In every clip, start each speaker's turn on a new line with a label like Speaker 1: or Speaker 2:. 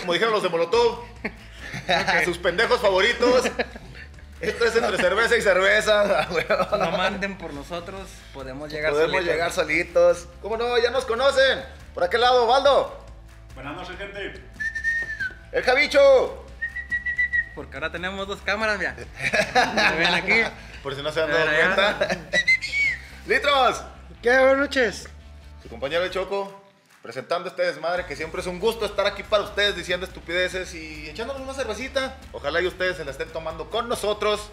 Speaker 1: como dijeron los de Molotov, a sus pendejos favoritos. Esto es entre cerveza y cerveza. Ah,
Speaker 2: No manden por nosotros, podemos llegar
Speaker 1: Podemos
Speaker 2: solitos.
Speaker 1: llegar solitos. ¿Cómo no? Ya nos conocen. ¿Por aquel lado, Baldo?
Speaker 3: Buenas noches, gente.
Speaker 1: El Javicho.
Speaker 2: Porque ahora tenemos dos cámaras, mira. Me ven aquí.
Speaker 1: Por si no se han
Speaker 2: A
Speaker 1: dado
Speaker 2: ver, allá.
Speaker 1: cuenta. Litros.
Speaker 4: ¿Qué? Buenas noches.
Speaker 1: Su compañero el Choco. Presentando este desmadre que siempre es un gusto estar aquí para ustedes diciendo estupideces y echándonos una cervecita. Ojalá y ustedes se la estén tomando con nosotros.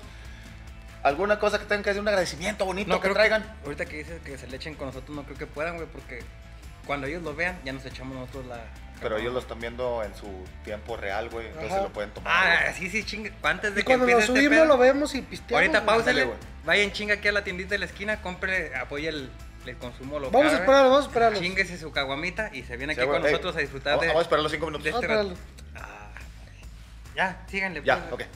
Speaker 1: ¿Alguna cosa que tengan que hacer? Un agradecimiento bonito que
Speaker 2: creo
Speaker 1: traigan.
Speaker 2: ahorita que dices que se le echen con nosotros, no creo que puedan, güey, porque cuando ellos lo vean, ya nos echamos nosotros la.
Speaker 1: Pero ellos lo están viendo en su tiempo real, güey. Entonces
Speaker 4: Ajá.
Speaker 1: lo pueden tomar.
Speaker 2: Ah,
Speaker 1: güey.
Speaker 2: sí, sí, chingue. Antes de
Speaker 4: Y
Speaker 2: que
Speaker 4: cuando lo
Speaker 2: empiece este
Speaker 4: subimos
Speaker 2: pedo,
Speaker 4: lo vemos y pisteamos.
Speaker 2: Ahorita
Speaker 4: güey.
Speaker 2: páusale.
Speaker 1: Ándale, güey.
Speaker 2: Vayan chinga aquí a la tiendita de la esquina, compre, apoye el, el consumo local.
Speaker 4: Vamos a
Speaker 2: güey.
Speaker 4: esperarlo, vamos a esperarlo.
Speaker 2: Chinguese su caguamita y se viene
Speaker 1: Sí,
Speaker 2: aquí
Speaker 1: güey.
Speaker 2: con
Speaker 1: Ey,
Speaker 2: nosotros a disfrutar
Speaker 1: vamos-
Speaker 2: de.
Speaker 1: Vamos a esperar los cinco minutos.
Speaker 2: de este
Speaker 4: Vamos a esperarlo.
Speaker 2: Ah, ya, síganle.
Speaker 1: Ya, ok.
Speaker 2: pues.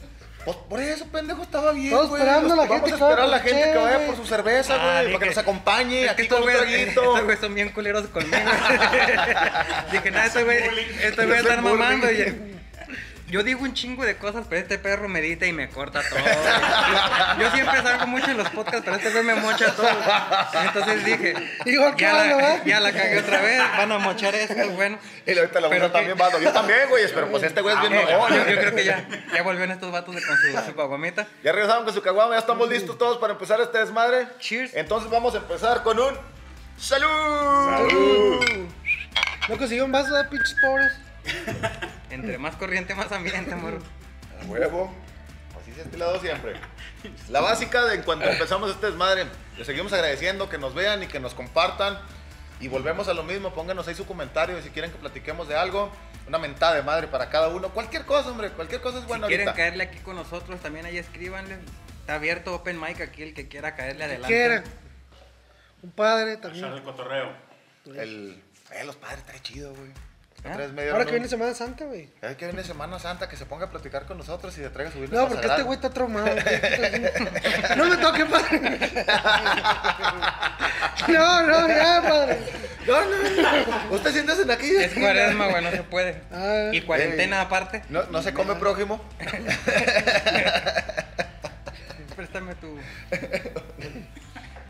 Speaker 1: Pues por eso, pendejo, estaba bien,
Speaker 4: Estamos
Speaker 1: güey.
Speaker 4: esperando a la
Speaker 1: Los- Vamos
Speaker 4: gente
Speaker 1: a
Speaker 4: que va
Speaker 1: esperar a la
Speaker 4: por
Speaker 1: gente que
Speaker 4: cheve,
Speaker 1: vaya
Speaker 4: güey.
Speaker 1: por su cerveza,
Speaker 2: Ah,
Speaker 1: güey,
Speaker 2: dije,
Speaker 1: para que nos acompañe
Speaker 2: Es que
Speaker 1: aquí
Speaker 2: estos
Speaker 1: con un
Speaker 2: güeyes-
Speaker 1: traguito.
Speaker 2: estos güeyes son bien culeros conmigo. Dije, nada, este güey, este
Speaker 1: Hacen
Speaker 2: güey estar
Speaker 1: bullying.
Speaker 2: mamando. y- yo digo un chingo de cosas, pero este perro medita y me corta todo. güey. Yo siempre salgo mucho en los podcasts, pero este güey me mocha todo. Entonces dije,
Speaker 4: Igual que
Speaker 2: ya,
Speaker 4: Valo, ¿eh?
Speaker 2: la, ya la cagué otra vez, van a mochar esto, bueno.
Speaker 1: Y ahorita la
Speaker 2: Pero
Speaker 1: uno
Speaker 2: que-
Speaker 1: también va. Yo también, güey, pero pues este güey es bien
Speaker 2: Eh,
Speaker 1: mamón.
Speaker 2: yo, yo creo que ya, ya volvieron estos vatos de con su, su caguamita.
Speaker 1: Ya regresaron con su caguama, ya estamos listos todos para empezar este desmadre.
Speaker 2: Cheers.
Speaker 1: Entonces vamos a empezar con un ¡Salud!
Speaker 4: No consiguió un vaso de pinches pobres.
Speaker 2: Entre más corriente, más ambiente, amor.
Speaker 1: A huevo. Así se ha estilado siempre. La básica de en cuanto empezamos este desmadre. Les seguimos agradeciendo que nos vean y que nos compartan. Y volvemos a lo mismo. Pónganos ahí su comentario si quieren que platiquemos de algo. Una mentada de madre para cada uno. Cualquier cosa, hombre. Cualquier cosa es buena
Speaker 2: si quieren
Speaker 1: ahorita.
Speaker 2: caerle aquí con nosotros, también ahí escríbanle. Está abierto Open Mic aquí, el que quiera caerle adelante.
Speaker 4: ¿Qué era? Un padre
Speaker 3: Echar
Speaker 4: también.
Speaker 3: el cotorreo.
Speaker 1: El, eh, los padres trae chido, güey. Los
Speaker 2: ¿Ah?
Speaker 1: padres medio-
Speaker 4: Ahora que viene Semana Santa, güey.
Speaker 1: Ay, que viene Semana Santa, que se ponga a platicar con nosotros y se traiga a subir
Speaker 4: No, porque este güey está traumado. güey. No me toque, padre. No, no, ya, padre.
Speaker 1: No, no, no. Usted siéntese en aquí.
Speaker 2: Es cuaresma, güey, no se puede.
Speaker 4: Ah,
Speaker 2: y cuarentena aparte.
Speaker 1: No, no se come prójimo.
Speaker 2: Préstame tu.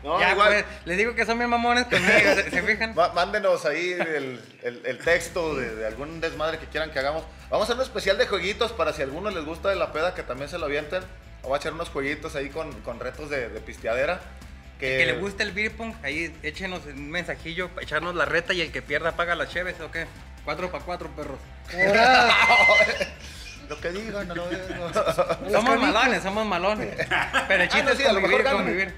Speaker 1: No,
Speaker 2: ya,
Speaker 1: igual.
Speaker 2: pues, les digo que son bien mamones conmigo, ¿se, se fijan?
Speaker 1: Ma- Mándenos ahí el, el- el texto de, de algún desmadre que quieran que hagamos. Vamos a hacer un especial de jueguitos para si a algunos les gusta de la peda que también se lo avienten. Vamos a echar unos jueguitos ahí con, con retos de, de pisteadera. Que,
Speaker 2: Que le guste el beer pong, ahí échenos un mensajillo, pa' echarnos la reta y el que pierda paga las cheves, ¿o qué? Cuatro para cuatro, perros.
Speaker 4: Ahora,
Speaker 1: Lo que digan, no lo digo.
Speaker 2: Somos malones, somos malones. Pero
Speaker 1: Ah,
Speaker 2: el
Speaker 1: no,
Speaker 2: chiste
Speaker 1: sí,
Speaker 2: es
Speaker 1: a lo mejor
Speaker 2: convivir,
Speaker 1: ganan.
Speaker 2: convivir.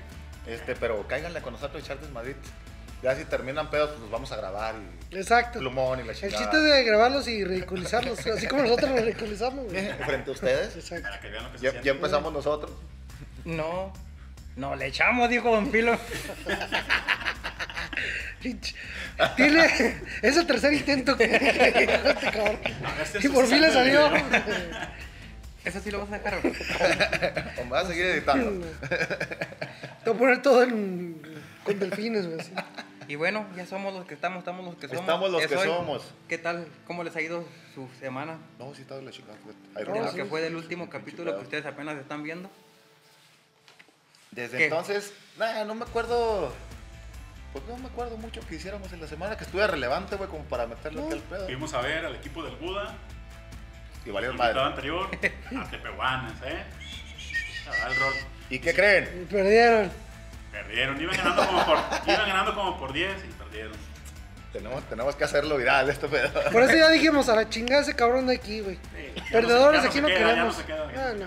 Speaker 1: Este, pero cáiganle con nosotros echar desmadritos. Ya si terminan pedos, pues los vamos a grabar y
Speaker 4: exacto.
Speaker 1: plumón y la
Speaker 4: El
Speaker 1: chingada.
Speaker 4: chiste es de grabarlos y ridiculizarlos. Así como nosotros los ridiculizamos, güey.
Speaker 1: ¿Eh? Frente a ustedes.
Speaker 4: Exacto.
Speaker 3: Para que vean lo que se
Speaker 1: Ya,
Speaker 3: siente.
Speaker 1: ya empezamos nosotros.
Speaker 2: No, no, le echamos, dijo Don Pilo.
Speaker 4: Pinche. Tiene. Es el tercer intento que. que hago este cabrón.
Speaker 3: este es
Speaker 4: Y
Speaker 3: su
Speaker 4: por fin le
Speaker 3: sangre,
Speaker 4: salió.
Speaker 2: Eso sí lo vas a sacar. güey.
Speaker 1: O me vas a seguir editando.
Speaker 4: Te voy a poner todo en, con delfines, güey. así.
Speaker 2: Y bueno, ya somos los que estamos, estamos los que somos.
Speaker 1: Estamos los
Speaker 2: Es
Speaker 1: que
Speaker 2: hoy.
Speaker 1: somos.
Speaker 2: ¿Qué tal? ¿Cómo les ha ido su semana?
Speaker 1: No, sí, estaba la chingada. güey. Ahí
Speaker 2: De
Speaker 1: vamos.
Speaker 2: lo que fue del último capítulo que ustedes apenas están viendo.
Speaker 1: Desde
Speaker 2: ¿Qué?
Speaker 1: entonces, nada, no me acuerdo. Pues no me acuerdo mucho que hiciéramos en la semana que estuve relevante, güey, como para meterle
Speaker 4: No.
Speaker 1: aquí al pedo.
Speaker 3: Fuimos a ver al equipo del Buda,
Speaker 1: Y valió
Speaker 3: el invitado
Speaker 1: madre.
Speaker 3: anterior, a Tepehuanas, ¿eh? A dar el rol.
Speaker 1: ¿Y qué creen?
Speaker 4: Me Perdieron.
Speaker 3: Perdieron, iban ganando como por, iban ganando como por 10 y perdieron.
Speaker 1: Tenemos, tenemos que hacerlo viral este pedo.
Speaker 4: Por eso ya dijimos a la chingada ese cabrón de aquí, güey.
Speaker 3: Sí, ya
Speaker 4: Perdedores
Speaker 3: se-
Speaker 4: aquí
Speaker 3: ya
Speaker 4: no
Speaker 3: se queda, ya
Speaker 4: queremos.
Speaker 3: se queda.
Speaker 4: Ah, No,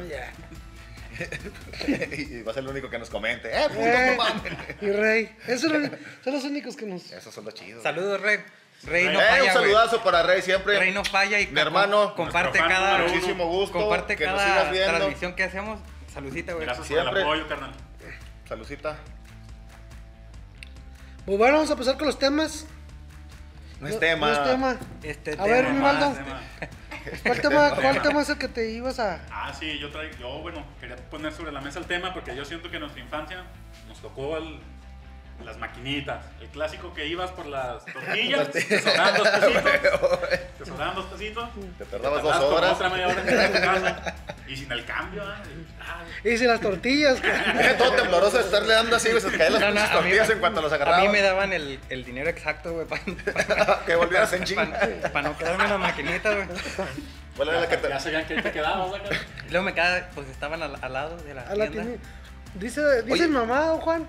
Speaker 4: no, ya.
Speaker 1: y va a ser el único que nos comente. ¡Eh, puto,
Speaker 4: Eh,
Speaker 1: no mames!
Speaker 4: y Rey. Esos son, son los únicos que nos.
Speaker 1: Esos son los chidos.
Speaker 2: Saludos, Rey. Rey
Speaker 1: Eh,
Speaker 2: no falla.
Speaker 1: un
Speaker 2: güey.
Speaker 1: saludazo para Rey siempre.
Speaker 2: Rey no falla y
Speaker 1: Mi hermano,
Speaker 2: comparte
Speaker 3: nuestro fan
Speaker 2: cada,
Speaker 3: número uno.
Speaker 1: Muchísimo gusto.
Speaker 2: comparte
Speaker 1: que nos
Speaker 2: cada
Speaker 1: sigas viendo.
Speaker 2: transmisión que hacemos. Saludcita, güey.
Speaker 3: Gracias por
Speaker 1: Siempre.
Speaker 3: el apoyo, carnal.
Speaker 1: Salucita.
Speaker 4: Pues bueno, vamos a empezar con los temas.
Speaker 1: No es tema.
Speaker 4: No es tema.
Speaker 2: Este
Speaker 4: A
Speaker 2: tema
Speaker 4: ver, mi
Speaker 2: más,
Speaker 4: Baldo.
Speaker 2: este-
Speaker 3: Tema.
Speaker 4: ¿Cuál tema, cuál tema es el que te ibas a.?
Speaker 3: Ah, sí, yo traigo, yo bueno, quería poner sobre la mesa el tema porque yo siento que en nuestra infancia nos tocó el, Las maquinitas. El clásico que ibas por las tortillas, te sobraban dos pesitos. Te sobraban dos pesitos.
Speaker 1: Te
Speaker 3: te
Speaker 1: tardabas dos
Speaker 3: tardabas como
Speaker 1: horas.
Speaker 3: Otra media hora en llegar a tu casa. Y sin el cambio, ¿ah? Y, ah,
Speaker 4: Y si las tortillas, güey.
Speaker 1: Era todo tembloroso de estarle dando así, güey, se te caían las
Speaker 2: No, no,
Speaker 1: pinches
Speaker 2: a mí
Speaker 1: tortillas
Speaker 2: me-
Speaker 1: en cuanto los
Speaker 2: A
Speaker 1: agarraba.
Speaker 2: mí me daban el, el dinero exacto, güey, para
Speaker 1: que volvieras en ching.
Speaker 2: no quedarme en la maquinita, güey.
Speaker 1: ¿Cuál era la que te...
Speaker 3: ya sabían que ahí te quedabas, ¿verdad?
Speaker 2: Y luego me quedaba, pues estaban al, al lado de la
Speaker 4: a la
Speaker 2: tienda.
Speaker 4: tienda. Dice, dice
Speaker 1: Oye.
Speaker 4: mi mamá, don Juan.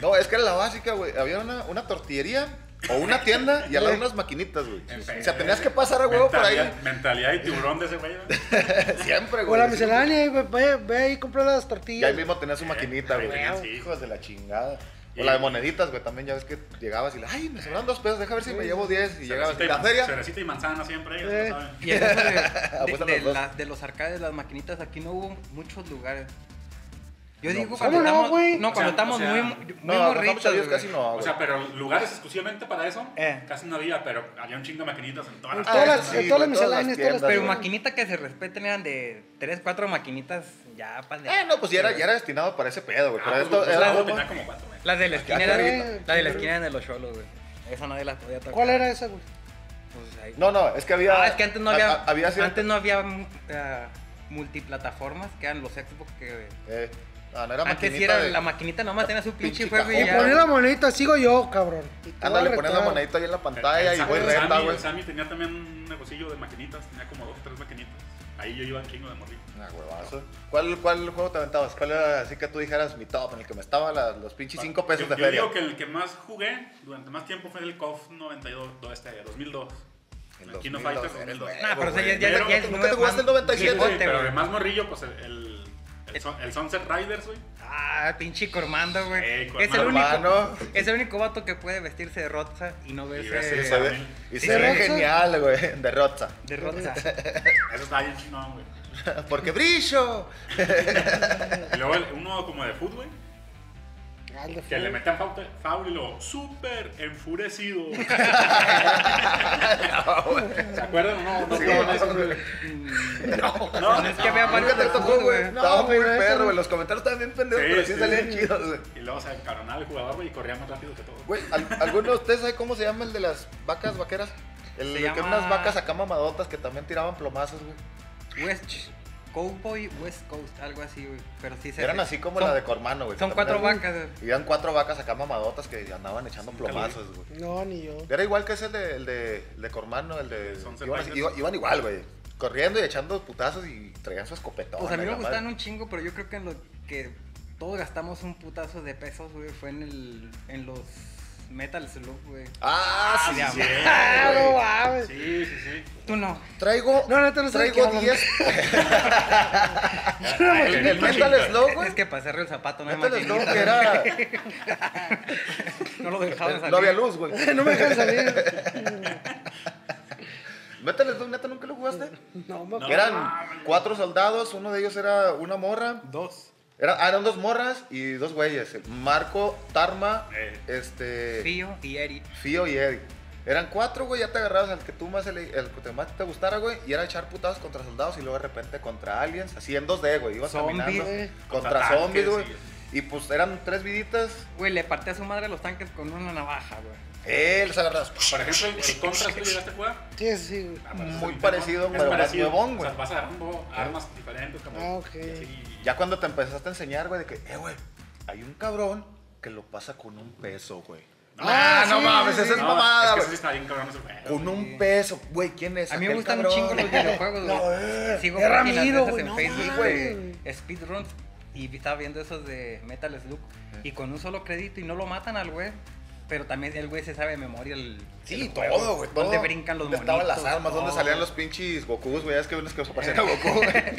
Speaker 1: No, es que era la básica, güey. Había una, una tortillería o una tienda y al lado unas maquinitas, güey. O sea, tenías que pasar a huevo por ahí.
Speaker 3: Mentalidad- Mentalidad y tiburón de ese güey. ¿verdad?
Speaker 1: Siempre,
Speaker 4: O
Speaker 1: güey.
Speaker 4: la
Speaker 1: sí.
Speaker 4: miscelánea, y ve, ve, ve ahí y compra las
Speaker 1: Y ahí
Speaker 4: tortillas.
Speaker 1: mismo tenía su maquinita,
Speaker 3: Ahí
Speaker 1: güey.
Speaker 3: tenían, sí.
Speaker 1: Hijos de la chingada. O
Speaker 3: Y-
Speaker 1: la de moneditas, güey, también ya ves que llegabas y le, ay, me sobran dos pesos, deja ver si me llevo diez. Y llegabas
Speaker 3: Cerecita
Speaker 1: y
Speaker 3: y
Speaker 1: la
Speaker 3: man-
Speaker 1: feria.
Speaker 3: Cerecita y manzana siempre, ellos
Speaker 4: Eh.
Speaker 3: lo saben.
Speaker 2: Y en eso de, de,
Speaker 1: Apuestan
Speaker 2: de
Speaker 1: los dos.
Speaker 2: la- de los arcades, las maquinitas, aquí no hubo muchos lugares. Yo
Speaker 1: No,
Speaker 2: digo
Speaker 1: pues,
Speaker 2: cuando
Speaker 4: ¿cómo no,
Speaker 2: estamos,
Speaker 4: güey?
Speaker 2: no,
Speaker 3: O
Speaker 2: cuando
Speaker 3: sea,
Speaker 2: estamos
Speaker 3: o sea,
Speaker 2: muy, muy
Speaker 1: No, cuando
Speaker 2: morritos,
Speaker 1: estamos chavillos
Speaker 2: güey.
Speaker 1: casi no,
Speaker 3: O
Speaker 1: güey.
Speaker 3: sea, pero lugares exclusivamente para eso,
Speaker 2: Eh.
Speaker 3: casi no había, pero había un chingo de maquinitas en todas
Speaker 4: En
Speaker 3: las
Speaker 1: Ah,
Speaker 4: todas
Speaker 1: eso
Speaker 4: las-
Speaker 1: sí,
Speaker 4: en todas las
Speaker 1: güey,
Speaker 4: misceláneas, todas las-
Speaker 2: Pero
Speaker 1: güey.
Speaker 2: maquinita que se respeten eran de 3, 4 maquinitas ya pa' de-
Speaker 1: Eh, no, pues ya era, ya era destinado para ese pedo, güey. Pero
Speaker 3: Ah,
Speaker 1: esto
Speaker 3: pues,
Speaker 1: era
Speaker 3: pues,
Speaker 1: algo-
Speaker 3: tenía como cuatro, güey.
Speaker 2: Las de la esquina
Speaker 1: acá
Speaker 2: eran,
Speaker 4: arriba.
Speaker 2: la de la esquina eran de los cholos, güey. Esa nadie las podía tocar.
Speaker 4: ¿Cuál era esa, güey?
Speaker 2: Pues ahí.
Speaker 1: No, no, es que había.
Speaker 2: Ah, es que antes no
Speaker 1: a-
Speaker 2: había,
Speaker 1: a- había cierta-
Speaker 2: antes no había mm, ah, multiplataformas, que eran los Xbox que
Speaker 1: Eh, no, no era
Speaker 2: antes sí
Speaker 1: maquinita.
Speaker 2: era
Speaker 1: de-
Speaker 2: la maquinita nomás tenía su
Speaker 1: pinche
Speaker 2: pinche juego y
Speaker 4: Y
Speaker 1: cajón,
Speaker 2: ya.
Speaker 4: poné la monedita, sigo yo, cabrón. Y te voy
Speaker 1: Ándale,
Speaker 4: a
Speaker 1: ponías la
Speaker 4: retar.
Speaker 1: monedita ahí en la pantalla
Speaker 3: El
Speaker 1: y güey
Speaker 3: Sammy- el
Speaker 1: reta,
Speaker 3: Sammy-
Speaker 1: güey.
Speaker 3: El Sammy tenía también un negocillo de maquinitas, tenía como dos o tres maquinitas. Ahí yo iba un chingo de morrito.
Speaker 1: Una huevazo. ¿Cuál, ¿Cuál juego te aventabas? ¿Cuál era así que tú dijeras mi top en el que me estaba la- los pinches 5 pesos
Speaker 3: yo,
Speaker 1: de
Speaker 3: yo
Speaker 1: feria?
Speaker 3: digo que el que más jugué durante más tiempo fue el KOF 92, do- este, 2002.
Speaker 1: El
Speaker 3: El, Kino
Speaker 1: 2002,
Speaker 3: Fighter
Speaker 1: eres
Speaker 3: 2002.
Speaker 1: bueno.
Speaker 2: Nah, pero ese ya, ya,
Speaker 3: Pero
Speaker 2: ya es
Speaker 1: ¿Nunca
Speaker 2: nuevo,
Speaker 1: te jugaste el
Speaker 2: man.
Speaker 1: 97?
Speaker 3: Sí,
Speaker 2: Viejote,
Speaker 3: güey, pero
Speaker 2: güey.
Speaker 3: de más morrillo, pues el, el, el Sun- el Sunset Riders, güey.
Speaker 2: Ah, pinche Cormando, güey.
Speaker 3: Ey,
Speaker 2: es, el
Speaker 3: Cormando,
Speaker 2: único,
Speaker 1: hermano.
Speaker 2: es el único vato que puede vestirse de roza y no verse
Speaker 1: Y
Speaker 3: verse-
Speaker 1: se ve,
Speaker 3: También.
Speaker 1: y
Speaker 4: ¿Y
Speaker 1: se
Speaker 4: de
Speaker 1: ve
Speaker 4: Roza?
Speaker 1: genial, güey. De Roza.
Speaker 2: de roza.
Speaker 3: Eso estaba bien chingón, güey.
Speaker 1: Porque brillo.
Speaker 3: Y luego el- uno como de fútbol, güey.
Speaker 4: Ah, el de
Speaker 3: Que le
Speaker 4: Fran.
Speaker 3: metan faul, faul y luego, súper enfurecido.
Speaker 2: Ah,
Speaker 3: ¿Se acuerdan o no? No,
Speaker 1: Sí,
Speaker 3: no,
Speaker 1: no,
Speaker 3: eso,
Speaker 1: güey.
Speaker 3: no,
Speaker 2: es que había
Speaker 1: Nunca
Speaker 2: varios
Speaker 1: te
Speaker 2: de
Speaker 1: tocó,
Speaker 2: fútbol,
Speaker 1: güey.
Speaker 2: güey.
Speaker 1: Estaba
Speaker 4: No,
Speaker 1: muy
Speaker 4: güey, eso
Speaker 1: perro,
Speaker 4: no.
Speaker 1: güey. Los comentarios estaban bien pendejos,
Speaker 3: Sí,
Speaker 1: pero sí
Speaker 3: sí.
Speaker 1: salían chidos, güey.
Speaker 3: Y luego se encabronaba el jugador, güey, y corría más rápido que todo.
Speaker 1: Güey, ¿al- ¿alguno de ustedes sabe cómo se llama el de las vacas vaqueras? El
Speaker 2: Se
Speaker 1: de que
Speaker 2: llama-
Speaker 1: unas vacas acá mamadotas que también tiraban plomazos, güey.
Speaker 2: West Cowboy, West Coast, algo así, güey. Pero sí se
Speaker 1: Eran así como
Speaker 2: son-
Speaker 1: la de Cormano, güey. que
Speaker 2: Son
Speaker 1: también
Speaker 2: cuatro
Speaker 1: eran-
Speaker 2: vacas, güey.
Speaker 1: Y eran cuatro vacas acá mamadotas que andaban echando
Speaker 3: Nunca lo vi.
Speaker 1: plomazos, güey.
Speaker 4: No, ni yo.
Speaker 1: Era igual que ese el de, el de, el de Cormano, el de.
Speaker 3: Sunset
Speaker 1: Iban, así-
Speaker 3: Riders.
Speaker 1: iba- iban igual, güey. Corriendo y echando putazos y traían su escopetón.
Speaker 2: Pues a mí
Speaker 1: la
Speaker 2: me
Speaker 1: madre.
Speaker 2: gustaban un chingo, pero yo creo que en lo que todos gastamos un putazo de pesos, güey, fue en el en los Metal Slug, güey.
Speaker 1: Ah, sí,
Speaker 2: Ah,
Speaker 1: sí.
Speaker 2: sí,
Speaker 4: Ah, no
Speaker 1: güey.
Speaker 4: mames.
Speaker 3: Sí, sí, sí.
Speaker 2: Tú Ah, no.
Speaker 1: Traigo.
Speaker 4: No, neta, no sé de qué
Speaker 1: Traigo
Speaker 4: hablan.
Speaker 1: 10. En el
Speaker 3: Ay,
Speaker 1: Metal Slug,
Speaker 2: Es
Speaker 1: güey.
Speaker 2: que para cerrar el zapato no hay
Speaker 1: Metal Slug
Speaker 2: maquinita,
Speaker 1: que era.
Speaker 2: güey. No lo dejaban salir.
Speaker 1: No había luz, güey.
Speaker 4: No me dejan salir.
Speaker 1: Metal Slug, neta, nunca lo jugaste.
Speaker 4: No, me
Speaker 3: No.
Speaker 1: Que Eran cuatro soldados, uno de ellos era una morra.
Speaker 2: Dos.
Speaker 1: Era- ah, eran dos morras y dos güeyes. Marco, Tarma,
Speaker 3: Eh.
Speaker 1: este.
Speaker 2: Fío y Eric.
Speaker 1: Fío y Eric. Eran cuatro, güey, ya te agarrabas al que tú más, ele- el, que te más te gustara, güey, y era echar putazos contra soldados y luego de repente contra aliens, así en 2D, güey, ibas
Speaker 2: Zombies,
Speaker 1: caminando
Speaker 4: güey.
Speaker 1: contra,
Speaker 3: Contra tanques,
Speaker 1: zombies, güey.
Speaker 3: sí.
Speaker 1: Y pues eran tres viditas,
Speaker 2: Güey, le partí a su madre los tanques con una navaja, güey.
Speaker 1: eh, los agarras.
Speaker 3: Por ejemplo, el, el Contra, ¿sí lo llegaste a jugar?
Speaker 4: Sí, sí, güey.
Speaker 3: Ah, pues,
Speaker 1: Muy
Speaker 3: es
Speaker 1: parecido,
Speaker 3: es
Speaker 1: pero más nuevón, güey.
Speaker 3: O sea, vas agarrando armas diferentes. Como,
Speaker 4: Ah, ok.
Speaker 3: Sí.
Speaker 1: Ya cuando te empezaste a enseñar, güey, de que, eh, güey, hay un cabrón que lo pasa con un peso, güey.
Speaker 4: Ah, sí, sí,
Speaker 1: esa
Speaker 4: sí.
Speaker 1: es
Speaker 3: No,
Speaker 1: mamada,
Speaker 3: es que
Speaker 1: güey.
Speaker 3: eso sí está bien cabrón ese juego.
Speaker 1: Con un peso, güey, ¿quién es?
Speaker 2: A mí me
Speaker 1: aquel
Speaker 2: gustan
Speaker 1: cabrón?
Speaker 2: un chingo los videojuegos, güey.
Speaker 1: No, eh.
Speaker 2: Sigo
Speaker 4: es
Speaker 2: páginas de
Speaker 4: Ramiro,
Speaker 2: esas
Speaker 4: güey,
Speaker 2: en
Speaker 4: no
Speaker 2: Facebook,
Speaker 1: mames.
Speaker 2: güey. Speedruns. Y estaba viendo esos de Metal Slug. Y con un solo crédito y no lo matan al güey. Pero también el güey se sabe de memoria el.
Speaker 1: Sí,
Speaker 2: el juego,
Speaker 1: todo, güey.
Speaker 2: Dónde
Speaker 1: todo.
Speaker 2: brincan los
Speaker 1: ¿Dónde estaban las
Speaker 2: monitos,
Speaker 1: armas? ¿Dónde
Speaker 2: todo.
Speaker 1: salían los pinches Gokus, güey? Es que unos que se parecían a Goku, güey.
Speaker 2: Yo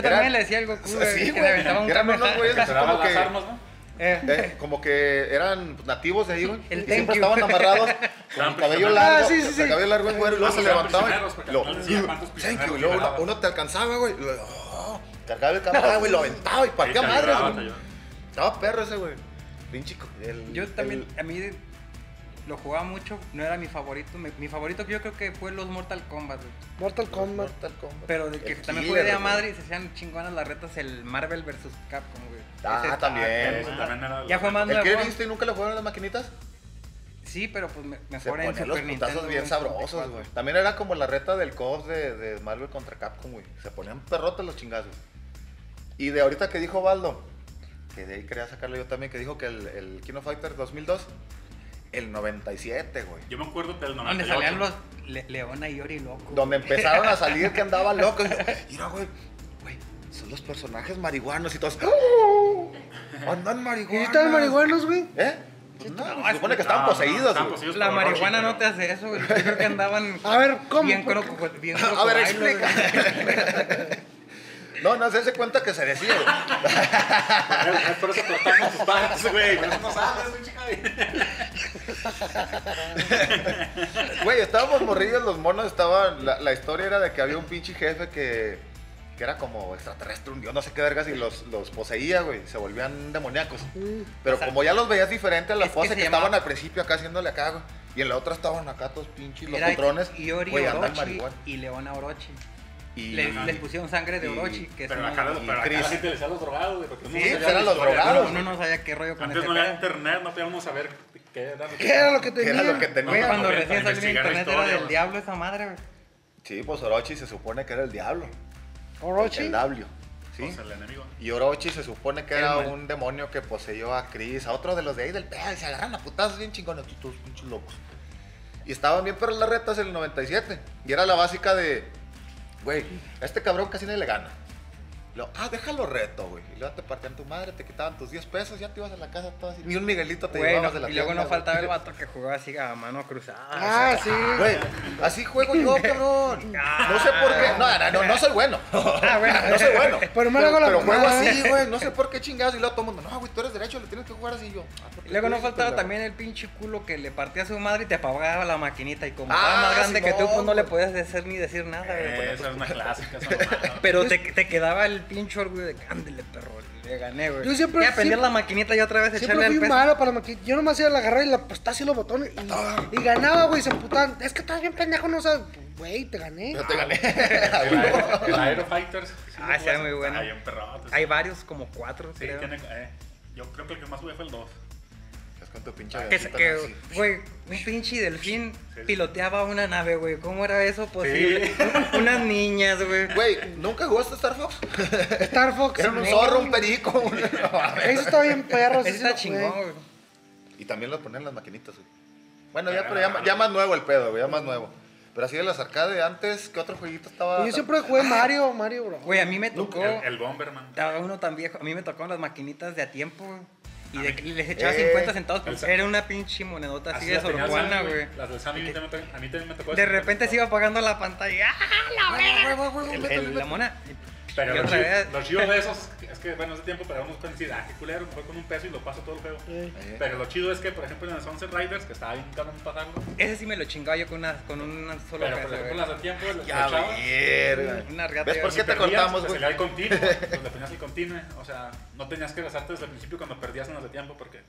Speaker 1: Eran-
Speaker 2: también le decía al Goku, güey.
Speaker 1: Sí,
Speaker 2: que
Speaker 1: güey.
Speaker 2: le aventaba un
Speaker 1: Eran
Speaker 2: Kameha-
Speaker 1: unos güeyes
Speaker 3: Te
Speaker 1: así
Speaker 3: daban
Speaker 1: como
Speaker 3: las
Speaker 1: que...
Speaker 3: armas, ¿no?
Speaker 2: Eh,
Speaker 1: eh, como que eran nativos de ahí, güey.
Speaker 2: El
Speaker 1: y
Speaker 2: thank
Speaker 1: siempre
Speaker 2: you.
Speaker 1: estaban amarrados con el
Speaker 3: Estaban
Speaker 1: cabello
Speaker 3: prisioneros.
Speaker 1: largo.
Speaker 4: Ah, sí, sí, sí.
Speaker 1: El cabello largo en güero y luego
Speaker 3: Ah,
Speaker 1: se
Speaker 3: sí,
Speaker 1: levantaban.
Speaker 3: prisioneros, porque
Speaker 1: Lo,
Speaker 3: no decían cuántos
Speaker 1: thank you.
Speaker 3: prisioneros
Speaker 1: Y luego uno,
Speaker 3: liberaban.
Speaker 1: uno te alcanzaba, güey. y luego, oh, cargaba el camarada, güey, lo aventaba y para
Speaker 3: Sí,
Speaker 1: qué
Speaker 3: te
Speaker 1: madres,
Speaker 3: ayudaban, te
Speaker 1: güey.
Speaker 3: ayudaban.
Speaker 1: Estaba perro ese, güey. Pinche. co- el-
Speaker 2: yo también,
Speaker 1: el-
Speaker 2: a mí, Lo jugaba mucho, no era mi favorito. Mi, mi favorito yo creo que fue los Mortal Kombat, güey.
Speaker 4: Mortal Kombat.
Speaker 1: Mortal Kombat.
Speaker 2: Pero de que
Speaker 1: El
Speaker 2: también
Speaker 1: killer,
Speaker 2: jugué de a
Speaker 1: güey.
Speaker 2: madre y se hacían chingonas las retas el Marvel vs Capcom, güey.
Speaker 1: Ah,
Speaker 2: Ese-
Speaker 1: también.
Speaker 3: Ese
Speaker 1: Ah.
Speaker 3: también era de
Speaker 2: Eh, Ya
Speaker 3: los-
Speaker 2: fue más
Speaker 1: ¿El
Speaker 2: nuevo.
Speaker 1: Killer Instinct nunca lo jugaron las maquinitas?
Speaker 2: Sí, pero pues me-
Speaker 1: Se
Speaker 2: mejor en
Speaker 1: ponían los
Speaker 2: Super Nintendo.
Speaker 1: putazos bien
Speaker 2: güey,
Speaker 1: sabrosos,
Speaker 2: 64.
Speaker 1: güey. También era como la reta del COF de, de Marvel contra Capcom, güey. Se ponían perrotas los chingazos. Y de ahorita que dijo Baldo, que de ahí quería sacarlo yo también, que dijo que el, el Kino Fighter 2002, el 97, güey.
Speaker 3: Yo me acuerdo del 98.
Speaker 2: Donde salían los Le- Leona y Ori loco.
Speaker 1: Donde empezaron a salir que andaba loco. Y yo, Mira, güey, güey, son los personajes marihuanos y todos. ¡Oh! Andan
Speaker 4: ¿Y
Speaker 1: marihuanos.
Speaker 4: están marihuanos, güey?
Speaker 1: ¿Eh? Pues no, se supone que estaban
Speaker 3: Ah, No, no,
Speaker 1: poseídos,
Speaker 3: estaban
Speaker 1: güey.
Speaker 3: poseídos
Speaker 2: La
Speaker 3: por Orochi,
Speaker 2: marihuana no
Speaker 3: pero-
Speaker 2: te hace eso, güey. Yo creo que andaban.
Speaker 4: A ver, ¿cómo?
Speaker 2: Bien
Speaker 4: ¿Por qué?
Speaker 2: croco, bien
Speaker 1: A ver,
Speaker 2: crocodilo, güey.
Speaker 1: No, no, se hace cuenta que se decía, güey.
Speaker 3: Es por eso cortamos tus partes, güey. Por eso no sabes, güey, chica.
Speaker 1: Güey, estábamos morrillos, los monos estaban. La, la historia era de que había un pinche jefe que. que era como extraterrestre, un dios, no sé qué vergas, y los, los poseía, güey. Se volvían demoníacos. Pero como ya los veías diferente a la
Speaker 2: es que
Speaker 1: pose
Speaker 2: se
Speaker 1: que,
Speaker 2: llamaba-
Speaker 1: estaban al principio acá haciéndole acá, güey. Y en la otra estaban acá todos pinches los
Speaker 2: Era
Speaker 1: patrones.
Speaker 2: Iori
Speaker 1: Güey, andan
Speaker 2: Orochi
Speaker 1: marihuana.
Speaker 2: y Leona Orochi.
Speaker 1: Y.
Speaker 2: Le-
Speaker 3: Ajá.
Speaker 2: Les pusieron sangre de
Speaker 1: Y-
Speaker 2: Orochi, que es
Speaker 3: Pero
Speaker 2: uno
Speaker 3: acá,
Speaker 2: de
Speaker 3: los-
Speaker 2: los-
Speaker 3: pero acá
Speaker 1: Chris.
Speaker 3: la gente le decía a los drogados, güey. porque uno
Speaker 1: Sí,
Speaker 3: no sabía
Speaker 1: pues eran
Speaker 3: la
Speaker 1: los
Speaker 3: historia,
Speaker 1: drogados.
Speaker 2: Uno no sabía qué rollo con
Speaker 3: Antes
Speaker 2: ese
Speaker 3: no había
Speaker 2: pedo.
Speaker 3: internet, no podíamos saber qué era. lo que-
Speaker 4: ¿Qué era lo que
Speaker 1: ¿Qué era
Speaker 4: tenían?
Speaker 1: lo que
Speaker 2: No,
Speaker 1: tenía?
Speaker 2: cuando
Speaker 3: para
Speaker 2: recién salió
Speaker 3: investigar la
Speaker 2: internet
Speaker 3: historia,
Speaker 2: era del
Speaker 3: güey.
Speaker 2: diablo esa madre, güey.
Speaker 1: Sí, pues Orochi se supone que era el diablo.
Speaker 4: Orochi.
Speaker 1: El W. ¿Sí?
Speaker 3: O sea, pues, el enemigo.
Speaker 1: Y Orochi se supone que
Speaker 2: El
Speaker 1: era
Speaker 2: mal.
Speaker 1: un demonio que poseyó a Chris, a otro de los de ahí del pedo, y se agarran a putazos bien chingones, tú, todos pinches locos. Y estaban bien, pero las retas en el 97. Y era la básica de, güey, a este cabrón casi nadie le gana. Lo, ah, déjalo reto, güey. Y luego te partían tu madre, te quitaban tus 10 pesos, ya te ibas a la casa todo así. Ni un Miguelito te
Speaker 2: Güey,
Speaker 1: llevabas
Speaker 2: no,
Speaker 1: de la
Speaker 2: y luego
Speaker 1: tienda,
Speaker 2: no faltaba el
Speaker 1: güey.
Speaker 2: vato que jugaba así a mano cruzada.
Speaker 4: Ah, sí.
Speaker 1: Güey, así juego yo, cabrón. No sé por qué. No, no, no, no soy bueno.
Speaker 2: Ah, bueno.
Speaker 1: No soy bueno.
Speaker 4: Pero me hago la
Speaker 1: Pero juego
Speaker 4: mamada.
Speaker 1: así, güey. No sé por qué chingados. Y luego todo el mundo, no, güey, tú eres derecho, le tienes que jugar así Y yo. ah, ¿por
Speaker 2: Y
Speaker 1: qué
Speaker 2: Luego
Speaker 1: tú
Speaker 2: no
Speaker 1: eres
Speaker 2: faltaba
Speaker 1: pendejo?
Speaker 2: también el pinche culo que le partía a su madre y te apagaba la maquinita. Y como
Speaker 1: Ah,
Speaker 2: estaba más grande que tú, pues no
Speaker 1: Simón, Eh.
Speaker 2: le
Speaker 1: güey.
Speaker 2: podías decir ni decir nada, güey. pues.
Speaker 3: Eh, Esa es una clásica, esa mamada.
Speaker 2: Pero te, te quedaba el pinche orgullo de que ándele, perro, le gané, güey.
Speaker 4: Yo siempre-
Speaker 2: Y aprender
Speaker 4: siempre-
Speaker 2: la maquinita y otra vez echarle
Speaker 4: Siempre
Speaker 2: el
Speaker 4: fui
Speaker 2: peso.
Speaker 4: malo para la maquinita. Yo nomás iba a la agarrar y la apostaba así los botones. Y, y ganaba, güey. Se emputaban. Es que estás bien pendejo, no sabes. Pues, Güey, te gané.
Speaker 1: Yo te gané.
Speaker 3: El Aero- el Aero Fighters. sí lo
Speaker 2: Ah,
Speaker 3: jugaste.
Speaker 2: sí, era muy bueno.
Speaker 3: Hay un perrote, sí.
Speaker 2: Hay varios, como cuatro,
Speaker 3: Sí,
Speaker 2: creo.
Speaker 3: tiene- eh, yo creo que el que más jugué fue el 2.
Speaker 1: Es con tu pinche
Speaker 2: Que,
Speaker 1: avioncito, ¿no?
Speaker 2: que,
Speaker 1: Sí.
Speaker 2: güey, un pinche delfín
Speaker 3: Sí.
Speaker 2: piloteaba una nave, güey. ¿Cómo era eso posible?
Speaker 3: Sí.
Speaker 2: Unas niñas, güey.
Speaker 1: Güey, ¿nunca jugaste Star Fox?
Speaker 4: Star Fox.
Speaker 1: Era un
Speaker 4: güey.
Speaker 1: zorro, un perico. un-
Speaker 4: Eso está bien perro.
Speaker 2: Ese
Speaker 4: ese sí
Speaker 2: está
Speaker 4: lo jugué.
Speaker 2: chingón, güey.
Speaker 1: y también lo ponían las maquinitas, güey. Bueno, ya, pero ya, ya más nuevo el pedo, güey, ya más nuevo. Pero así de las arcades de antes, ¿qué otro jueguito estaba?
Speaker 4: Y Pues yo siempre jugué Mario, Mario, bro.
Speaker 2: Güey, a mí me
Speaker 3: El,
Speaker 2: tocó.
Speaker 3: el Bomberman.
Speaker 2: Estaba uno tan viejo. A mí me tocaron las maquinitas de a tiempo, güey. Y, de, que les echaba
Speaker 1: Eh,
Speaker 2: 50 centavos. pues,
Speaker 3: el-
Speaker 2: era una pinche monedota así, de
Speaker 3: las tenía el
Speaker 2: sorbuana,
Speaker 3: Sammy,
Speaker 2: güey.
Speaker 3: Las del Sammy a mí también me- a mí también me tocó.
Speaker 2: De repente se iba apagando la pantalla. ¡Ah,
Speaker 1: Güey, güey, güey,
Speaker 2: la,
Speaker 1: güey,
Speaker 2: el-
Speaker 1: métele,
Speaker 2: el- la
Speaker 1: métele.
Speaker 2: mona!
Speaker 3: Pero
Speaker 2: Y
Speaker 3: los
Speaker 2: otra
Speaker 3: chivos,
Speaker 2: vez-
Speaker 3: los chivos de esos, es que bueno, ese tiempo para unos coincidir, ah, qué culero, mejor con un peso y lo paso todo el juego.
Speaker 4: Eh.
Speaker 1: Eh.
Speaker 3: Pero lo chido es que, por ejemplo, en el Sunset Riders, que estaba bien cabrón pasarlo,
Speaker 2: Ese sí me lo chingaba yo con, una, con un solo
Speaker 3: pero por
Speaker 2: peso,
Speaker 3: ejemplo,
Speaker 2: güey.
Speaker 3: las de tiempo, los
Speaker 1: Ya,
Speaker 3: echabas,
Speaker 1: verga.
Speaker 2: Una regata,
Speaker 1: ¿Ves por
Speaker 2: güey.
Speaker 1: qué te
Speaker 3: perdías,
Speaker 1: cortamos,
Speaker 3: te
Speaker 1: güey?
Speaker 3: salía el continuo, pues, le ponías el continuo, o sea, no tenías que besarte desde el principio cuando perdías en las de tiempo, porque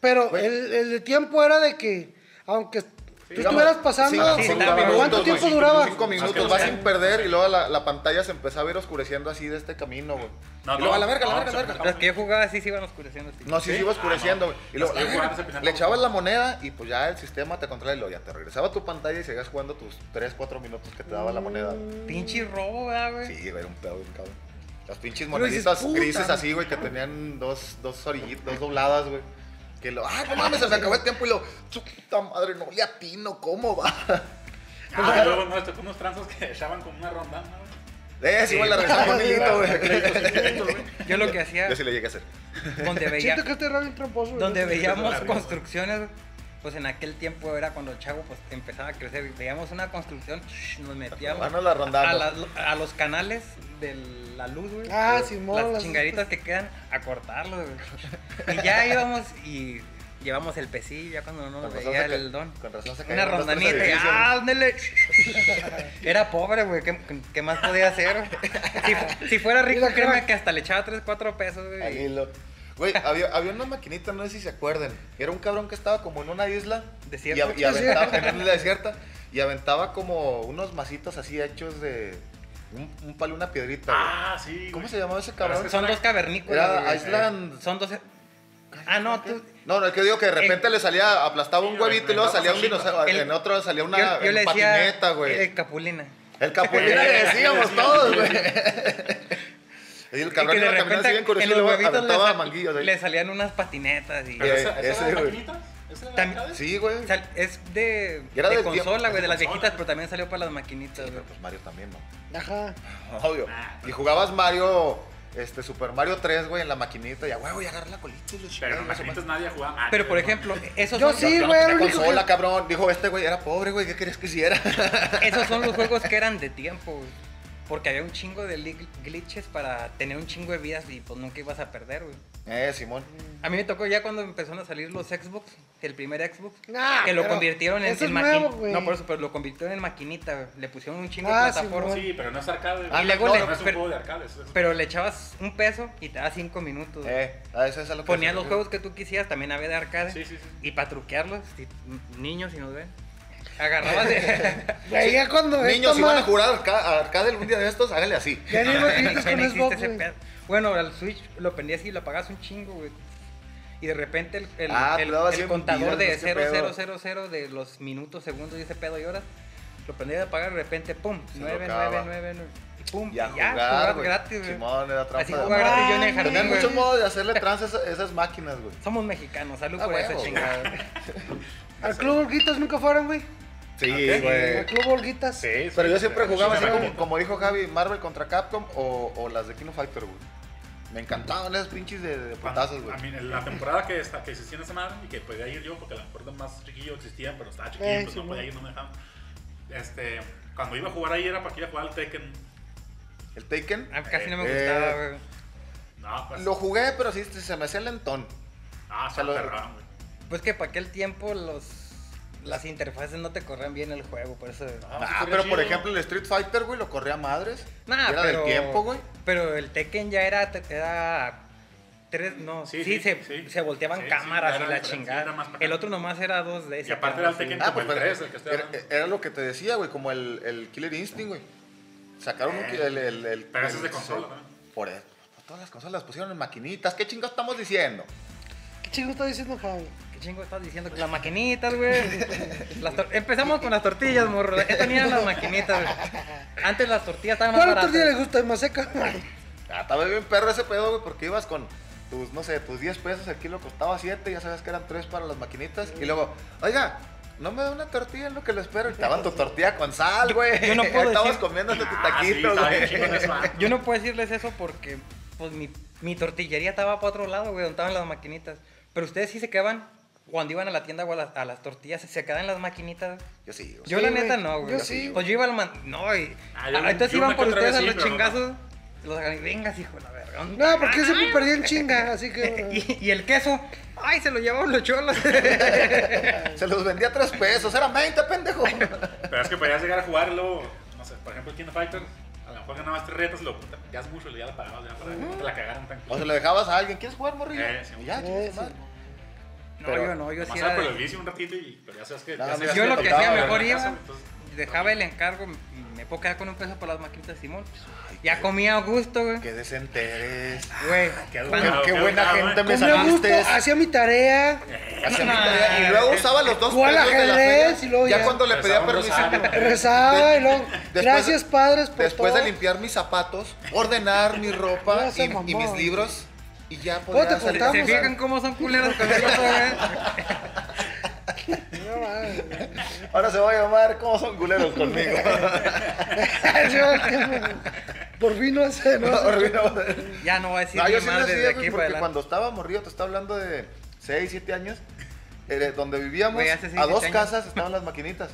Speaker 4: Pero
Speaker 1: Güey.
Speaker 4: el, el de tiempo era de que, aunque Pues tú
Speaker 1: Digamos,
Speaker 4: estuvieras pasando,
Speaker 1: sí, sí,
Speaker 2: cinco
Speaker 1: dame
Speaker 4: ¿cuánto
Speaker 1: minutos,
Speaker 4: tiempo
Speaker 1: güey,
Speaker 4: duraba?
Speaker 1: Cinco
Speaker 3: Más que
Speaker 1: minutos, ¿eh?
Speaker 3: los
Speaker 1: vas
Speaker 3: ganan.
Speaker 1: sin perder y luego la, la pantalla se empezaba a ir oscureciendo así de este camino, güey.
Speaker 3: No,
Speaker 1: y luego
Speaker 3: no,
Speaker 1: a la verga, a la
Speaker 3: no,
Speaker 1: verga, a la
Speaker 3: se
Speaker 1: verga.
Speaker 2: Las que yo jugaba así se iban oscureciendo. así.
Speaker 1: No, sí,
Speaker 3: ¿Sí?
Speaker 1: se iba
Speaker 3: Ah,
Speaker 1: oscureciendo,
Speaker 3: no.
Speaker 1: güey. Y luego,
Speaker 3: Las que jugaban
Speaker 1: ah,
Speaker 3: se pinaban
Speaker 1: le
Speaker 3: con-
Speaker 1: echabas la moneda y pues ya el sistema te controla y luego ya te regresaba a tu pantalla y seguías jugando tus 3, 4 minutos que te daba la moneda. güey.
Speaker 2: Pinche robo, ¿verdad, güey.
Speaker 1: Sí, güey, era un pedo bien cabrón. Las pinches
Speaker 4: Pero dices,
Speaker 1: moneditas
Speaker 4: "Puta".
Speaker 1: grises así, güey, que tenían dos, dos orillitas, dos dobladas, güey. Que lo, ah, no mames, se me acabó el tiempo y lo, su puta madre, no le atino, ¿cómo va?
Speaker 3: Ah, y luego nos tocó unos tranzas que echaban como una ronda, ¿no?
Speaker 1: Eh, sí, güey, la regresaba un hilito, güey.
Speaker 3: Créditos infinitos, güey.
Speaker 2: Yo lo que hacía,
Speaker 1: Yo sí le llegué a hacer.
Speaker 2: donde veía,
Speaker 4: Siento que este era bien tramposo. güey.
Speaker 2: donde veíamos
Speaker 3: largo, güey.
Speaker 2: construcciones, pues en aquel tiempo era cuando el chavo pues, empezaba a crecer. y Veíamos una construcción, shh, nos metíamos
Speaker 1: Bueno, la
Speaker 2: a,
Speaker 1: rondamos.
Speaker 2: la- a los canales de la luz, güey.
Speaker 4: Ah, Simón,
Speaker 2: Las
Speaker 4: las-
Speaker 2: chingaditas que quedan, a cortarlos, güey. Y ya íbamos y llevamos el pesillo, ya cuando no nos
Speaker 1: Con razón
Speaker 2: veía
Speaker 1: se ca-
Speaker 2: el don.
Speaker 1: con razón se
Speaker 2: Una
Speaker 1: caían los tres
Speaker 2: rondanita y
Speaker 1: edificios.
Speaker 2: ¡ah, ándele! Era pobre, güey. ¿qué, qué más podía hacer? güey? Si, si fuera rico,
Speaker 4: Mira,
Speaker 2: créeme
Speaker 4: cara.
Speaker 2: que hasta le echaba 3, 4 pesos,
Speaker 1: Al
Speaker 2: güey.
Speaker 1: hilo. Güey, había, había una maquinita, no sé si se acuerden. Era un cabrón que estaba como en una isla.
Speaker 2: Desierto.
Speaker 1: Y, a- y aventaba, en una isla desierta. Y aventaba como unos masitos así hechos de un, un palo, una piedrita. güey.
Speaker 3: Ah, sí.
Speaker 1: ¿Cómo
Speaker 3: güey.
Speaker 1: se llamaba ese
Speaker 3: Pero es
Speaker 1: cabrón?
Speaker 3: que
Speaker 2: Son dos cavernícolas.
Speaker 1: Era
Speaker 2: güey.
Speaker 1: Island.
Speaker 2: Son dos. Ah, no, tú.
Speaker 1: No, no, es que digo que de repente le salía, aplastaba
Speaker 3: Sí,
Speaker 1: un
Speaker 3: güey,
Speaker 1: huevito y luego
Speaker 3: aventaba
Speaker 1: salía un
Speaker 3: cositas.
Speaker 1: dinosaurio.
Speaker 2: El-
Speaker 1: en otro salía una
Speaker 2: yo, yo le
Speaker 1: un
Speaker 2: decía.
Speaker 1: patineta, güey.
Speaker 2: eh, Capulina.
Speaker 1: El capulina le decíamos
Speaker 3: Sí,
Speaker 1: todos,
Speaker 3: sí,
Speaker 1: güey. Y el cabrón
Speaker 2: Y que
Speaker 1: iba
Speaker 2: de
Speaker 1: caminando así bien
Speaker 2: repente
Speaker 1: curioso y
Speaker 2: en los
Speaker 1: luego
Speaker 2: huevitos le,
Speaker 1: aventaba
Speaker 2: sal-
Speaker 1: manguillos. ahí.
Speaker 2: le salían unas patinetas y.
Speaker 3: Pero esa,
Speaker 1: Eh,
Speaker 3: esa
Speaker 1: ese,
Speaker 3: era la
Speaker 1: güey.
Speaker 3: maquinita. ¿Esa era la
Speaker 2: También-
Speaker 3: arcade?
Speaker 1: Sí, güey.
Speaker 2: O sea, es de,
Speaker 1: Y era
Speaker 2: de
Speaker 1: del tiempo-
Speaker 2: consola, güey, de las
Speaker 3: de consola.
Speaker 2: viejitas, pero también salió para las maquinitas, güey.
Speaker 1: Pero pues Mario también, ¿no?
Speaker 4: Ajá.
Speaker 1: Obvio.
Speaker 3: Nah.
Speaker 1: Y jugabas Mario, este, Super Mario 3, güey, en la maquinita. Y a huevo, y agarrar la colita y los
Speaker 3: Pero en maquinitas nadie jugaba. Mario,
Speaker 2: Pero por
Speaker 3: güey.
Speaker 2: ejemplo, esos
Speaker 4: Yo
Speaker 2: son,
Speaker 4: sí,
Speaker 1: Yo no
Speaker 4: güey,
Speaker 1: tenía
Speaker 4: lo único
Speaker 1: consola,
Speaker 4: que-
Speaker 1: cabrón. Dijo, este güey era pobre, güey. ¿Qué querías que hiciera?
Speaker 2: esos son los juegos que eran de tiempo, güey. Porque había un chingo de li- glitches para tener un chingo de vidas y pues nunca ibas a perder, güey.
Speaker 1: eh, Simón.
Speaker 2: A mí me tocó ya cuando empezaron a salir los Xbox, el primer Xbox,
Speaker 4: Nah,
Speaker 2: que lo
Speaker 4: pero
Speaker 2: convirtieron en,
Speaker 4: eso es
Speaker 2: en maqui-
Speaker 4: nuevo, güey.
Speaker 2: No, por eso, pero lo convirtieron en maquinita, güey. Le pusieron un chingo
Speaker 4: Ah,
Speaker 2: de plataformas.
Speaker 4: Simón.
Speaker 3: Sí, pero no es arcade.
Speaker 1: Ah,
Speaker 3: güey.
Speaker 2: y
Speaker 1: no,
Speaker 2: luego
Speaker 1: no,
Speaker 2: le,
Speaker 3: No es un
Speaker 2: pero,
Speaker 3: juego de arcade. eso es-
Speaker 2: pero le echabas un peso y te daba cinco minutos. güey.
Speaker 1: Eh, a eso es a lo que
Speaker 2: Ponías
Speaker 1: se-
Speaker 2: los juegos que tú quisieras, también había de arcade.
Speaker 3: Sí, sí, sí.
Speaker 2: Y para truquearlos, si- niños si nos ven. Agarrabas de.
Speaker 4: Güey, ya cuando
Speaker 1: Niños,
Speaker 4: esto,
Speaker 1: si van a
Speaker 4: ma-
Speaker 1: jugar arca- a arcade algún día de estos, háganle así.
Speaker 4: Ya ni
Speaker 2: Ni-
Speaker 4: me grites
Speaker 2: ni
Speaker 4: con
Speaker 2: existe
Speaker 4: Xbox,
Speaker 2: ese
Speaker 4: güey.
Speaker 2: pedo. Bueno, al Switch lo prendías y lo apagabas un chingo, güey. Y de repente el, el-
Speaker 1: Ah,
Speaker 2: el-
Speaker 1: te daba
Speaker 2: el
Speaker 1: cien vidas,
Speaker 2: contador de
Speaker 1: no sé qué pedo.
Speaker 2: 0000 de los minutos, segundos y ese pedo y horas, lo prendías y apagar de repente, pum,
Speaker 1: Se
Speaker 2: 9999. Y pum,
Speaker 1: Y a
Speaker 2: y
Speaker 1: jugar,
Speaker 2: jugabas
Speaker 1: güey.
Speaker 2: gratis, güey.
Speaker 1: Simón, era trampa
Speaker 2: Así
Speaker 1: de
Speaker 2: jugaba gratis yo en el
Speaker 4: madre.
Speaker 2: jardín.
Speaker 1: Tenían
Speaker 2: güey.
Speaker 1: mucho modo de hacerle trans a esas, esas máquinas, güey.
Speaker 2: Somos mexicanos, salud
Speaker 1: Ah,
Speaker 2: por esa
Speaker 1: huevo, güey.
Speaker 2: chingada.
Speaker 4: Al Club Olguitas nunca fueron, güey.
Speaker 1: Sí,
Speaker 4: Al Club Olguitas.
Speaker 3: Sí, sí,
Speaker 1: Pero yo
Speaker 3: sí,
Speaker 1: siempre
Speaker 3: sí,
Speaker 1: jugaba
Speaker 3: sí,
Speaker 1: así
Speaker 3: sí,
Speaker 1: como,
Speaker 3: sí.
Speaker 1: como dijo Javi, Marvel contra Capcom o, o las de Kino Fighter, güey. Me encantaban esas pinches de, de putazos, güey.
Speaker 3: A mí, en la temporada que, esta- que existía en esa madre y que podía ir yo, porque a lo mejor los más chiquillos existían, pero estaba chiquillo,
Speaker 4: Eh,
Speaker 3: pues
Speaker 4: sí,
Speaker 3: no podía
Speaker 4: bueno.
Speaker 3: ir, no me dejaban. Este, cuando iba a jugar ahí era para que iba a jugar al Tekken.
Speaker 1: El Taken
Speaker 2: Ah, Casi no me
Speaker 1: Eh,
Speaker 2: gustaba, güey.
Speaker 3: No, pues.
Speaker 1: lo jugué, pero sí este, se me hacía lentón.
Speaker 3: Ah,
Speaker 1: sea,
Speaker 3: se
Speaker 1: lo-
Speaker 3: lo cerraron, güey.
Speaker 2: Pues que para aquel tiempo los las interfaces no te corrían bien el juego, por eso.
Speaker 3: No, sí
Speaker 1: Ah,
Speaker 3: estaría
Speaker 1: pero por
Speaker 3: chido.
Speaker 1: ejemplo, el Street Fighter, güey, lo corría a madres.
Speaker 2: Nah,
Speaker 1: era
Speaker 2: pero,
Speaker 1: del tiempo, güey.
Speaker 2: Pero el Tekken ya era, era tres, no, sí,
Speaker 3: Sí, sí,
Speaker 2: se,
Speaker 3: sí.
Speaker 2: se volteaban
Speaker 3: Sí, sí,
Speaker 2: cámaras
Speaker 3: era
Speaker 2: y la
Speaker 3: diferente, sí, era
Speaker 2: chingada.
Speaker 3: más para acá.
Speaker 2: el otro nomás era dos de ese.
Speaker 3: Y aparte era el Tekken.
Speaker 1: Ah,
Speaker 3: Como
Speaker 1: pues
Speaker 3: el
Speaker 1: pero
Speaker 3: tres, el que estoy
Speaker 1: era,
Speaker 3: hablando.
Speaker 1: era lo que te decía, güey, como el, el Killer Instinct, güey. Sacaron un, el, el, el-
Speaker 3: Eh. Pero ese es de
Speaker 1: el-
Speaker 3: consola, ¿no?
Speaker 1: Por eso. Todas las consolas las pusieron en maquinitas. ¿Qué chingados estamos diciendo?
Speaker 4: ¿Qué chingo está diciendo Javi?
Speaker 2: ¿Qué chingo estás diciendo? Las maquinitas, güey. Las tor- Empezamos con las tortillas, morro. Estas ni eran las maquinitas, güey. Antes las tortillas estaban más
Speaker 4: ¿Cuál otro
Speaker 2: baratas.
Speaker 4: día le gusta? ¿Más seca?
Speaker 1: Ah, estaba bien perro ese pedo, güey, porque ibas con tus, no sé, tus 10 pesos, el kilo costaba 7, ya sabías que eran 3 para las maquinitas. Y luego, oiga, no me da una tortilla en lo que lo espero. Y te daban tu tortilla con sal, güey.
Speaker 2: yo no puedo
Speaker 1: Estabas
Speaker 2: decir-
Speaker 1: comiéndote tu
Speaker 3: Ah, sí,
Speaker 1: taquito,
Speaker 3: estaba bien
Speaker 1: güey.
Speaker 3: chingón eso, ah.
Speaker 2: Yo no puedo decirles eso porque pues mi, mi tortillería estaba para otro lado, güey, donde estaban las maquinitas. Pero ustedes sí se quedaban cuando iban a la tienda o a las, a las tortillas, se quedaban en las maquinitas.
Speaker 1: Yo sí, güey.
Speaker 2: Yo
Speaker 4: Sí,
Speaker 2: la
Speaker 4: güey.
Speaker 2: neta no, güey.
Speaker 4: Yo sí, güey.
Speaker 2: Pues yo iba al man... No, y...
Speaker 3: Ah, yo-
Speaker 2: ah, entonces
Speaker 3: yo
Speaker 2: iban
Speaker 3: una
Speaker 2: por
Speaker 3: que otra
Speaker 2: ustedes a los
Speaker 3: vez sí, pero no.
Speaker 2: chingazos. Los agarré, vengas, hijo de la verga. ¿dónde
Speaker 4: No,
Speaker 2: está?
Speaker 4: porque se me perdió en chinga, así que. bueno.
Speaker 2: Y, y el queso, ay, se lo llevaban los cholos.
Speaker 1: Se los vendía a 3 pesos, eran 20, pendejo.
Speaker 3: Pero es que podías llegar a jugarlo, no sé, por ejemplo, el King of Fighters, a lo mejor ganabas tres retas, lo puteabas mucho y ya la parabas ya para que no te la cagaran tan
Speaker 1: O se lo dejabas a alguien, ¿quieres jugar, morrillo?
Speaker 3: Eh, sí,
Speaker 1: Y ya,
Speaker 4: Eh,
Speaker 1: chingue
Speaker 4: sí.
Speaker 1: su madre.
Speaker 2: No,
Speaker 1: Pero-
Speaker 2: yo no, yo sí
Speaker 3: Nomás
Speaker 2: era...
Speaker 3: era por
Speaker 2: de-
Speaker 3: el vicio un ratito y pero ya sabes que...
Speaker 1: No,
Speaker 3: ya
Speaker 1: pues
Speaker 3: sabes
Speaker 2: yo lo que
Speaker 3: tocaba
Speaker 2: hacía
Speaker 3: ver
Speaker 2: mejor
Speaker 3: la
Speaker 2: iba,
Speaker 3: casa, entonces,
Speaker 2: Dejaba el encargo, me- me puedo quedar con un peso para las maquinitas, Simón. Ya comía a gusto, güey.
Speaker 1: Que desenteres.
Speaker 2: Güey,
Speaker 3: qué
Speaker 2: cuando-
Speaker 1: Qué,
Speaker 3: Claro,
Speaker 1: qué
Speaker 3: qué
Speaker 1: buena
Speaker 3: bueno,
Speaker 1: gente
Speaker 3: güey.
Speaker 1: me
Speaker 4: Comía a gusto,
Speaker 1: saliste.
Speaker 4: hacía mi tarea.
Speaker 1: Hacía mi
Speaker 2: Nah,
Speaker 1: tarea. Y luego
Speaker 2: eh,
Speaker 1: usaba los dos
Speaker 4: jugaba al
Speaker 1: pesos de la
Speaker 4: ajedrez
Speaker 1: feria.
Speaker 4: y luego
Speaker 1: Ya
Speaker 4: ya.
Speaker 1: cuando le pedía
Speaker 3: Rezaba un
Speaker 1: permiso.
Speaker 3: rosario.
Speaker 4: Rezaba y luego.
Speaker 1: Después-
Speaker 4: Gracias, padres, por
Speaker 1: Después de
Speaker 4: todo.
Speaker 1: limpiar mis zapatos, ordenar mi
Speaker 4: Ya
Speaker 1: ropa y,
Speaker 4: se mamó,
Speaker 1: y mis
Speaker 4: güey.
Speaker 1: libros. Y ya
Speaker 4: ¿Cómo te
Speaker 1: podía salir a
Speaker 2: ¿Se
Speaker 4: contamos?
Speaker 1: jugar.
Speaker 2: fijan cómo son culeros con eso, güey?
Speaker 4: No, mames.
Speaker 1: Ahora se va a llamar cómo son culeros conmigo.
Speaker 4: Por fin no hace, no hace.
Speaker 1: Horrible.
Speaker 2: Ya no voy a decir
Speaker 1: No, yo
Speaker 2: ni
Speaker 1: sí
Speaker 2: más
Speaker 1: lo
Speaker 2: desde
Speaker 1: hacía, güey,
Speaker 2: aquí para
Speaker 1: porque
Speaker 2: adelante.
Speaker 1: cuando estaba morrido, te estaba hablando de 6, 7 años, eh, donde vivíamos,
Speaker 2: Güey, hace seis,
Speaker 1: a
Speaker 2: siete
Speaker 1: dos
Speaker 2: años.
Speaker 1: casas estaban las maquinitas.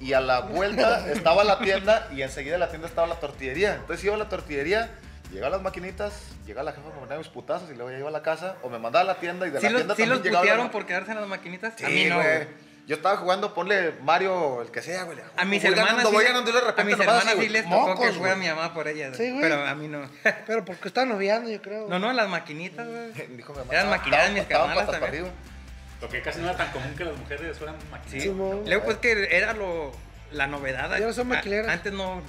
Speaker 1: Y a la vuelta estaba la tienda y enseguida en la tienda estaba la tortillería. Entonces iba a la tortillería, llegaba a las maquinitas, llegaba la jefa, me mandaba mis putazos y luego ya iba a la casa o me mandaba a la tienda y de
Speaker 2: ¿Sí
Speaker 1: la tienda
Speaker 2: los, sí
Speaker 1: también
Speaker 2: los
Speaker 1: llegaba...
Speaker 2: putearon por quedarse en las maquinitas? a mí no, güey.
Speaker 1: Yo estaba jugando, ponle Mario, el que sea, güey.
Speaker 2: A mis
Speaker 1: Voy
Speaker 2: hermanas.
Speaker 1: ganando,
Speaker 2: sí-
Speaker 1: voy ganando y de repente
Speaker 2: a mis
Speaker 1: nomás
Speaker 2: hermanas
Speaker 1: así,
Speaker 2: sí les
Speaker 1: güey,
Speaker 2: tocó
Speaker 1: mocos,
Speaker 2: que fuera
Speaker 1: güey.
Speaker 2: mi mamá por ellas.
Speaker 4: Sí, güey.
Speaker 2: pero a mí no.
Speaker 4: Pero porque estaban noviando, yo creo.
Speaker 2: No, no, las maquinitas, güey.
Speaker 1: Dijo mi mamá,
Speaker 2: Eran
Speaker 1: estaba-
Speaker 2: maquinadas mis
Speaker 1: estaba
Speaker 2: carnalas
Speaker 1: patas
Speaker 2: también.
Speaker 1: para arriba.
Speaker 3: Lo que casi no era tan común que las mujeres fueran
Speaker 2: Sí.
Speaker 3: maquinadas.
Speaker 4: Sí, mo.
Speaker 2: Luego, pues que era lo, la novedad.
Speaker 4: Ya no son
Speaker 2: A-
Speaker 4: maquileras.
Speaker 2: Antes no.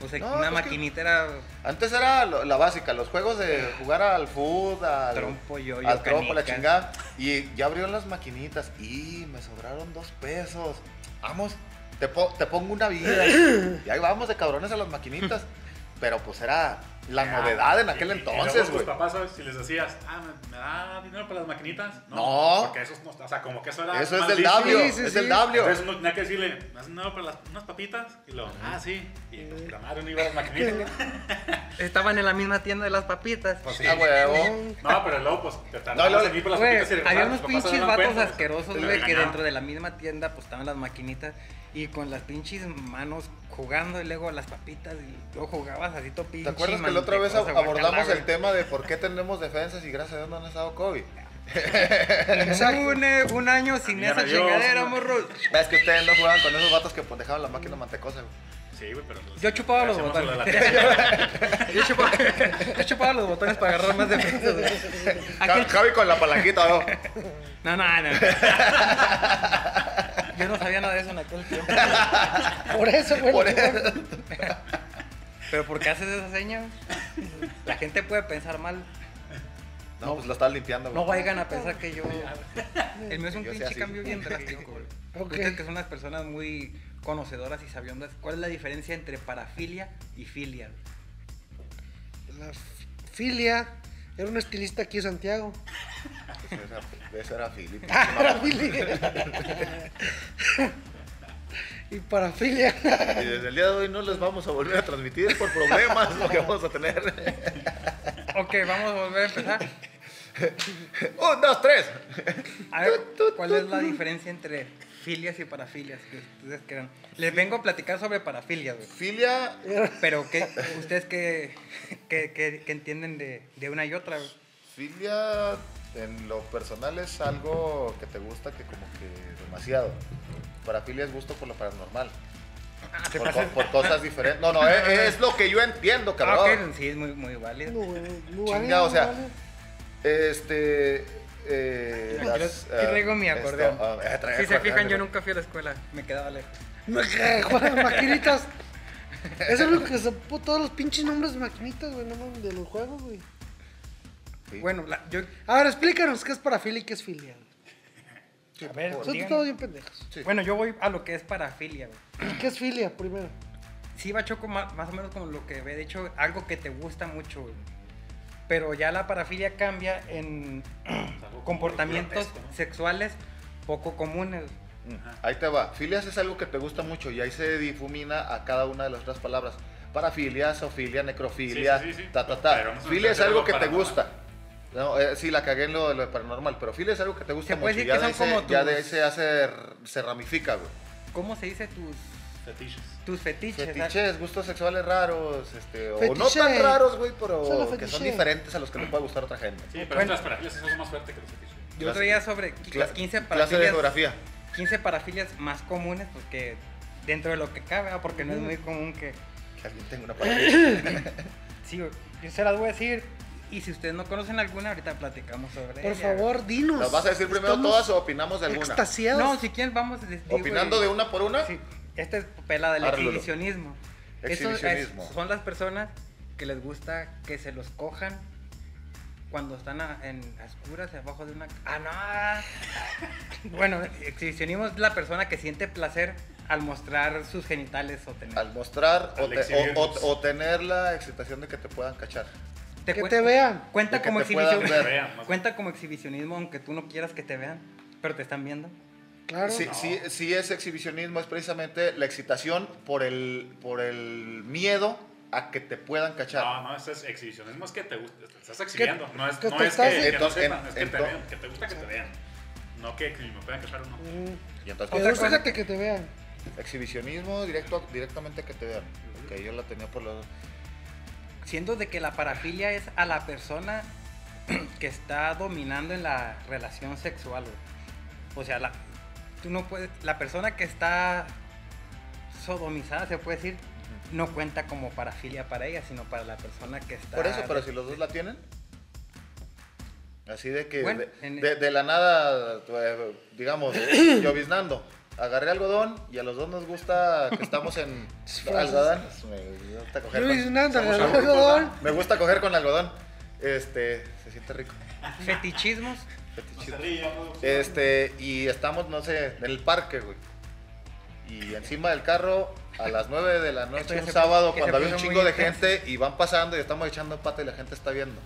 Speaker 2: O sea,
Speaker 1: No,
Speaker 2: una
Speaker 1: pues,
Speaker 2: maquinita era
Speaker 1: Antes era lo- la básica, los juegos de jugar al fútbol, al
Speaker 2: Trompo, yo-yo,
Speaker 1: al trompo, la
Speaker 2: canicas.
Speaker 1: chingada. Y ya abrieron las maquinitas y me sobraron dos pesos. Vamos, te, po- te pongo una vida. Y ahí vamos de cabrones a las maquinitas. Pero pues era la novedad en aquel
Speaker 3: Ah, Y- y- Y
Speaker 1: entonces,
Speaker 3: luego tus
Speaker 1: güey.
Speaker 3: papás, ¿sabes? Si les decías, ah, me, me da dinero para las maquinitas.
Speaker 1: No.
Speaker 3: Porque eso, es- no, o sea, como que eso era.
Speaker 1: Eso es del
Speaker 3: maldísimo.
Speaker 1: labio,
Speaker 4: Sí, sí,
Speaker 1: es
Speaker 4: sí.
Speaker 1: del labio.
Speaker 3: Entonces uno tenía que decirle, ¿me has dinero para las, unas papitas? Y luego, ah, sí. Y pues, la madre no iba a las maquinitas.
Speaker 2: Estaban en la misma tienda de las papitas.
Speaker 3: Pues, sí.
Speaker 1: A huevo.
Speaker 3: No, pero luego, pues, te
Speaker 1: No, luego-
Speaker 3: tardabas en ir por las
Speaker 2: Güey,
Speaker 3: papitas y regresar,
Speaker 2: había unos
Speaker 3: tus papás se
Speaker 2: pinches
Speaker 3: daban
Speaker 2: vatos
Speaker 3: cuenta,
Speaker 2: asquerosos,
Speaker 3: te
Speaker 2: güey, que
Speaker 3: regañaban.
Speaker 2: dentro de la misma tienda pues estaban las maquinitas y con las pinches manos jugando y luego las papitas y luego jugabas así todo pinche
Speaker 1: ¿Te acuerdas que la otra vez
Speaker 2: mantecosa,
Speaker 1: abordamos
Speaker 2: guacala,
Speaker 1: el tema de por qué tenemos defensas y gracias a Dios no han estado COVID?
Speaker 2: güey? Un, eh, un año sin
Speaker 3: Mira,
Speaker 2: esa
Speaker 3: Dios,
Speaker 2: chingadera,
Speaker 3: güey.
Speaker 2: morro.
Speaker 1: Es que ustedes no jugaban con esos vatos que pues, dejaban la máquina mantecosa, güey.
Speaker 3: Sí, güey, pero. pues,
Speaker 2: Yo chupaba los
Speaker 3: hacíamos lo de la
Speaker 2: botones.
Speaker 3: tele.
Speaker 2: Yo chupaba, yo chupaba los botones para agarrar más defensas, güey. Aquel-
Speaker 1: Ja- Javi con la palanquita, ¿no?
Speaker 2: No, no, no. Yo no sabía nada de eso en aquel tiempo.
Speaker 4: Por eso, güey.
Speaker 1: Por
Speaker 4: lo que-
Speaker 1: eso.
Speaker 2: Pero ¿por qué haces esa seña? La gente puede pensar mal.
Speaker 1: No, pues lo estás limpiando, güey.
Speaker 2: No vayan a pensar que yo. El mío es un
Speaker 1: Yo sé
Speaker 2: pinche
Speaker 1: así.
Speaker 2: cambio bien drástico, güey.
Speaker 4: Ok.
Speaker 2: Ustedes que son unas personas muy conocedoras y sabiondas, ¿cuál es la diferencia entre parafilia y filia?
Speaker 4: La f- filia era un estilista aquí en Santiago.
Speaker 1: Pues era- Eso era Philip.
Speaker 4: Ah, era filia. y para filia.
Speaker 1: Y desde el día de hoy no les vamos a volver a transmitir por problemas lo que vamos a tener.
Speaker 2: Ok, vamos a volver a empezar.
Speaker 1: Un, dos, tres.
Speaker 2: A ver, ¿cuál es la diferencia entre filias y parafilias que ustedes crean? Les vengo a platicar sobre parafilias, güey.
Speaker 1: Filia,
Speaker 2: Pero ¿qué, ustedes qué, qué- qué- qué entienden de, de una y otra, güey?
Speaker 1: filia en lo personal es algo que te gusta que como que demasiado. Para filia es gusto por lo paranormal.
Speaker 2: Ah,
Speaker 1: Por, co- por cosas diferentes. No, no, es, es lo que yo entiendo,
Speaker 2: Ah,
Speaker 1: cabrón.
Speaker 2: ok, sí, es muy, muy válido.
Speaker 4: No, güey, no
Speaker 1: Chinga,
Speaker 4: vale, no
Speaker 1: o sea,
Speaker 4: vale.
Speaker 1: Este. Eh,
Speaker 2: Aquí lo-
Speaker 1: las,
Speaker 2: aquí
Speaker 1: ah,
Speaker 2: traigo mi
Speaker 1: esto,
Speaker 2: acordeón.
Speaker 1: ah, eh, trae
Speaker 2: Si se
Speaker 1: acordeón,
Speaker 2: fijan, yo
Speaker 1: güey.
Speaker 2: nunca fui a la escuela. Me quedaba lejos.
Speaker 4: Me cagué, güey, las maquinitas. Es el único que se puso todos los pinches nombres de maquinitas, güey, no mames, de los juegos, güey.
Speaker 1: Sí.
Speaker 2: Bueno, la- yo,
Speaker 4: A ver, explícanos qué es parafilia y qué es filia.
Speaker 2: a ver,
Speaker 4: Son
Speaker 2: digan-
Speaker 4: todos bien pendejos.
Speaker 1: Sí.
Speaker 2: Bueno, yo voy a lo que es parafilia, güey.
Speaker 4: ¿Qué es filia primero?
Speaker 2: Sí, va choco más, más o menos como lo que había dicho, algo que te gusta mucho, güey. Pero ya la parafilia cambia en
Speaker 3: algo
Speaker 2: comportamientos
Speaker 3: grotesco, ¿no?
Speaker 2: sexuales poco comunes. güey.
Speaker 1: Mm, Ahí te va. Filias es algo que te gusta mucho y ahí se difumina a cada una de las otras palabras. Parafilia, zoofilia, necrofilia,
Speaker 3: Sí, sí, sí, sí.
Speaker 1: ta, ta, ta.
Speaker 3: Pero no se
Speaker 1: Filia es
Speaker 3: refiere
Speaker 1: algo
Speaker 3: a lo
Speaker 1: que te
Speaker 3: paranormal.
Speaker 1: gusta. No, eh, sí, la cagué en lo de lo de paranormal, pero filia es algo que te gusta
Speaker 2: Se
Speaker 1: mucho.
Speaker 2: puede
Speaker 1: y
Speaker 2: decir
Speaker 1: ya,
Speaker 2: que
Speaker 1: de
Speaker 2: son
Speaker 1: ahí se-
Speaker 2: como
Speaker 1: ya
Speaker 2: tus-
Speaker 1: de ahí se hace, se ramifica, güey.
Speaker 2: ¿Cómo se dice tus,
Speaker 3: Fetiches.
Speaker 2: tus fetiches?
Speaker 1: Fetiches, gustos sexuales raros, este, o no
Speaker 4: Fetiche.
Speaker 1: tan raros, güey,
Speaker 4: Solo
Speaker 1: pero que
Speaker 4: fetiche.
Speaker 1: son diferentes a los que le puede gustar a otra gente.
Speaker 3: Sí, pero
Speaker 2: Bueno.
Speaker 3: las parafilias sí son más fuertes que los fetiches.
Speaker 2: Yo traía sobre qui- las
Speaker 1: Cla-
Speaker 2: 15
Speaker 1: clase de
Speaker 2: parafilias,
Speaker 1: geografía.
Speaker 2: 15 parafilias más comunes, pues que dentro de lo que cabe, ¿verdad? porque no es muy común que...
Speaker 1: Que alguien tenga una parafilia.
Speaker 2: Sí, güey, yo se las voy a decir. Y si ustedes no conocen alguna, ahorita platicamos sobre
Speaker 4: Por
Speaker 2: ella,
Speaker 4: favor, dinos.
Speaker 1: ¿Las vas a decir primero
Speaker 4: Estamos
Speaker 1: todas o opinamos de alguna?
Speaker 2: güey.
Speaker 4: Extasiados.
Speaker 2: No, si quieren, vamos... les digo,
Speaker 1: ¿Opinando
Speaker 2: güey.
Speaker 1: de una por una?
Speaker 2: Sí, esta es pela del
Speaker 1: Árlolo.
Speaker 2: exhibicionismo. Eso es-
Speaker 1: Exhibicionismo.
Speaker 2: son las personas que les gusta que se los cojan cuando están a- en a oscuras abajo de una... ¡Ah, no! bueno, exhibicionismo es la persona que siente placer al mostrar sus genitales o tener...
Speaker 1: Al mostrar o,
Speaker 3: Al
Speaker 1: te- o-
Speaker 3: exhibirnos.
Speaker 1: o- o tener la excitación de que te puedan cachar.
Speaker 4: que
Speaker 2: cuen-
Speaker 4: te vean.
Speaker 2: Cuenta
Speaker 1: De que
Speaker 2: como,
Speaker 1: te puedan
Speaker 2: exhibicio-
Speaker 1: ver.
Speaker 3: Vean, más-
Speaker 2: cuenta como exhibicionismo aunque tú no quieras que te vean, pero te están viendo.
Speaker 4: Claro.
Speaker 1: Si, si, si es exhibicionismo, es precisamente la excitación por el, por el miedo a que te puedan cachar.
Speaker 3: No, no, eso es exhibicionismo, es que te gusta, te estás exhibiendo. No es,
Speaker 4: que
Speaker 3: no
Speaker 4: te
Speaker 3: es
Speaker 4: estás-
Speaker 3: que, que no
Speaker 1: Entonces, Eh.
Speaker 3: sepan, es que te
Speaker 1: ento-
Speaker 3: vean, que te gusta que te vean. No que, que me puedan cachar o no.
Speaker 4: Mm.
Speaker 1: Y entonces, pues,
Speaker 4: Pero
Speaker 2: Otra cosa-
Speaker 4: fíjate que te vean.
Speaker 1: exhibicionismo directo, directamente que te vean. Que yo la tenía por los.
Speaker 2: Siendo de que la parafilia es a la persona que está dominando en la relación sexual, güey. O sea, la, tú no puedes, la persona que está sodomizada, se puede decir, no cuenta como parafilia para ella, sino para la persona que está...
Speaker 1: Por eso, pero si los dos la tienen. Así de que
Speaker 2: Bueno,
Speaker 1: de,
Speaker 2: en-
Speaker 1: de- de la nada, eh, digamos, lloviznando. Agarré algodón y a los dos nos gusta que estamos en algodón. Pues, Me gusta coger con-
Speaker 4: Lloviznando,
Speaker 1: somos
Speaker 4: agarré
Speaker 1: amigos.
Speaker 4: algodón.
Speaker 1: Me gusta coger con algodón. Este, se siente rico.
Speaker 2: Fetichismos,
Speaker 3: No se ría, no.
Speaker 1: Este, y estamos, no sé, en el parque, güey. Y encima del carro, a las 9 de la
Speaker 2: Esto
Speaker 1: noche,
Speaker 2: ya
Speaker 1: un
Speaker 2: se-
Speaker 1: sábado,
Speaker 2: ya se
Speaker 1: cuando había un
Speaker 2: puso muy
Speaker 1: chingo de
Speaker 2: intenso.
Speaker 1: gente y van pasando y estamos echando pata y la gente está viendo.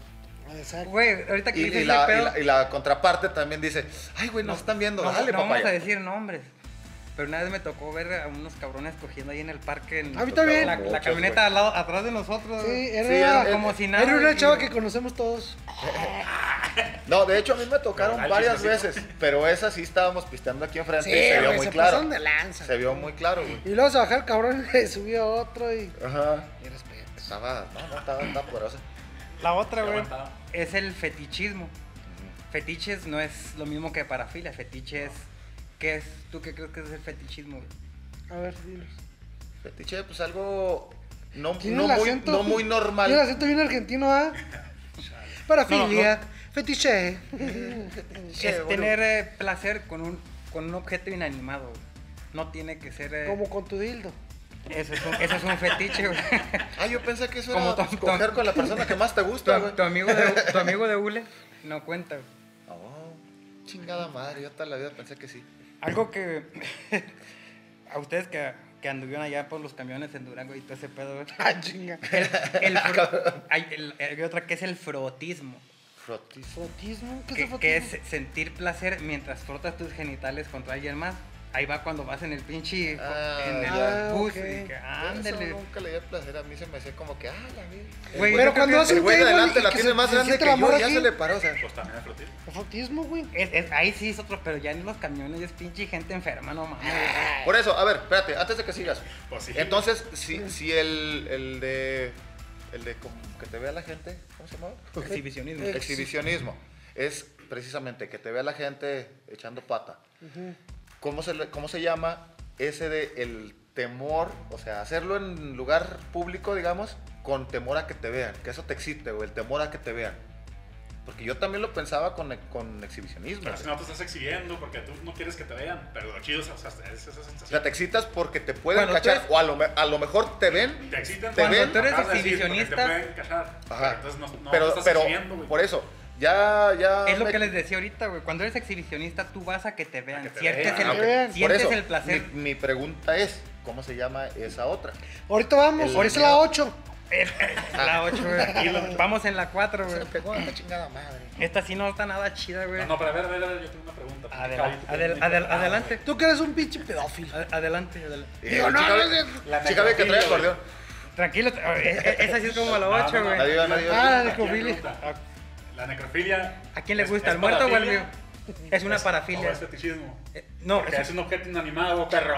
Speaker 4: Exacto.
Speaker 2: güey, ahorita que
Speaker 1: Y, y
Speaker 2: dices
Speaker 1: la,
Speaker 2: ese
Speaker 1: y
Speaker 2: pedo,
Speaker 1: la- y la contraparte también dice, ay, güey, nos están viendo,
Speaker 2: no,
Speaker 1: dale,
Speaker 2: no vamos
Speaker 1: papaya".
Speaker 2: a decir nombres, pero una vez me tocó ver a unos cabrones cogiendo ahí en el parque, en
Speaker 4: A mí
Speaker 2: la,
Speaker 4: también.
Speaker 2: la
Speaker 1: Muchos,
Speaker 2: camioneta
Speaker 1: güey.
Speaker 2: al lado, atrás de nosotros,
Speaker 4: Sí, eh.
Speaker 2: güey.
Speaker 4: era,
Speaker 1: Sí, era-
Speaker 2: como si nada.
Speaker 4: era una
Speaker 2: y-
Speaker 4: chava que conocemos todos.
Speaker 1: No, de hecho a mí me tocaron
Speaker 3: Al
Speaker 1: varias
Speaker 3: chismecito.
Speaker 1: veces, pero esa sí estábamos pisteando aquí enfrente
Speaker 4: Sí,
Speaker 1: y se vio
Speaker 4: güey,
Speaker 1: muy
Speaker 4: se
Speaker 1: claro.
Speaker 4: pasaron de lanza.
Speaker 1: Se vio muy claro, güey.
Speaker 4: Y luego se bajó el cabrón y le subió otro y.
Speaker 1: Ajá.
Speaker 4: Y respeto.
Speaker 1: Estaba, no, no, estaba, estaba poderosa.
Speaker 2: La otra, güey,
Speaker 3: Aguantaba.
Speaker 2: es el fetichismo. Fetiches no es lo mismo que parafilia, fetiche es... ¿Qué es? ¿Tú qué crees que es el fetichismo? güey?
Speaker 4: A ver, dinos.
Speaker 1: Fetiche, pues algo no,
Speaker 4: Tiene
Speaker 1: no
Speaker 4: el
Speaker 1: muy,
Speaker 4: acento-
Speaker 1: no muy normal.
Speaker 4: Tiene el acento bien argentino, ¿ah? Parafilia, fetiche.
Speaker 1: Sí,
Speaker 2: es
Speaker 1: boludo.
Speaker 2: tener eh, placer con un, con un objeto inanimado. güey. No tiene que ser... eh,
Speaker 4: Como con tu dildo.
Speaker 2: Eso es un, eso es un fetiche, güey.
Speaker 1: Ah, yo pensé que eso
Speaker 2: Como
Speaker 1: era
Speaker 2: Tom-
Speaker 1: pues, coger
Speaker 2: Tom.
Speaker 1: con la persona que más te gusta,
Speaker 2: Tu,
Speaker 1: güey.
Speaker 2: tu amigo de, tu amigo de Ule no cuenta. güey.
Speaker 1: Oh, chingada madre, yo toda la vida pensé que sí.
Speaker 2: Algo que a ustedes que, que anduvieron allá por los camiones en Durango y todo ese pedo, güey.
Speaker 4: Ah, chinga.
Speaker 2: El- el fro- hay, el- hay otra que es el frotismo,
Speaker 1: Frotis.
Speaker 4: ¿Frotismo? ¿Qué es
Speaker 2: que,
Speaker 4: el
Speaker 2: que es
Speaker 4: frotismo?
Speaker 2: sentir placer mientras frotas tus genitales contra alguien más. Ahí va cuando vas en el pinche
Speaker 1: Ah,
Speaker 2: en el
Speaker 1: ya.
Speaker 2: bus
Speaker 4: Ah,
Speaker 2: y
Speaker 4: ok.
Speaker 2: que,
Speaker 1: Ándale.
Speaker 2: ándale.
Speaker 1: Eso nunca le dio placer, a mí se me hacía como que, ah, la vida.
Speaker 2: Güey, yo
Speaker 4: Pero
Speaker 2: creo
Speaker 4: cuando
Speaker 2: que
Speaker 4: hace
Speaker 1: El
Speaker 4: un
Speaker 1: güey de
Speaker 4: table
Speaker 1: adelante
Speaker 4: y
Speaker 1: la
Speaker 4: que
Speaker 1: tiene
Speaker 4: se-
Speaker 1: más
Speaker 4: se
Speaker 1: grande
Speaker 4: siente
Speaker 1: que
Speaker 4: la
Speaker 1: yo,
Speaker 4: morra
Speaker 1: ya
Speaker 4: aquí.
Speaker 1: se le paró, o sea.
Speaker 3: Pues también el frotil.
Speaker 4: ¿El frotismo, güey?
Speaker 2: es- es- ahí sí es otro, pero ya en los camiones es pinche gente enferma, no mames. güey.
Speaker 1: Por eso, a ver, espérate, antes de que sigas.
Speaker 3: Pues sí.
Speaker 1: Entonces, si, si el, el de. El de como que te vea la gente, ¿cómo se llama?
Speaker 2: Exhibicionismo.
Speaker 4: Ex-
Speaker 1: Exhibicionismo. Es precisamente que te vea la gente echando pata. ¿Cómo, se, le- ¿Cómo se llama ese de el temor? O sea, hacerlo en lugar público, digamos, con temor a que te vean. Que eso te excite, o el temor a que te vean. Porque yo también lo pensaba con, con exhibicionismo.
Speaker 3: Pero si no te estás exhibiendo porque tú no quieres que te vean, pero lo chido es, o sea, es esa
Speaker 1: O
Speaker 3: sensación.
Speaker 1: sea, te excitas porque te pueden
Speaker 2: Cuando tú
Speaker 1: cachar.
Speaker 2: eres-
Speaker 1: O a lo, me- a lo mejor te ven.
Speaker 3: Te excitan
Speaker 1: Te
Speaker 3: cuando
Speaker 1: ven.
Speaker 3: tú eres
Speaker 2: Acabas de decir,
Speaker 3: Te
Speaker 2: exhibicionista.
Speaker 3: pueden cachar.
Speaker 1: Ajá.
Speaker 3: Entonces no, no
Speaker 1: pero,
Speaker 3: te estás
Speaker 1: pero,
Speaker 3: exhibiendo, güey.
Speaker 1: por eso, ya, ya.
Speaker 2: Es lo
Speaker 1: me-
Speaker 2: que les decía ahorita, güey. Cuando eres exhibicionista, tú vas a que te vean.
Speaker 3: que te
Speaker 2: Sientes,
Speaker 3: vean,
Speaker 2: el,
Speaker 1: Ah, ok.
Speaker 4: vean.
Speaker 2: sientes
Speaker 1: Por eso,
Speaker 2: el placer.
Speaker 1: Mi, mi pregunta es, ¿cómo se llama esa otra?
Speaker 4: Ahorita vamos,
Speaker 1: El
Speaker 4: ahora es
Speaker 1: miedo.
Speaker 4: la 8.
Speaker 3: Ah.
Speaker 2: La 8, güey. Y lo- Vamos en la 4, güey.
Speaker 1: pegó la chingada madre.
Speaker 2: Esta sí no está nada chida, güey.
Speaker 3: No, no, pero a ver, a ver, a ver, yo tengo una pregunta. porque
Speaker 2: Adela-
Speaker 3: Javi, tú
Speaker 2: adel-
Speaker 3: tienes una
Speaker 2: adel-
Speaker 3: pregunta. Ah,
Speaker 2: adelante.
Speaker 4: Tú que eres un pinche pedófilo.
Speaker 2: A- Adelante, adelante.
Speaker 1: Digo, no, no,
Speaker 3: La
Speaker 1: Eh, Chica ve que trae
Speaker 3: necrofilia, güey.
Speaker 1: acordeón.
Speaker 2: Tranquilo, t- eh, eh, esa sí es como la
Speaker 3: No, no,
Speaker 2: 8,
Speaker 3: no,
Speaker 2: güey.
Speaker 1: Adiós, adiós.
Speaker 4: Ah, la
Speaker 3: Aquí hay
Speaker 4: necrofilia.
Speaker 3: pregunta. La necrofilia.
Speaker 2: ¿A quién le
Speaker 3: ¿es-
Speaker 2: gusta,
Speaker 3: es
Speaker 2: el muerto o el
Speaker 3: parafilia?
Speaker 2: vivo? Es una
Speaker 3: ¿O
Speaker 2: parafilia.
Speaker 3: es fetichismo?
Speaker 2: Eh, No,
Speaker 3: Porque es
Speaker 2: es-
Speaker 3: un objeto inanimado, perro.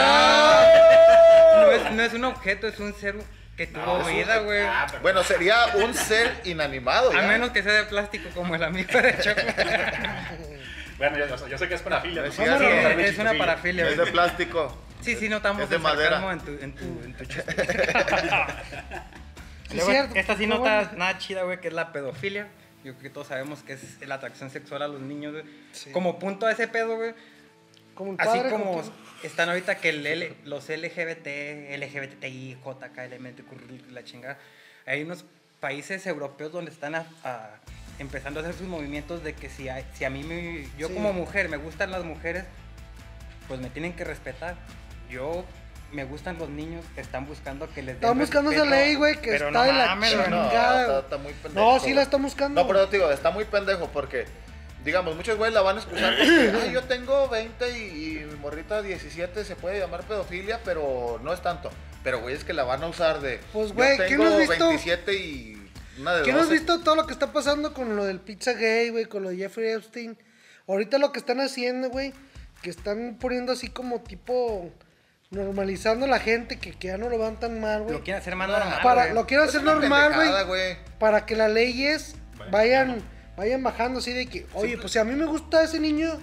Speaker 1: Ah.
Speaker 2: no es, no es un objeto, es un ser que tuvo
Speaker 3: No, es un-
Speaker 2: vida, güey.
Speaker 3: Ah, pero-
Speaker 1: Bueno, sería un ser inanimado.
Speaker 2: A
Speaker 1: ya.
Speaker 2: menos que sea de plástico como el amigo de Choco.
Speaker 3: Bueno, yo, yo sé que es parafilia.
Speaker 1: No es
Speaker 3: ¿no?
Speaker 1: cierto.
Speaker 3: Vamos a
Speaker 1: Pues Sí,
Speaker 3: hablar de
Speaker 2: es una
Speaker 3: chistosillo.
Speaker 2: parafilia.
Speaker 1: No es de plástico.
Speaker 2: Sí, sí, notamos
Speaker 1: Es de
Speaker 2: el sarcasmo
Speaker 1: madera.
Speaker 2: en tu, en tu, en tu chiste.
Speaker 4: Sí,
Speaker 2: Luego,
Speaker 4: cierto,
Speaker 2: esta sí
Speaker 4: está
Speaker 2: no está
Speaker 4: buena.
Speaker 2: nada chida, güey, que es la pedofilia. Yo creo que todos sabemos que es la atracción sexual a los niños, güey.
Speaker 4: Sí.
Speaker 2: Como punto a ese pedo, güey.
Speaker 4: Como el
Speaker 2: Así
Speaker 4: padre.
Speaker 2: como
Speaker 4: tú.
Speaker 2: están ahorita que el L- los LGBT, LGBTI, JK, LMTQ, la chingada. Hay unos países europeos donde están a- a- empezando a hacer sus movimientos de que si a, si a mí, me- yo
Speaker 4: Sí.
Speaker 2: como mujer, me gustan las mujeres, pues me tienen que respetar. Yo me gustan los niños que están buscando que les den
Speaker 4: Están buscando esa
Speaker 2: respeto,
Speaker 4: ley, güey, que
Speaker 2: pero
Speaker 4: está de la
Speaker 2: mames,
Speaker 1: No,
Speaker 2: güey.
Speaker 4: chingada.
Speaker 1: está, está muy pendejo.
Speaker 4: No, sí la
Speaker 1: güey.
Speaker 4: están buscando.
Speaker 1: No, pero te digo, está muy pendejo porque, digamos, muchos güeyes la van a escuchar. porque, "Ay, yo tengo 20 y, y mi morrita 17 se puede llamar pedofilia, pero no es tanto. Pero güey, es que la van a usar de.
Speaker 4: Pues,
Speaker 1: "Yo
Speaker 4: güey, ¿quién
Speaker 1: tengo
Speaker 4: no has visto?
Speaker 1: 27 y una de
Speaker 4: ¿Qué no has
Speaker 1: 12".
Speaker 4: visto todo lo que está pasando con lo del pizza gay, güey? Con lo de Jeffrey Epstein. Ahorita lo que están haciendo, güey, que están poniendo así como tipo normalizando a la gente, que, que ya no lo van tan mal, güey.
Speaker 2: Lo quieren hacer más
Speaker 1: No,
Speaker 2: normal.
Speaker 4: para-
Speaker 2: güey.
Speaker 4: lo quiero
Speaker 1: Es
Speaker 4: hacer
Speaker 1: una
Speaker 4: normal,
Speaker 1: pendejada,
Speaker 4: Para que las leyes
Speaker 3: Vayan
Speaker 4: vayan, vayan bajando así de que, oye, pues si a mí me gusta ese niño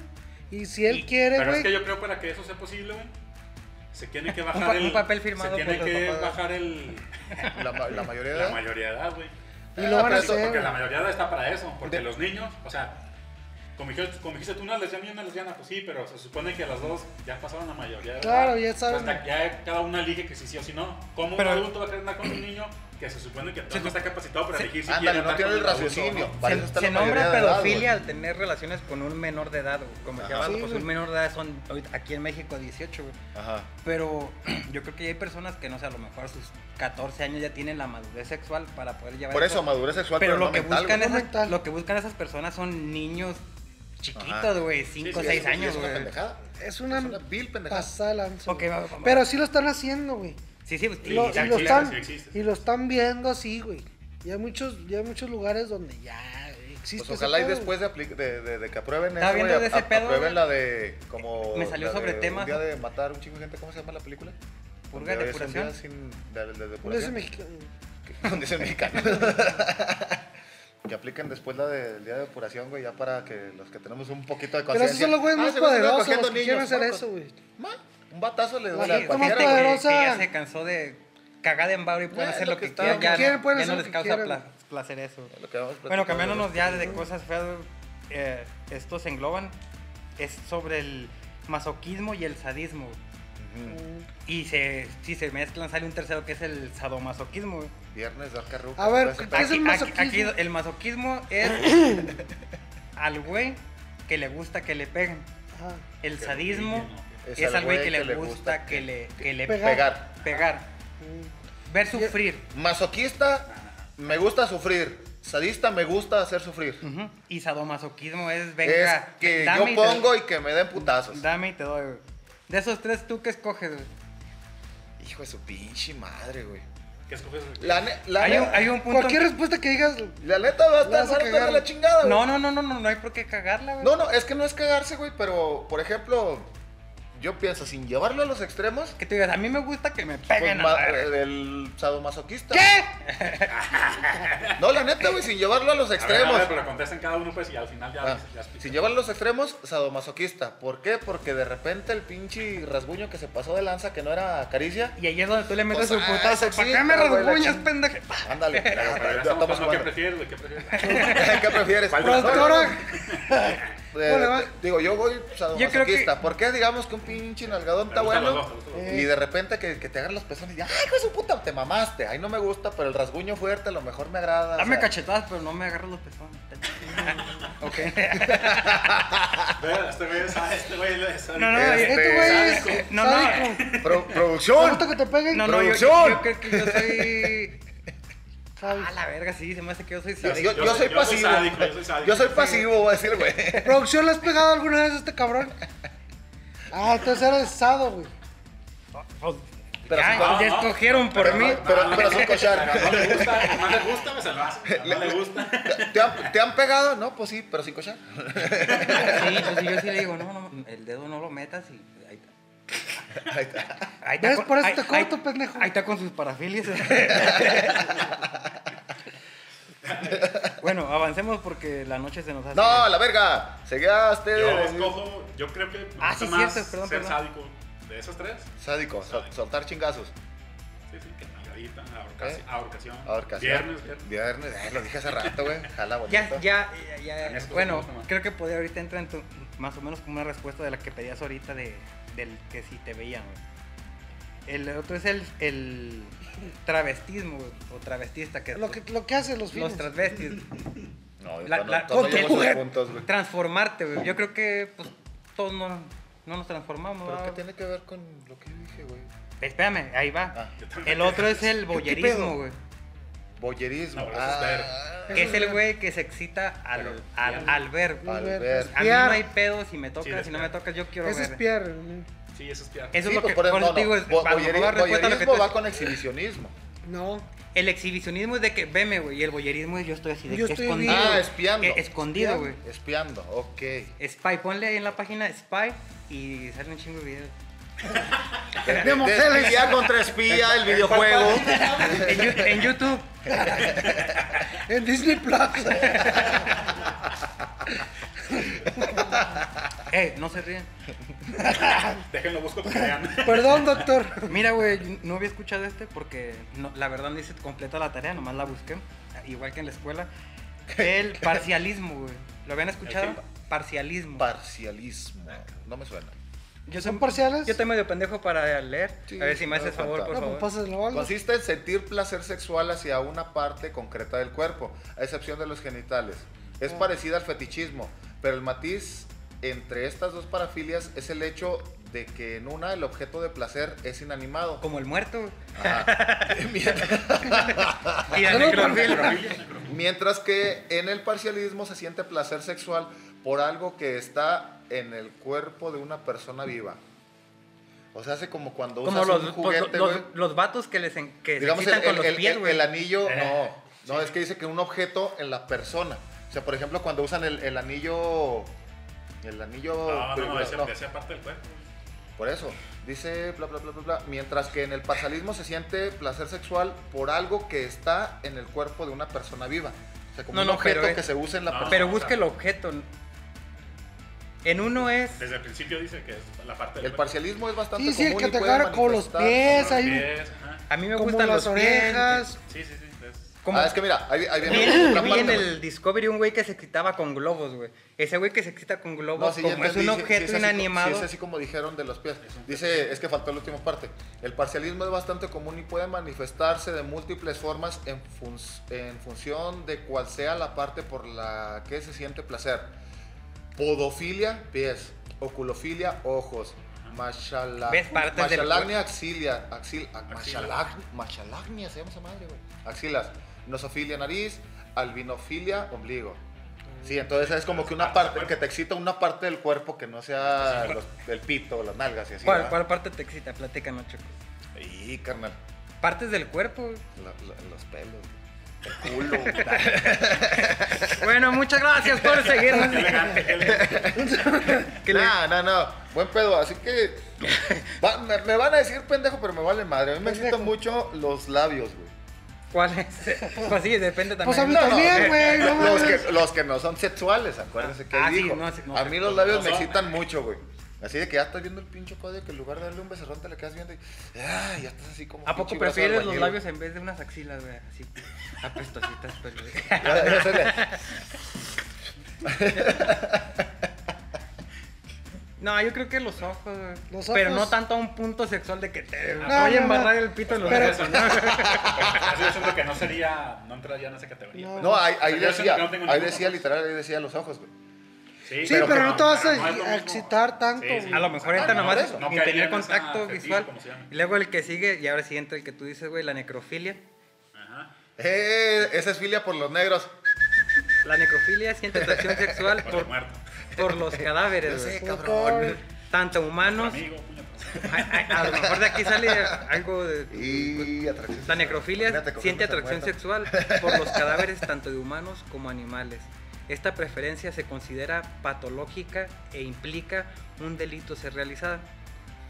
Speaker 4: Y si él
Speaker 3: Y-
Speaker 4: quiere,
Speaker 3: Pero
Speaker 4: güey.
Speaker 3: es que yo creo para que eso sea posible, güey. Se tiene que bajar
Speaker 2: pa-
Speaker 3: el.
Speaker 2: un papel firmado
Speaker 3: Se tiene
Speaker 2: por los
Speaker 3: que
Speaker 2: papás.
Speaker 3: bajar el.
Speaker 1: La, ma- la mayoría de
Speaker 3: La
Speaker 1: edad.
Speaker 3: mayoría de edad, güey.
Speaker 4: Y lo
Speaker 1: Ah,
Speaker 4: van a
Speaker 1: pero eso-
Speaker 4: hacer.
Speaker 3: Porque
Speaker 4: güey.
Speaker 3: la mayoría de edad está para eso. Porque
Speaker 1: De-
Speaker 3: los niños, o sea. Como dijiste, como dijiste tú, una lesbiana y una lesbiana, pues sí, pero se supone que las dos ya pasaron la mayoría de edad.
Speaker 4: Claro, ya saben.
Speaker 3: Hasta que ya cada una elige que sí, sí o sí no. ¿Cómo
Speaker 2: Pero-
Speaker 3: un adulto va a querer andar con un niño que se supone que no está capacitado para elegir si quiere
Speaker 1: Ándale, no
Speaker 3: andar
Speaker 1: tiene
Speaker 3: con
Speaker 1: el
Speaker 3: un adulto o no?
Speaker 1: raciocinio. Para eso
Speaker 2: Se,
Speaker 1: está
Speaker 2: se
Speaker 1: la mayoría
Speaker 2: nombra
Speaker 1: de edad, güey.
Speaker 2: pedofilia al tener relaciones con un menor de edad, güey. Como
Speaker 1: Ajá.
Speaker 2: que abajo,
Speaker 4: Sí,
Speaker 2: pues
Speaker 4: güey.
Speaker 2: un menor de edad son ahorita aquí en México 18, güey.
Speaker 1: Ajá.
Speaker 2: Pero yo creo que ya hay personas que, no sé, a lo mejor a sus 14 años ya tienen la madurez sexual para poder llevar
Speaker 1: Por eso, madurez sexual, pero,
Speaker 2: pero lo
Speaker 1: no
Speaker 2: que,
Speaker 1: mental,
Speaker 2: buscan
Speaker 1: güey.
Speaker 4: güey. No
Speaker 2: esas,
Speaker 4: mental.
Speaker 2: lo que buscan esas personas son niños
Speaker 1: Ajá.
Speaker 2: chiquitos, güey, 5 o
Speaker 3: sí,
Speaker 2: 6
Speaker 1: eso sí
Speaker 2: Pues años,
Speaker 1: Es una
Speaker 2: güey.
Speaker 1: pendejada.
Speaker 4: Es una,
Speaker 1: Es una vil pendejada.
Speaker 4: pasada de lanza,
Speaker 2: Ok,
Speaker 4: güey.
Speaker 2: va, va, va.
Speaker 4: Pero sí lo están haciendo, güey.
Speaker 2: Sí, sí, pues,
Speaker 4: Y lo,
Speaker 2: ya
Speaker 4: y lo
Speaker 2: existe.
Speaker 3: existe,
Speaker 4: están,
Speaker 3: sí existe.
Speaker 4: y lo están viendo así, güey. Y hay muchos, ya hay muchos lugares donde ya existe.
Speaker 1: Pues ojalá y
Speaker 4: ese pedo,
Speaker 1: después de, apli- de, de- de que aprueben
Speaker 2: Estaba
Speaker 1: eso, güey,
Speaker 2: viendo de
Speaker 1: a-
Speaker 2: ese
Speaker 1: a-
Speaker 2: pedo,
Speaker 1: aprueben
Speaker 2: güey.
Speaker 1: la de
Speaker 4: Eh,
Speaker 1: como
Speaker 2: Me salió
Speaker 1: la de
Speaker 2: sobre
Speaker 1: un
Speaker 2: temas.
Speaker 1: día de matar un chingo de gente, ¿cómo se llama la película?
Speaker 2: Purga
Speaker 1: Donde
Speaker 2: y
Speaker 1: es un
Speaker 2: depuración.
Speaker 1: día sin- de- de
Speaker 4: güey. Donde es
Speaker 1: depuración.
Speaker 4: mexicano.
Speaker 1: Que- Donde dicen mexicano. que apliquen después la del día de depuración, güey, ya para que los que tenemos un poquito de
Speaker 4: Pero
Speaker 1: conciencia.
Speaker 4: esos son los güeyes
Speaker 1: Ah,
Speaker 4: más
Speaker 1: ese güey andaba
Speaker 4: poderosos
Speaker 1: cogiendo
Speaker 4: los que quieren
Speaker 1: niños,
Speaker 4: hacer
Speaker 1: ¿no?
Speaker 4: eso, güey.
Speaker 1: Ma, Un batazo le duele
Speaker 4: La
Speaker 1: a
Speaker 4: gente más
Speaker 1: cualquiera,
Speaker 2: Que-
Speaker 1: güey.
Speaker 4: poderosa.
Speaker 2: que ya se cansó de cagar en barro y pueden
Speaker 1: Bueno,
Speaker 2: hacer
Speaker 1: Eh, lo
Speaker 2: lo
Speaker 1: que
Speaker 2: que,
Speaker 1: está-
Speaker 2: quieran.
Speaker 1: lo
Speaker 4: que
Speaker 2: Ya,
Speaker 4: quieran,
Speaker 2: no-
Speaker 4: pueden
Speaker 2: ya
Speaker 4: hacer
Speaker 2: no
Speaker 4: lo
Speaker 2: les
Speaker 4: que
Speaker 2: causa
Speaker 4: quieran.
Speaker 2: pla- placer eso.
Speaker 1: Lo que vamos
Speaker 2: Bueno,
Speaker 1: platicando,
Speaker 2: cambiándonos
Speaker 1: güey.
Speaker 2: ya de cosas feas, eh, estos engloban, es sobre el masoquismo y el sadismo.
Speaker 1: Ujú.
Speaker 2: Y se, si se mezclan sale un tercero que es el sadomasoquismo. güey.
Speaker 1: Viernes de Arca Ruca,
Speaker 4: A ver,
Speaker 1: pues,
Speaker 4: ¿Qué es el
Speaker 2: Aquí,
Speaker 4: masoquismo?
Speaker 2: el masoquismo es al güey que le gusta que le peguen.
Speaker 4: Ajá.
Speaker 2: El sadismo
Speaker 1: Es
Speaker 2: es,
Speaker 1: al
Speaker 2: al güey que, le gusta que le, que le
Speaker 4: Pegar.
Speaker 1: pegar.
Speaker 2: pegar. Ver sufrir.
Speaker 1: Masoquista, me gusta sufrir. Sadista, me gusta hacer sufrir.
Speaker 2: Ujú. Y sadomasoquismo es,
Speaker 1: es
Speaker 2: venga,
Speaker 1: que
Speaker 2: dame
Speaker 1: yo
Speaker 2: y te-
Speaker 1: pongo y que me den putazos.
Speaker 2: Dame y te doy, güey. De esos tres, ¿tú qué escoges, güey?
Speaker 1: Hijo de su pinche madre, güey.
Speaker 3: ¿Qué escoges?
Speaker 1: La, ne- la,
Speaker 2: Hay
Speaker 1: ne-
Speaker 2: un, hay un punto...
Speaker 4: Cualquier respuesta que digas,
Speaker 1: la neta va a
Speaker 4: La
Speaker 1: estar
Speaker 4: vas a
Speaker 1: harta de
Speaker 4: cagar.
Speaker 1: la chingada, güey.
Speaker 2: No, no, no, no, no, no hay por qué cagarla, güey.
Speaker 1: No, no, es que no es cagarse, güey, pero, por ejemplo, yo pienso, sin llevarlo a los extremos,
Speaker 2: Que tú digas, a mí me gusta que me
Speaker 1: pues,
Speaker 2: peguen. a
Speaker 1: ma-
Speaker 2: la verga".
Speaker 1: el sadomasoquista.
Speaker 2: ¿Qué?
Speaker 1: No, la neta, güey, sin llevarlo a los
Speaker 3: Extremos.
Speaker 1: extremos.
Speaker 3: pero contesten cada uno, pues, y al final ya.
Speaker 1: Ah,
Speaker 3: ya explico.
Speaker 1: sin llevarlo a los extremos, sadomasoquista. ¿Por qué? Porque de repente el pinche rasguño que se pasó de lanza, que no era caricia,
Speaker 2: Y ahí es donde tú le metes
Speaker 1: Pues,
Speaker 2: su
Speaker 1: ah,
Speaker 2: putazo.
Speaker 1: eso
Speaker 2: ¿Para
Speaker 1: sí,
Speaker 2: qué me
Speaker 1: pero, güey, la
Speaker 2: rasguñas,
Speaker 1: ching-
Speaker 2: pendeje? Pa.
Speaker 1: ándale.
Speaker 3: Pero,
Speaker 1: ya,
Speaker 3: pero ya
Speaker 1: ya
Speaker 3: estamos
Speaker 1: estamos
Speaker 3: jugando, ¿Qué
Speaker 1: jugando.
Speaker 3: prefieres, güey? ¿Qué prefieres?
Speaker 1: ¿Qué prefieres?
Speaker 3: ¿Cuál
Speaker 1: No, no,
Speaker 4: productora,
Speaker 1: no, eh,
Speaker 4: ¿Cómo le va?
Speaker 1: Digo, yo voy
Speaker 2: Yo creo que-
Speaker 1: sadomasoquista. ¿Por qué digamos que un pinche nalgadón
Speaker 3: Me
Speaker 1: está
Speaker 3: gustan
Speaker 1: bueno?
Speaker 3: los dos, me gustan
Speaker 4: los dos.
Speaker 1: Y de repente que, que te agarran los pezones y ya, ¡ay, hijo de su puta! Te mamaste. Ay, no me gusta, pero el rasguño fuerte a lo mejor me agrada. o
Speaker 2: Dame
Speaker 1: sea,
Speaker 2: cachetadas, pero no me agarres los pezones. ok.
Speaker 3: Ve, Este güey sabe, este güey le sabe.
Speaker 2: No, no,
Speaker 1: Este,
Speaker 4: este güey
Speaker 1: sádico.
Speaker 4: es
Speaker 2: No,
Speaker 4: no,
Speaker 2: no.
Speaker 4: sádico.
Speaker 1: pro-
Speaker 4: Me
Speaker 1: producción.
Speaker 4: gusta que te peguen.
Speaker 2: No, no, yo,
Speaker 1: Producción.
Speaker 2: yo creo que yo soy.
Speaker 4: Sabes.
Speaker 2: A la verga, sí, se me hace que yo soy
Speaker 1: Yo,
Speaker 2: sádico.
Speaker 1: yo- yo
Speaker 3: Yo
Speaker 1: soy
Speaker 3: soy- yo soy
Speaker 1: pasivo.
Speaker 3: sádico, yo soy sádico.
Speaker 1: Yo soy pasivo, voy a decir, güey.
Speaker 4: ¿Producción le has pegado alguna vez a este cabrón? Ah, entonces eres sado, güey.
Speaker 2: Pues,
Speaker 1: Pero
Speaker 2: ya,
Speaker 1: si no-
Speaker 2: ya
Speaker 3: no,
Speaker 2: escogieron por
Speaker 1: pero
Speaker 2: mí.
Speaker 1: no- pero- pero son cochar.
Speaker 3: No le gusta, no le gusta, me se lo hace. No le gusta.
Speaker 1: ¿Te han, te han pegado? No, pues sí, pero sin cochar.
Speaker 2: Sí, pues yo sí le digo, no, no, el dedo no lo metas y ahí está.
Speaker 1: Ahí está.
Speaker 2: Ahí
Speaker 4: ¿Ves?
Speaker 2: con-
Speaker 4: Por eso
Speaker 2: ahí-
Speaker 4: te
Speaker 2: ahí-
Speaker 4: corto, pendejo.
Speaker 2: Ahí está con sus parafilias. bueno, avancemos porque la noche se nos hace.
Speaker 1: No, a la verga. Seguía usted.
Speaker 3: Yo escojo, yo creo que me
Speaker 2: Ah,
Speaker 3: gusta
Speaker 2: sí,
Speaker 3: más
Speaker 2: cierto, perdón,
Speaker 3: ser
Speaker 2: perdón.
Speaker 3: sádico de esos tres.
Speaker 1: Sádico, sol- soltar chingazos.
Speaker 3: Sí, sí, que nalgadita, ahorcación,
Speaker 1: ¿Eh?
Speaker 3: ahorcación.
Speaker 1: Ahorcación.
Speaker 3: Viernes, viernes.
Speaker 1: Viernes, eh, lo dije hace rato, güey. Jala bonito.
Speaker 2: Ya, ya, ya, ya-
Speaker 3: También es
Speaker 2: Bueno,
Speaker 3: como-
Speaker 2: creo que podía ahorita entrar en tu, más o menos como una respuesta de la que pedías ahorita de, del que si te veían. güey. El otro es el, el travestismo güey, o travestista que,
Speaker 4: Lo que, lo que hacen los
Speaker 2: los
Speaker 4: fines.
Speaker 2: transvestis.
Speaker 1: No, yo
Speaker 2: La-
Speaker 1: no-
Speaker 2: la-
Speaker 1: no llego
Speaker 2: ¿con qué
Speaker 1: a esos
Speaker 2: mujer?
Speaker 1: puntos, güey.
Speaker 2: Transformarte, güey. Yo creo que pues, todos no, no nos transformamos.
Speaker 1: ¿Pero
Speaker 2: ¿verdad?
Speaker 1: qué tiene que ver con lo que yo dije, güey?
Speaker 2: Espérame, ahí va.
Speaker 1: Ah.
Speaker 2: El otro es el
Speaker 4: pedo?
Speaker 2: boyerismo, güey.
Speaker 1: Boyerismo.
Speaker 3: No, pero eso es
Speaker 1: ah,
Speaker 2: Que es el güey que se excita al,
Speaker 3: Pero,
Speaker 2: al,
Speaker 3: ya.
Speaker 2: al ver. güey.
Speaker 1: Al ver.
Speaker 2: A mí no
Speaker 4: Espiar.
Speaker 2: hay pedo si me
Speaker 3: Sí,
Speaker 2: tocas, si no
Speaker 3: despiar.
Speaker 2: me tocas, yo quiero
Speaker 4: Ese es
Speaker 2: ver.
Speaker 4: Pierre.
Speaker 3: Sí, eso es piada.
Speaker 2: Eso
Speaker 1: sí,
Speaker 2: es lo
Speaker 1: pues,
Speaker 2: que
Speaker 1: por eso-
Speaker 2: por eso
Speaker 1: no,
Speaker 2: te digo,
Speaker 1: no.
Speaker 2: es,
Speaker 1: Bo-
Speaker 2: a lo mejor
Speaker 1: boyeri-
Speaker 2: la respuesta a lo que tú
Speaker 1: Boyerismo va
Speaker 2: es-
Speaker 1: con exhibicionismo.
Speaker 4: No.
Speaker 2: El exhibicionismo es de que veme, güey, y el boyerismo es yo estoy así de
Speaker 4: Yo
Speaker 2: que
Speaker 4: estoy
Speaker 2: escondido.
Speaker 1: viendo. Ah,
Speaker 2: güey.
Speaker 1: espiando.
Speaker 2: Que escondido, güey.
Speaker 1: Espiando, ok.
Speaker 2: Spy, ponle ahí en la página Spy y sale un chingo de videos.
Speaker 4: Tenemos
Speaker 1: De
Speaker 4: tele.
Speaker 1: espía contra espía, el videojuego.
Speaker 2: En, Yu- en YouTube.
Speaker 4: En Disney Plus.
Speaker 2: Eh, no se ríen.
Speaker 3: Déjenlo busco para que vean.
Speaker 4: Perdón, doctor.
Speaker 2: Mira, güey, no había escuchado este porque no- la verdad no hice completa la tarea, nomás la busqué, igual que en la escuela. El parcialismo, güey. ¿Lo habían escuchado?
Speaker 3: ¿El qué?
Speaker 2: Parcialismo.
Speaker 1: Parcialismo. No me suena.
Speaker 2: yo
Speaker 4: ¿Son parciales?
Speaker 2: Yo estoy medio pendejo para leer.
Speaker 1: Sí,
Speaker 2: a ver si me
Speaker 1: no
Speaker 2: haces
Speaker 1: me
Speaker 2: favor,
Speaker 1: falta.
Speaker 2: por
Speaker 4: No, pues
Speaker 2: favor.
Speaker 4: pásenlo algo.
Speaker 1: Consiste en sentir placer sexual hacia una parte concreta del cuerpo, a excepción de los genitales. Es parecida al fetichismo, pero el matiz entre estas dos parafilias es el hecho de que en una el objeto de placer es inanimado.
Speaker 2: Como el muerto. güey.
Speaker 1: Ajá. Mientras-
Speaker 2: Y la
Speaker 4: No, no,
Speaker 2: necrofilia.
Speaker 1: Mientras que en el parcialismo se siente placer sexual por algo que está en el cuerpo de una persona viva. O sea, hace como cuando usas
Speaker 2: Como los,
Speaker 1: un
Speaker 2: los-
Speaker 1: juguete,
Speaker 2: los,
Speaker 1: güey.
Speaker 2: los vatos que les en- que se
Speaker 1: digamos, el,
Speaker 2: excitan con
Speaker 1: el-
Speaker 2: los
Speaker 1: el-
Speaker 2: pies,
Speaker 1: el-
Speaker 2: güey.
Speaker 1: el anillo,
Speaker 3: Eh,
Speaker 1: no, no, es que dice que un objeto en la persona. O sea, por ejemplo, cuando usan el, el anillo, el anillo,
Speaker 3: No, no, no,
Speaker 1: pero-
Speaker 3: esa
Speaker 1: no,
Speaker 3: esa parte del cuerpo.
Speaker 1: por eso, dice bla, bla, bla, bla, bla, mientras que en el parcialismo se siente placer sexual por algo que está en el cuerpo de una persona viva. O sea, como
Speaker 2: No,
Speaker 1: un
Speaker 2: no,
Speaker 1: objeto
Speaker 2: pero es-
Speaker 1: que se usa en la
Speaker 3: No,
Speaker 1: persona.
Speaker 2: Pero busca el objeto. En uno es.
Speaker 3: Desde el principio dice que es la parte del
Speaker 1: El parcialismo es bastante
Speaker 4: Sí, sí, el
Speaker 1: común
Speaker 4: que
Speaker 1: y
Speaker 4: te
Speaker 1: puede
Speaker 4: agarra con los
Speaker 1: manifestar- Ah,
Speaker 4: pies,
Speaker 3: Los
Speaker 4: ahí,
Speaker 3: pies, ajá.
Speaker 2: A mí me
Speaker 4: como
Speaker 2: gustan
Speaker 4: las
Speaker 2: los pies.
Speaker 4: orejas.
Speaker 3: Sí, sí, sí. es-
Speaker 2: Como-
Speaker 1: Ah, es que mira, ahí, ahí viene otra
Speaker 2: Vi en
Speaker 1: parte, güey.
Speaker 2: el Discovery un güey que se excitaba con globos, güey. Ese güey que se excita con globos,
Speaker 1: No, sí, ya
Speaker 2: como es
Speaker 1: entendí,
Speaker 2: un
Speaker 1: sí,
Speaker 2: objeto
Speaker 1: sí, es así co-
Speaker 2: inanimado.
Speaker 1: sí, es así como dijeron de los pies. Dice, es que faltó la última parte. El parcialismo es bastante común y puede manifestarse de múltiples formas en, fun- en función de cuál sea la parte por la que se siente placer. Podofilia, pies. Oculofilia, ojos. Machala,
Speaker 2: ¿Ves? Partes del
Speaker 1: machalagnia, axilia, axil, a-
Speaker 3: Axila.
Speaker 1: machalag- machalagnia, se llama esa madre, güey. Axilas, nosofilia, nariz, albinofilia, ombligo. Sí, entonces es como que una parte, que te excita una parte del cuerpo que no sea los- el pito, las nalgas y así. ah.
Speaker 2: ¿Cuál,
Speaker 1: ¿verdad?
Speaker 2: cuál parte te excita? Platícanos, Choco.
Speaker 1: Y carnal,
Speaker 2: Partes del cuerpo. güey.
Speaker 1: la- la- los pelos, el culo. güey.
Speaker 2: Bueno, muchas gracias por seguirnos.
Speaker 3: Qué elegante, qué elegante.
Speaker 1: no, no, no, buen pedo, así que va- me, me van a decir pendejo, pero me vale madre. A mí me excitan mucho los labios, güey.
Speaker 2: ¿Cuál es? Pues sí, depende también.
Speaker 4: Pues a mí
Speaker 1: No, no,
Speaker 4: también, güey. No,
Speaker 1: Los
Speaker 4: mames.
Speaker 1: que, los que no son sexuales, acuérdense que
Speaker 2: Ah,
Speaker 1: ahí
Speaker 2: sí,
Speaker 1: dijo.
Speaker 2: no, sí, no,
Speaker 1: a
Speaker 2: sí,
Speaker 1: mí los labios
Speaker 3: no
Speaker 1: me
Speaker 3: son.
Speaker 1: excitan mucho, güey. Así de que ya estás viendo el pincho código que en lugar de darle un becerrón te le quedas viendo y ah, ya estás así como
Speaker 2: ¿A poco
Speaker 1: pinche brazo de
Speaker 2: prefieres los
Speaker 1: albañil,
Speaker 2: labios en vez de unas axilas, güey? Así, apestositas, pues, güey.
Speaker 1: Ya, ya se le-
Speaker 2: No, yo creo que los ojos, güey.
Speaker 4: Los
Speaker 2: Pero
Speaker 4: ojos.
Speaker 2: no tanto a un punto sexual de que te voy
Speaker 4: no,
Speaker 2: a
Speaker 4: no.
Speaker 2: embarrar el pito en los
Speaker 4: Pero-
Speaker 2: labios.
Speaker 3: Así yo siento que no sería, no entraría en esa categoría.
Speaker 4: No.
Speaker 3: pues.
Speaker 1: No, ahí, ahí
Speaker 3: Yo siento
Speaker 1: decía,
Speaker 3: que no tengo
Speaker 1: ahí
Speaker 3: ninguno.
Speaker 1: decía literal, ahí decía los ojos, güey.
Speaker 4: Sí, pero,
Speaker 3: que
Speaker 4: no te vas
Speaker 3: pero no
Speaker 4: a,
Speaker 3: es lo
Speaker 4: a
Speaker 3: mismo.
Speaker 4: excitar tanto.
Speaker 3: Sí,
Speaker 4: güey.
Speaker 3: sí.
Speaker 2: A lo mejor
Speaker 3: Ah,
Speaker 2: entra
Speaker 1: no,
Speaker 2: nomás
Speaker 1: por eso.
Speaker 3: No
Speaker 2: sin
Speaker 3: caería
Speaker 2: tener
Speaker 3: en esa
Speaker 2: contacto
Speaker 3: fetiche,
Speaker 2: visual.
Speaker 3: como se llama.
Speaker 2: Y luego el que sigue, y ahora sí entra el que tú dices, güey, la necrofilia.
Speaker 3: Ajá.
Speaker 1: Eh, esa es filia por los negros.
Speaker 2: La necrofilia siente atracción sexual
Speaker 3: Por el
Speaker 2: por,
Speaker 3: muerto.
Speaker 2: por los
Speaker 1: Yo
Speaker 2: cadáveres,
Speaker 1: sé,
Speaker 2: güey.
Speaker 1: cabrón.
Speaker 2: Tanto humanos.
Speaker 3: Amigo, puñetazo.
Speaker 2: A, a- a lo mejor de aquí sale algo de.
Speaker 1: Y atracción.
Speaker 2: La
Speaker 1: sexual.
Speaker 2: necrofilia
Speaker 1: Imagínate cogerme
Speaker 2: siente
Speaker 1: esa
Speaker 2: atracción
Speaker 1: muerta.
Speaker 2: sexual por los cadáveres tanto de humanos como animales. Esta preferencia se considera patológica e implica un delito ser realizada.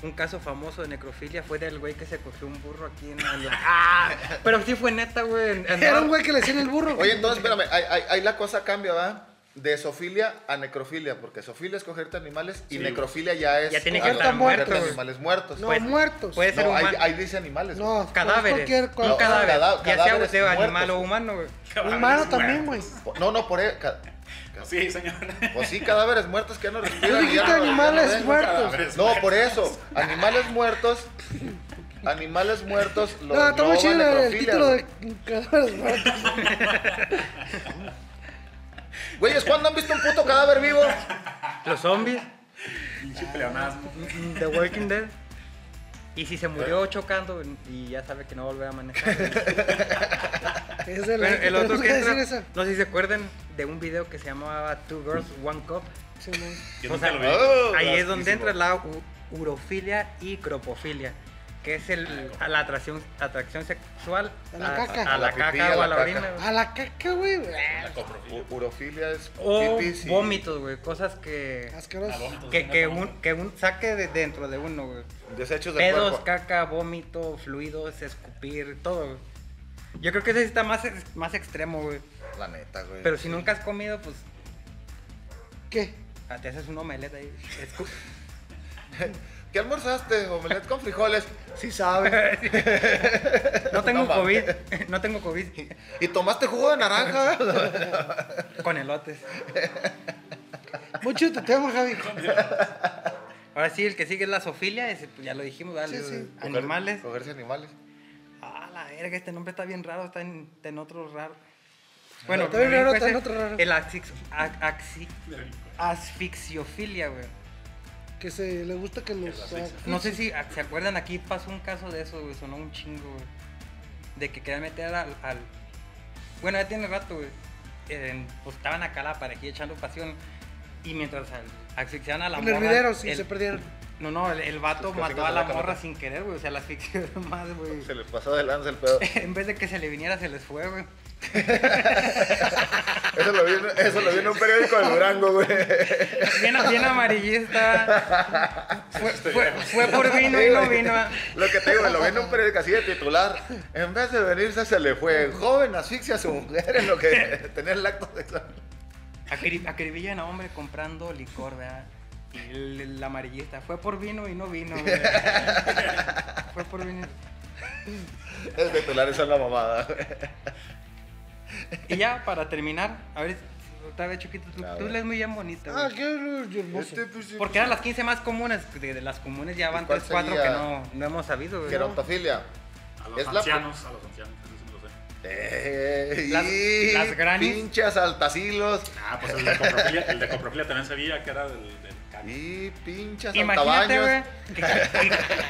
Speaker 2: Un caso famoso de necrofilia fue del güey que se cogió un burro aquí en la... ¡Ah! Pero sí fue neta, güey. en- en-
Speaker 4: Era un güey que le decían el burro.
Speaker 1: Oye, entonces, espérame, ahí, ahí- ahí la cosa cambia, ¿va? De zoofilia a necrofilia, porque zoofilia es cogerte animales y
Speaker 3: Sí.
Speaker 1: necrofilia ya es
Speaker 2: Ya tiene que
Speaker 1: cogerte
Speaker 2: estar muerto,
Speaker 1: cogerte
Speaker 2: güey.
Speaker 1: animales muertos.
Speaker 4: no,
Speaker 1: Pues,
Speaker 4: muertos.
Speaker 2: Puede ser
Speaker 1: no, ahí,
Speaker 2: humano.
Speaker 1: ahí dice animales. güey.
Speaker 4: no,
Speaker 2: Cadáveres.
Speaker 4: cualquier cosa.
Speaker 2: Un cadáver.
Speaker 1: cada-
Speaker 2: ya sea
Speaker 1: cadáveres
Speaker 2: de
Speaker 1: muertos.
Speaker 2: animal o humano, güey.
Speaker 4: Humano también, güey.
Speaker 1: Por- No, no, por e- ca-
Speaker 3: Sí, señor.
Speaker 1: Pues sí, cadáveres muertos que ya no
Speaker 4: Tú
Speaker 1: respiran. y ya
Speaker 4: dijiste
Speaker 1: no- ya no
Speaker 4: animales
Speaker 1: ven.
Speaker 4: muertos.
Speaker 3: Cadáveres.
Speaker 1: No, por eso. Animales muertos. Animales muertos. Los
Speaker 4: No, está muy chido el
Speaker 1: necrofilia,
Speaker 4: título
Speaker 1: güey.
Speaker 4: de cadáveres muertos.
Speaker 1: Güeyes, ¿cuándo han visto un puto cadáver vivo?
Speaker 2: Los zombies. mm,
Speaker 3: Pinche pleonasmo.
Speaker 2: The Walking Dead. Y si se murió chocando y ya sabe que no volverá a manejar.
Speaker 4: Es de la
Speaker 2: Bueno, el otro
Speaker 4: tenemos
Speaker 2: que
Speaker 4: decir
Speaker 2: entra,
Speaker 4: esa.
Speaker 2: no sé si se acuerdan de un video que se llamaba Two Girls One Cup.
Speaker 4: Sí, güey.
Speaker 3: Yo
Speaker 2: O
Speaker 3: nunca
Speaker 2: sea,
Speaker 3: lo vi.
Speaker 4: ah.
Speaker 1: Oh,
Speaker 2: Ahí es
Speaker 1: asquísimo.
Speaker 2: donde entra la u- urofilia y cropofilia, que es el, a la atracción, atracción sexual
Speaker 4: A la caca. Ah,
Speaker 1: A
Speaker 2: a, la
Speaker 1: la
Speaker 2: caca
Speaker 1: pipí, a
Speaker 2: o a
Speaker 1: la
Speaker 2: la, orina.
Speaker 1: caca.
Speaker 2: güey.
Speaker 4: A la caca, güey.
Speaker 3: La coprofilia.
Speaker 1: U- Urofilia es
Speaker 2: O
Speaker 1: pipis y-
Speaker 2: vómitos, güey, cosas que,
Speaker 3: Ah,
Speaker 4: Asqueroso.
Speaker 3: vómitos,
Speaker 2: que,
Speaker 3: una
Speaker 2: que,
Speaker 3: toma.
Speaker 2: un, que un saque de dentro de uno, güey.
Speaker 1: Desechos del
Speaker 2: Pedos,
Speaker 1: cuerpo.
Speaker 2: caca, vómito, fluidos, escupir, todo, güey. Yo creo que ese sí está más, ex- más extremo, güey.
Speaker 1: La neta, güey.
Speaker 2: Pero si nunca has comido, pues
Speaker 4: ¿Qué?
Speaker 2: Ah, Te haces un omelette ahí. escu-
Speaker 1: ¿Qué almorzaste? Omelette con frijoles. Sí sabe.
Speaker 2: No tengo
Speaker 1: No mames.
Speaker 2: COVID. No tengo COVID.
Speaker 1: ¿Y tomaste jugo de naranja?
Speaker 2: Con elotes.
Speaker 4: Mucho te tema, Javi.
Speaker 2: Ahora sí, el que sigue es la sofilia. ese, pues, ya lo dijimos, ¿verdad?
Speaker 4: Sí, sí.
Speaker 2: Animales.
Speaker 1: Cogerse animales.
Speaker 2: Ah, la verga, este nombre está bien raro. Está en, está en otro raro. Bueno,
Speaker 4: Está bien raro,
Speaker 2: me dijo
Speaker 4: está en
Speaker 2: ese,
Speaker 4: otro raro.
Speaker 2: El axix- a- axi- asfixiofilia, güey.
Speaker 4: Que se le gusta que los. ah,
Speaker 2: No sé si a- se acuerdan, aquí pasó un caso de eso, güey, sonó un chingo, güey. De que querían meter al... al- Bueno, ya tiene rato, güey. En- pues estaban acá la parejilla echando pasión. Y mientras al- asfixiaban a la
Speaker 4: En
Speaker 2: morra...
Speaker 4: el video, sí,
Speaker 2: el-
Speaker 4: se perdieron.
Speaker 2: No, no, el, el vato
Speaker 1: Los clásicos
Speaker 2: mató a
Speaker 1: de
Speaker 2: la
Speaker 1: la
Speaker 2: morra
Speaker 1: camioneta.
Speaker 2: sin querer, güey. O sea, la asfixió más, güey.
Speaker 1: Se les pasó de lanza el pedo.
Speaker 2: En vez de que se le viniera, se les fue, güey.
Speaker 1: Eso lo vi, en- eso lo vi en un periódico de Durango, güey.
Speaker 2: Bien, bien amarillista. Fue, fue- fue por vino y no vino. ah.
Speaker 1: Lo que te digo, lo vi en un periódico así de titular. En vez de venirse, se le fue. Joven asfixia a su mujer en lo que tenía el acto sexual.
Speaker 2: Acri- Acribillan a hombre comprando licor, ¿verdad? Y el, el amarillista fue por vino y no vino, güey. Fue por vino.
Speaker 1: El titular es la mamada.
Speaker 2: Y ya, para terminar, a ver, otra vez, Chiquito, tú,
Speaker 1: A
Speaker 2: tú
Speaker 1: ver.
Speaker 2: lees muy bien bonita,
Speaker 4: Ah,
Speaker 2: güey.
Speaker 4: qué hermoso.
Speaker 1: Este, pues, sí,
Speaker 2: Porque eran las 15 más comunes, de, de las comunes ya van
Speaker 1: ¿Y cuál
Speaker 2: 3, 4 que
Speaker 1: sería?
Speaker 2: no, no hemos sabido, güey.
Speaker 1: Gerontofilia.
Speaker 3: A los
Speaker 1: Es la-
Speaker 3: ancianos, a los ancianos, eso sí me lo sé.
Speaker 1: Eh,
Speaker 2: Las-
Speaker 1: y
Speaker 2: las granis.
Speaker 1: Pinchas altacilos.
Speaker 3: Ah, pues el de coprofilia, el de coprofilia también sabía que era del, del caño.
Speaker 1: Y pinchas
Speaker 2: Imagínate, güey,
Speaker 1: altabaños.
Speaker 2: que,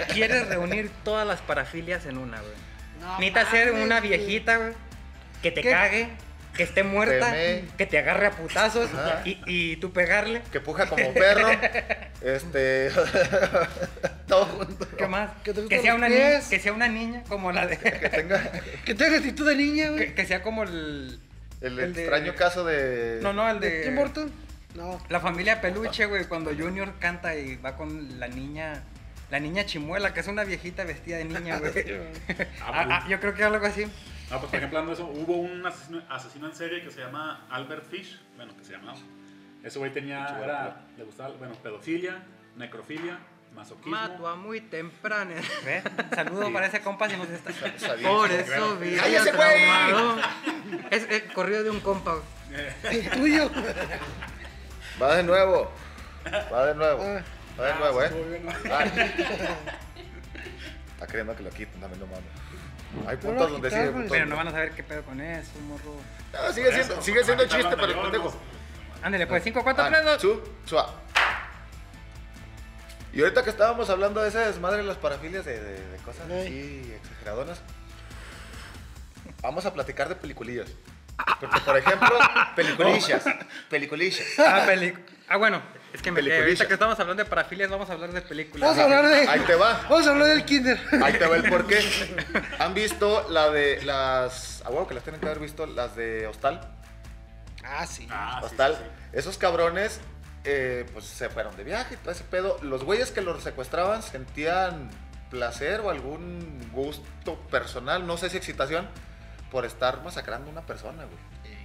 Speaker 2: que quieres reunir todas las parafilias en una, güey. Necesitas ser
Speaker 4: mames,
Speaker 2: una
Speaker 4: güey.
Speaker 2: viejita, güey, que te
Speaker 4: ¿Qué?
Speaker 2: cague, que esté muerta,
Speaker 1: Teme.
Speaker 2: que te agarre a putazos y, y tú pegarle.
Speaker 1: Que puja como perro. este. todo junto.
Speaker 2: ¿Qué más?
Speaker 4: Que te
Speaker 2: Que
Speaker 4: gustan
Speaker 2: sea,
Speaker 4: los
Speaker 2: una niña,
Speaker 4: pies.
Speaker 2: que sea una niña como la de...
Speaker 1: Que tenga
Speaker 4: Que tenga actitud de niña,
Speaker 2: que,
Speaker 4: güey.
Speaker 2: que sea como el...
Speaker 1: el,
Speaker 2: el de-
Speaker 1: extraño caso de.
Speaker 2: No, no, el de...
Speaker 4: ¿De Tim Burton? No.
Speaker 2: La familia Peluche, güey, cuando Junior canta y va con la niña... La niña chimuela, que es una viejita vestida de niña, güey. Ah, ah, yo creo que algo así.
Speaker 3: No, pues por ejemplo, hablando de eso, hubo un asesino, asesino en serie que se llama Albert Fish, bueno, que se llamaba. Ese güey tenía, era, le gustaba, bueno, pedofilia, necrofilia, masoquismo.
Speaker 2: Mato a muy temprana. ¿Ves? ¿Eh? Saludo para ese compa si nos está.
Speaker 1: Sabía.
Speaker 2: Por eso vivo
Speaker 1: ¡Cállese, güey!
Speaker 2: traumado. Es el corrido de un compa. güey.
Speaker 4: El tuyo.
Speaker 1: Va de nuevo. Va de nuevo.
Speaker 4: Ah.
Speaker 1: Va de nuevo,
Speaker 2: Ah,
Speaker 1: eh.
Speaker 3: Bueno,
Speaker 1: Ay. Está creyendo que lo quiten, también no mames. Hay
Speaker 4: lo
Speaker 1: puntos donde sigue.
Speaker 4: quitaron,
Speaker 1: puntos
Speaker 2: Pero no
Speaker 1: donde-
Speaker 2: van a saber qué pedo con eso, morro.
Speaker 1: No, sigue siendo,
Speaker 3: eso,
Speaker 1: sigue siendo
Speaker 3: ahorita
Speaker 1: chiste para el
Speaker 3: hablando yo,
Speaker 1: pendejo.
Speaker 2: Ándale, pues 5, 4, 3,
Speaker 1: Ah,
Speaker 2: 2.
Speaker 1: Su, sua. Y ahorita que estábamos hablando de ese desmadre de las parafilias, de, de- de cosas así exageradonas, vamos a platicar de peliculillas. Porque, por ejemplo, peliculillas. Peliculillas.
Speaker 2: Ah, peli- ah, bueno, es que me quedé. Ahorita
Speaker 1: Peliculilla.
Speaker 2: que estamos hablando de parafilias, vamos a hablar de películas.
Speaker 4: Vamos a hablar de.
Speaker 1: Ahí te va.
Speaker 4: Vamos a hablar del Kinder.
Speaker 1: Ahí te va el porqué. ¿Han visto la de las. Ah, bueno, que las tienen que haber visto, las de Hostal?
Speaker 4: Ah, sí.
Speaker 3: Ah, sí,
Speaker 1: Hostal.
Speaker 3: sí, sí.
Speaker 1: Esos cabrones, eh, pues se fueron de viaje y todo ese pedo. Los güeyes que los secuestraban sentían placer o algún gusto personal, no sé si excitación, por estar masacrando a una persona, güey.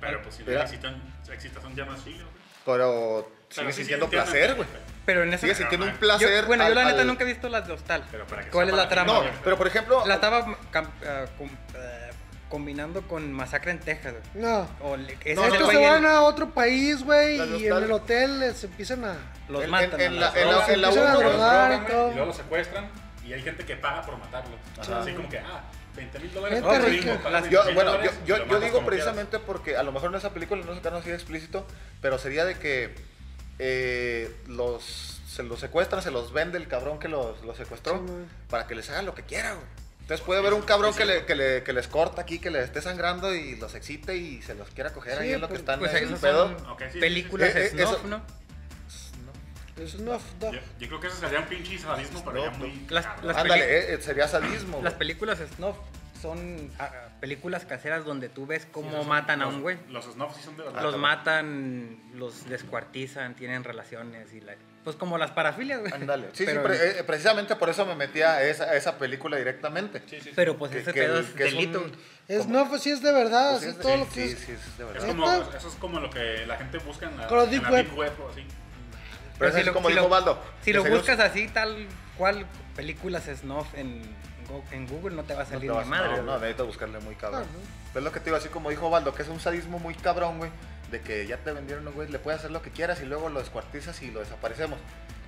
Speaker 3: Pero pues si
Speaker 1: Mira.
Speaker 3: la excitan, se excitan son llamas así, güey.
Speaker 1: Pero
Speaker 3: Pero
Speaker 1: sigue
Speaker 3: sí, sí,
Speaker 1: sintiendo
Speaker 3: entiendo.
Speaker 1: placer, güey.
Speaker 2: Pero en esa.
Speaker 1: Sigue sintiendo un
Speaker 3: Yo-
Speaker 1: placer.
Speaker 2: Yo- bueno, yo
Speaker 1: al-
Speaker 2: la neta
Speaker 1: al-
Speaker 2: nunca he visto las de Hostal.
Speaker 3: Pero para que
Speaker 2: ¿Cuál es
Speaker 3: sea
Speaker 2: la trama?
Speaker 1: No,
Speaker 2: güey?
Speaker 1: pero por ejemplo,
Speaker 2: La estaba cam- ah, com- ah, combinando con Masacre en Texas. güey.
Speaker 4: No.
Speaker 2: O le- ese es el
Speaker 4: Estos
Speaker 2: güey,
Speaker 4: se van
Speaker 2: el-
Speaker 4: a otro país, güey,
Speaker 1: Las de
Speaker 4: y en
Speaker 1: hostal.
Speaker 4: el hotel les empiezan a.
Speaker 2: los
Speaker 1: en-
Speaker 2: matan.
Speaker 1: en
Speaker 2: a
Speaker 1: la-
Speaker 2: las
Speaker 1: en
Speaker 2: dos.
Speaker 1: la-
Speaker 4: Se
Speaker 1: en la
Speaker 4: empiezan a
Speaker 1: uno,
Speaker 3: Los drogan,
Speaker 4: drogar y
Speaker 3: güey,
Speaker 4: todo.
Speaker 3: y luego los secuestran y hay gente que paga por matarlos.
Speaker 1: Ajá.
Speaker 3: Así como que, ah, 20 mil dólares.
Speaker 4: Gente
Speaker 3: por
Speaker 4: rica.
Speaker 3: mismo, pagas
Speaker 2: Las-
Speaker 3: 20,000
Speaker 1: Yo, bueno, yo,
Speaker 3: dólares,
Speaker 1: yo-
Speaker 3: lo
Speaker 1: yo
Speaker 3: matas
Speaker 1: digo
Speaker 3: como quieras.
Speaker 1: precisamente porque a lo mejor en esa película no sacaron así de explícito, pero sería de que eh, los se los secuestran, se los vende el cabrón que los, los secuestró
Speaker 4: Sí, güey.
Speaker 1: para que les hagan lo que quiera, güey. Entonces puede haber un cabrón que, le, que, le- que les corta aquí, que les esté sangrando y los excite y se los quiera coger
Speaker 4: Sí,
Speaker 1: ahí en lo que
Speaker 4: pues-
Speaker 1: están
Speaker 2: Pues
Speaker 1: en
Speaker 2: esas
Speaker 1: el pedo.
Speaker 2: son
Speaker 3: Ok, sí, sí,
Speaker 2: películas
Speaker 1: sí. Eh, eh,
Speaker 2: snuff,
Speaker 1: eso-
Speaker 2: ¿no?
Speaker 4: Eso no es
Speaker 3: Yo, yo creo que eso sería un pinche sadismo, pero ya
Speaker 1: No,
Speaker 3: muy.
Speaker 2: Las-
Speaker 3: cabrón.
Speaker 2: las-
Speaker 1: Ándale,
Speaker 2: peli-
Speaker 1: eh, eh, sería sadismo.
Speaker 2: Las
Speaker 1: güey.
Speaker 2: películas snuff son ah, ah, películas caseras donde tú ves
Speaker 3: Sí,
Speaker 2: cómo
Speaker 3: esos son-
Speaker 2: matan a
Speaker 3: los-
Speaker 2: un
Speaker 1: Ah,
Speaker 2: güey.
Speaker 3: Los snuffs sí son de verdad.
Speaker 2: Los matan, los descuartizan, tienen relaciones y la... Pues como las parafilias, güey.
Speaker 1: Ándale. Sí, sí,
Speaker 2: pero,
Speaker 1: pre- eh, precisamente por eso me metí a esa, a esa película directamente.
Speaker 3: Sí, sí, sí.
Speaker 2: pero pues
Speaker 1: que-
Speaker 2: ese
Speaker 1: que-
Speaker 2: pedo es
Speaker 1: que es un-
Speaker 2: delito.
Speaker 4: Es,
Speaker 1: Como-
Speaker 4: no, pues sí es de verdad,
Speaker 2: Ah,
Speaker 1: Pues
Speaker 4: así
Speaker 1: es de-
Speaker 4: todo
Speaker 1: sí,
Speaker 4: lo que
Speaker 1: sí,
Speaker 4: es.
Speaker 1: sí, es de
Speaker 3: Es
Speaker 1: verdad.
Speaker 3: como,
Speaker 4: ¿Neta?
Speaker 3: eso es como lo que la gente busca en la,
Speaker 4: Con los
Speaker 3: en
Speaker 4: deep
Speaker 3: la
Speaker 4: web.
Speaker 3: deep web o así.
Speaker 1: Pero
Speaker 2: si
Speaker 1: eso es
Speaker 2: lo-
Speaker 1: como
Speaker 2: si
Speaker 1: dijo
Speaker 2: lo-
Speaker 1: Baldo.
Speaker 2: Si
Speaker 1: que
Speaker 2: lo
Speaker 1: según-
Speaker 2: buscas así, tal cual, películas snuff en, Go- en Google, no te va a
Speaker 1: No, te
Speaker 2: salir
Speaker 1: vas-
Speaker 2: ni madre.
Speaker 1: no,
Speaker 2: güey.
Speaker 1: no, necesitas buscarle muy cabrón.
Speaker 4: Ah, no.
Speaker 1: Pero es lo que te digo, así como dijo Baldo, que es un sadismo muy cabrón, güey. De que ya te vendieron, güey, le puedes hacer lo que quieras y luego lo descuartizas y lo desaparecemos.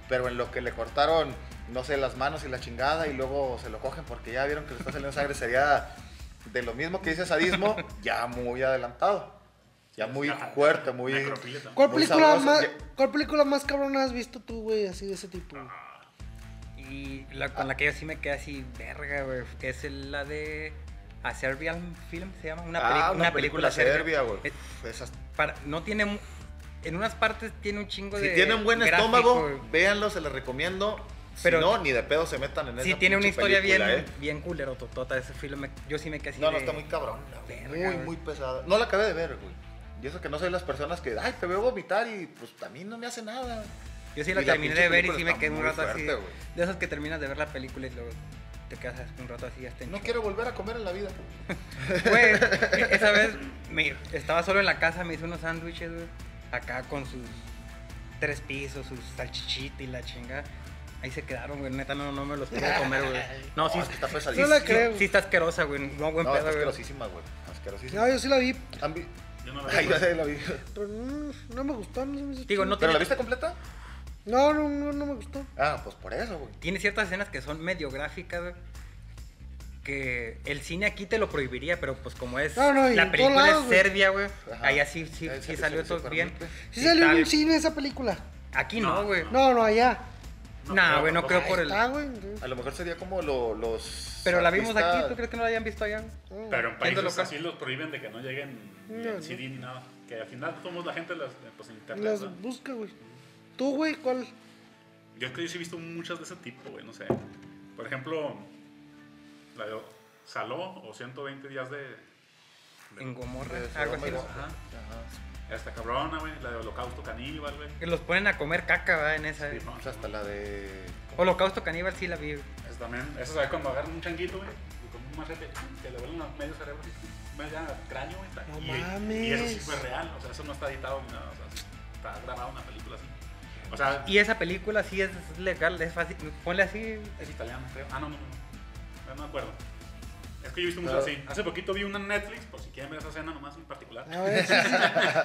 Speaker 1: Pero en lo que le cortaron, no sé, las manos y la chingada y luego se lo cogen porque ya vieron que le está saliendo sangre, sería de lo mismo que dice sadismo, ya muy adelantado. Ya muy
Speaker 3: Ajá.
Speaker 1: fuerte, muy...
Speaker 3: Necrofilia también.
Speaker 4: ¿Cuál
Speaker 1: Muy
Speaker 4: película,
Speaker 1: sabroso,
Speaker 4: más,
Speaker 1: ya- Ah,
Speaker 4: ¿Cuál película más cabrona has visto tú, güey, así de ese tipo? güey?
Speaker 2: Y la, con la que yo sí me quedé así, verga, güey. Que es la de. A Serbian Film se llama. Una, peli-
Speaker 1: Ah, una, película,
Speaker 2: serbia.
Speaker 1: serbia, güey.
Speaker 2: Es-
Speaker 1: Esas-
Speaker 2: para- no tiene. mu- En unas partes tiene un chingo de.
Speaker 1: Si tienen buen
Speaker 2: gráfico,
Speaker 1: estómago,
Speaker 2: güey.
Speaker 1: véanlo, se les recomiendo.
Speaker 2: Pero-
Speaker 1: si no, ni de pedo se metan en esa
Speaker 2: Sí, tiene una
Speaker 1: pinche
Speaker 2: historia
Speaker 1: película,
Speaker 2: bien,
Speaker 1: ¿eh?
Speaker 2: bien culero, totota. Ese film, me- yo sí me quedé así.
Speaker 1: No, no,
Speaker 2: de-
Speaker 1: está muy cabrón. güey.
Speaker 2: Verga,
Speaker 1: Muy,
Speaker 2: güey.
Speaker 1: muy pesada. No la acabé de ver, güey. Y eso que no soy las personas que, ay, te veo vomitar y pues a mí no me hace nada.
Speaker 2: Yo sí la
Speaker 1: y la
Speaker 2: terminé
Speaker 1: pinche
Speaker 2: de ver y
Speaker 1: película
Speaker 2: sí me
Speaker 1: está
Speaker 2: quedé un
Speaker 1: muy
Speaker 2: rato
Speaker 1: fuerte,
Speaker 2: así.
Speaker 1: güey.
Speaker 2: De esas que terminas de ver la película y luego te quedas así un rato así hasta en
Speaker 1: No
Speaker 2: shock.
Speaker 1: quiero volver a comer en la vida.
Speaker 2: Güey, Pues, e-, esa vez me- estaba solo en la casa, me hice unos sándwiches, güey. Acá con sus tres pisos, sus salchichita y la chinga. Ahí se quedaron, güey. Neta, no, no me los pude comer, güey. No,
Speaker 1: No,
Speaker 2: sí,
Speaker 1: es que está
Speaker 2: sí,
Speaker 1: pesadísima.
Speaker 4: No la
Speaker 2: sí-
Speaker 4: creo.
Speaker 2: sí está asquerosa, güey. No, buen
Speaker 1: No,
Speaker 2: pedo,
Speaker 1: está
Speaker 2: güey.
Speaker 1: asquerosísima, güey. Asquerosísima.
Speaker 4: No, yo sí la vi,
Speaker 1: Han vi-
Speaker 3: Yo no la
Speaker 1: Ay, ya
Speaker 3: recuerdo.
Speaker 1: sé, la vi.
Speaker 4: pero no, no me gustó. No, se me hizo
Speaker 2: Digo,
Speaker 4: chido.
Speaker 2: no
Speaker 1: ¿Pero
Speaker 2: tiene,
Speaker 1: la viste completa?
Speaker 4: no, no, no, no me gustó.
Speaker 1: Ah, pues por eso, güey.
Speaker 2: tiene ciertas escenas que son medio gráficas, güey. Que el cine aquí te lo prohibiría, pero pues como es
Speaker 4: No, no, y en
Speaker 2: la
Speaker 4: todo
Speaker 2: película
Speaker 4: lado,
Speaker 2: es
Speaker 4: güey.
Speaker 2: serbia, güey.
Speaker 1: Ajá.
Speaker 2: Allá sí, sí,
Speaker 1: Ahí
Speaker 2: sí
Speaker 1: se-
Speaker 2: salió
Speaker 1: se- se
Speaker 2: todo bien.
Speaker 1: permite.
Speaker 4: Sí
Speaker 2: Y
Speaker 4: salió en
Speaker 2: tal.
Speaker 4: un cine esa película.
Speaker 2: Aquí no,
Speaker 3: No,
Speaker 2: güey. No,
Speaker 4: No, no, allá.
Speaker 3: No,
Speaker 2: nah,
Speaker 3: no,
Speaker 2: güey, no,
Speaker 3: no,
Speaker 2: creo
Speaker 4: Ahí
Speaker 2: por el.
Speaker 4: está, güey. entonces,
Speaker 1: A lo mejor sería como lo- los.
Speaker 2: Pero la vimos
Speaker 1: artistas-
Speaker 2: aquí, ¿tú crees que no la hayan visto allá?
Speaker 4: no.
Speaker 3: Pero en países
Speaker 2: Siendo local.
Speaker 3: así los prohíben de que no lleguen ni
Speaker 4: No,
Speaker 3: en
Speaker 4: no.
Speaker 3: CD ni nada. Que al final somos la gente las, eh, pues, en internet.
Speaker 4: Las
Speaker 3: ¿no?
Speaker 4: busca, güey. ¿Tú, güey, cuál?
Speaker 3: Yo es que yo sí he visto muchas de ese tipo, güey, no sé. Por ejemplo, la de Saló o 120 días de...
Speaker 2: En Gomorra,
Speaker 1: de Sodoma
Speaker 2: algo así.
Speaker 1: y
Speaker 2: ¿no?
Speaker 1: Gomorra.
Speaker 3: Ajá.
Speaker 1: Ajá.
Speaker 3: Esta cabrona, güey, la de Holocausto Caníbal, güey.
Speaker 2: Que los ponen a comer caca, ¿verdad? En esa.
Speaker 3: Sí, no,
Speaker 1: Pues hasta la de.
Speaker 2: Holocausto caníbal sí la vi.
Speaker 3: Eso también, eso sabe cuando agarran un changuito, güey, y con un machete que le vuelan a medio cerebro, así, medio cráneo, güey. ta-
Speaker 4: No
Speaker 3: y, y
Speaker 4: mames.
Speaker 3: eso sí fue real, o sea, eso no está editado ni nada, o sea, está grabado una película así. O sea,
Speaker 2: Y esa película sí es legal, es fácil. Ponle así.
Speaker 3: es italiano, creo. Ah, no, no, no. No, no me acuerdo. Es que yo he visto
Speaker 4: Ah.
Speaker 1: Pero-
Speaker 3: mucho así. Hace poquito vi una en Netflix, por si quieren ver esa escena nomás en particular.
Speaker 4: A ver, sí, sí.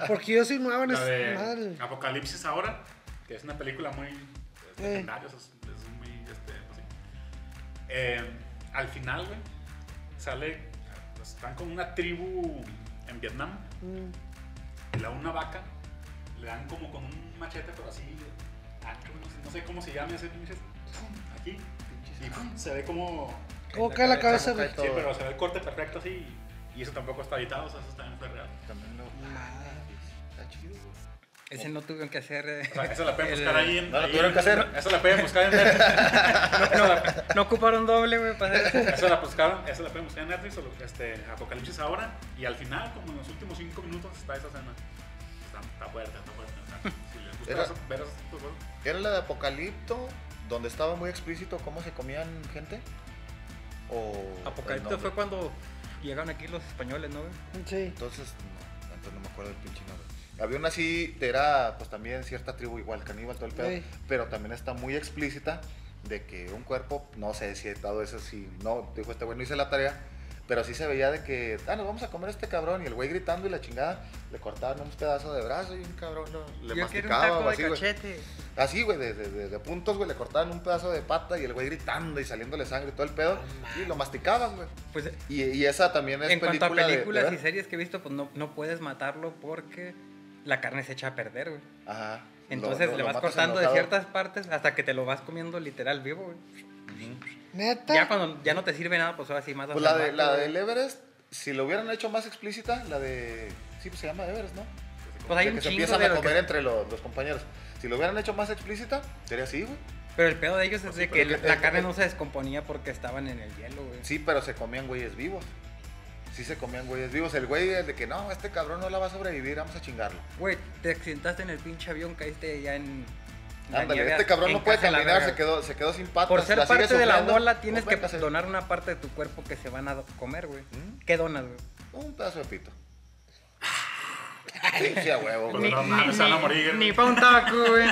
Speaker 4: Porque yo soy nuevo en
Speaker 3: La
Speaker 4: esa
Speaker 3: de
Speaker 4: madre.
Speaker 3: Apocalipsis ahora, que es una película muy este,
Speaker 4: Eh.
Speaker 3: legendaria, o sea, es, es muy, este, pues, sí. Eh, al final, güey, sale, pues, están con una tribu en Vietnam,
Speaker 4: Mm.
Speaker 3: y le dan una vaca, le dan como con un machete, pero así, ancho, no sé, no sé cómo se llama ese pinche, ¡pum! aquí, y ¡pum! se ve como,
Speaker 4: ¿Cómo cae la cabeza, güey?
Speaker 1: cae
Speaker 3: sí,
Speaker 1: Todo.
Speaker 3: pero se ve el corte perfecto así, y eso tampoco está editado, o sea, eso también fue real.
Speaker 1: También lo. Ah, Está chido, güey.
Speaker 2: Ese no tuvieron que hacer. eh.
Speaker 3: O sea, esa la pueden
Speaker 2: el-
Speaker 3: buscar ahí en.
Speaker 1: No la
Speaker 3: ahí
Speaker 1: tuvieron
Speaker 3: en-
Speaker 1: que hacer.
Speaker 3: Esa la pueden buscar en Netflix. no, la-
Speaker 2: No ocuparon doble, güey, para hacer-
Speaker 3: esa la buscaron, esa la pueden buscar en Netflix o lo- este, Apocalipsis ahora. Y al final, como en los últimos 5 minutos, está esa escena. Está, está fuerte, está fuerte. o sea, si les gusta
Speaker 1: Era-
Speaker 3: eso, ver eso, pues, bueno.
Speaker 1: ¿Era la de Apocalipto, donde estaba muy explícito cómo se comían gente? ¿O
Speaker 2: Apocalipto
Speaker 1: el nombre?
Speaker 2: fue cuando llegaron aquí los españoles, ¿no, güey?
Speaker 4: Sí.
Speaker 1: Entonces, no, entonces no me acuerdo del pinche nombre. Había una así, era pues también cierta tribu igual, caníbal, todo el pedo,
Speaker 4: Ey.
Speaker 1: pero también está muy explícita de que un cuerpo, no sé si he dado eso, si no, dijo este güey, no hice la tarea, pero sí se veía de que, ah, nos vamos a comer a este cabrón, y el güey gritando y la chingada, le cortaban un pedazo de brazo y un cabrón lo- le
Speaker 2: Yo quiero un
Speaker 1: masticaba o
Speaker 2: taco de
Speaker 1: así, güey.
Speaker 2: cachete.
Speaker 1: Así, güey, de, de- de- de puntos, güey, le cortaban un pedazo de pata y el güey gritando y saliéndole sangre y todo el pedo. y lo masticaban, güey.
Speaker 2: Pues
Speaker 1: Y, y esa también es
Speaker 2: en cuanto
Speaker 1: película
Speaker 2: a películas
Speaker 1: de, de
Speaker 2: y
Speaker 1: ver.
Speaker 2: series que he visto, pues no, no puedes matarlo porque la carne se echa a perder, güey.
Speaker 1: Ajá.
Speaker 2: Entonces
Speaker 1: Lo- lo-
Speaker 2: le
Speaker 1: lo
Speaker 2: vas
Speaker 1: matas
Speaker 2: cortando de
Speaker 1: enojado.
Speaker 2: ciertas partes hasta que te lo vas comiendo literal vivo, güey.
Speaker 4: Neta.
Speaker 2: Ya cuando ya no te sirve nada, pues ahora sí más
Speaker 1: Pues la, de, la del Everest, si lo hubieran hecho más explícita, la de... Sí, pues se llama Everest, ¿no?
Speaker 2: Pues hay
Speaker 1: La
Speaker 2: un
Speaker 1: que se
Speaker 2: chingo
Speaker 1: empiezan
Speaker 2: de
Speaker 1: a
Speaker 2: lo
Speaker 1: comer
Speaker 2: que-
Speaker 1: entre los, los compañeros. Si lo hubieran hecho más explícita, sería así, güey.
Speaker 2: Pero el pedo de ellos es
Speaker 1: Pues sí,
Speaker 2: de que
Speaker 1: pero
Speaker 2: la,
Speaker 1: que-
Speaker 2: la
Speaker 1: eh,
Speaker 2: carne
Speaker 1: eh,
Speaker 2: no se descomponía porque estaban en el hielo, güey.
Speaker 1: Sí, pero se comían güeyes vivos. Sí se comían güeyes vivos. El güey es de que, no, este cabrón no la va a sobrevivir, vamos a chingarlo.
Speaker 2: Güey, te accidentaste en el pinche avión, caíste ya en, La
Speaker 1: Ándale,
Speaker 2: lleve
Speaker 1: este cabrón
Speaker 2: en
Speaker 1: no puede
Speaker 2: casa a la
Speaker 1: caminar,
Speaker 2: verga.
Speaker 1: se quedó, se quedó sin patas.
Speaker 2: Por ser
Speaker 1: la sigue
Speaker 2: parte de la
Speaker 1: sufriendo.
Speaker 2: bola, tienes
Speaker 1: Pues,
Speaker 2: que
Speaker 1: véngase,
Speaker 2: donar una parte de tu cuerpo que se van a do- comer, güey.
Speaker 1: ¿Mm?
Speaker 2: ¿Qué donas, güey?
Speaker 1: Un pedazo de pito. Sí, sí, a huevo,
Speaker 3: Ni-
Speaker 1: güey.
Speaker 3: pues, no mames, se van a morir.
Speaker 2: ni pa' un tabaco, güey.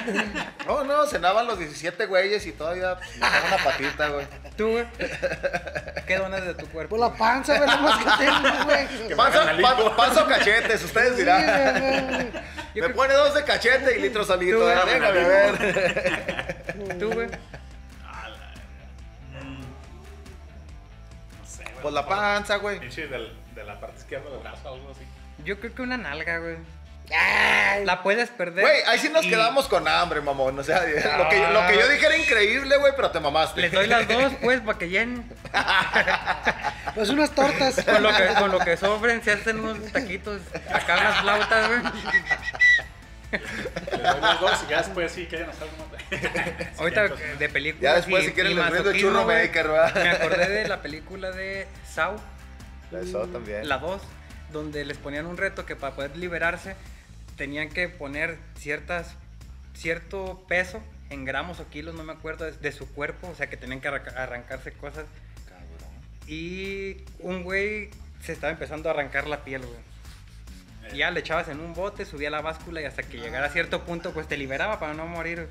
Speaker 1: No, no, cenaban los 17 güeyes y todavía pues, les daba una patita, güey.
Speaker 2: Tú, güey. ¿Qué donas de tu cuerpo?
Speaker 4: Pues la
Speaker 2: güey?
Speaker 4: panza, güey, lo más que tengo, güey.
Speaker 1: Panza,
Speaker 3: hagan la lipo.
Speaker 1: pa- panza o cachetes, ustedes dirán.
Speaker 2: Yo
Speaker 1: Me
Speaker 2: creo-
Speaker 1: pone dos de cachete y litro
Speaker 2: Tú,
Speaker 1: salito. eh,
Speaker 2: güey.
Speaker 1: venga, a ver.
Speaker 2: Tú, güey.
Speaker 3: No sé, güey.
Speaker 1: Pues la panza, güey.
Speaker 3: Pinche del- de la parte izquierda del brazo, algo así.
Speaker 2: Yo creo que una nalga, güey.
Speaker 4: Ay,
Speaker 2: La puedes perder.
Speaker 1: Güey, ahí sí nos
Speaker 2: y Ah.
Speaker 1: quedamos con hambre, mamón. O sea, lo que, lo que yo dije era increíble, güey, pero te mamaste.
Speaker 2: Les doy las dos, pues, para que llenen.
Speaker 4: Pues unas tortas.
Speaker 2: Con lo que, con lo que sobren, se hacen unos taquitos. Acá unas flautas, güey.
Speaker 3: Le doy los dos y ya después sí, que ya nos salga más.
Speaker 2: Ahorita
Speaker 3: Sí, entonces,
Speaker 2: de películas.
Speaker 1: Ya después,
Speaker 2: y-
Speaker 1: si quieren,
Speaker 2: y
Speaker 1: les vendo
Speaker 2: masoquismo,
Speaker 1: churro
Speaker 2: güey.
Speaker 1: maker, ¿verdad?
Speaker 2: Me acordé de la película de Saw,
Speaker 1: Eso también.
Speaker 2: la 2, donde les ponían un reto que para poder liberarse tenían que poner ciertas, cierto peso en gramos o kilos, no me acuerdo, de, de su cuerpo. O sea, que tenían que arranca- arrancarse cosas. Y un güey se estaba empezando a arrancar la piel, güey.
Speaker 3: Eh.
Speaker 2: Y Ya le echabas en un bote, subía la báscula y hasta que
Speaker 3: Ah.
Speaker 2: llegara a cierto punto, pues te liberaba para no morir.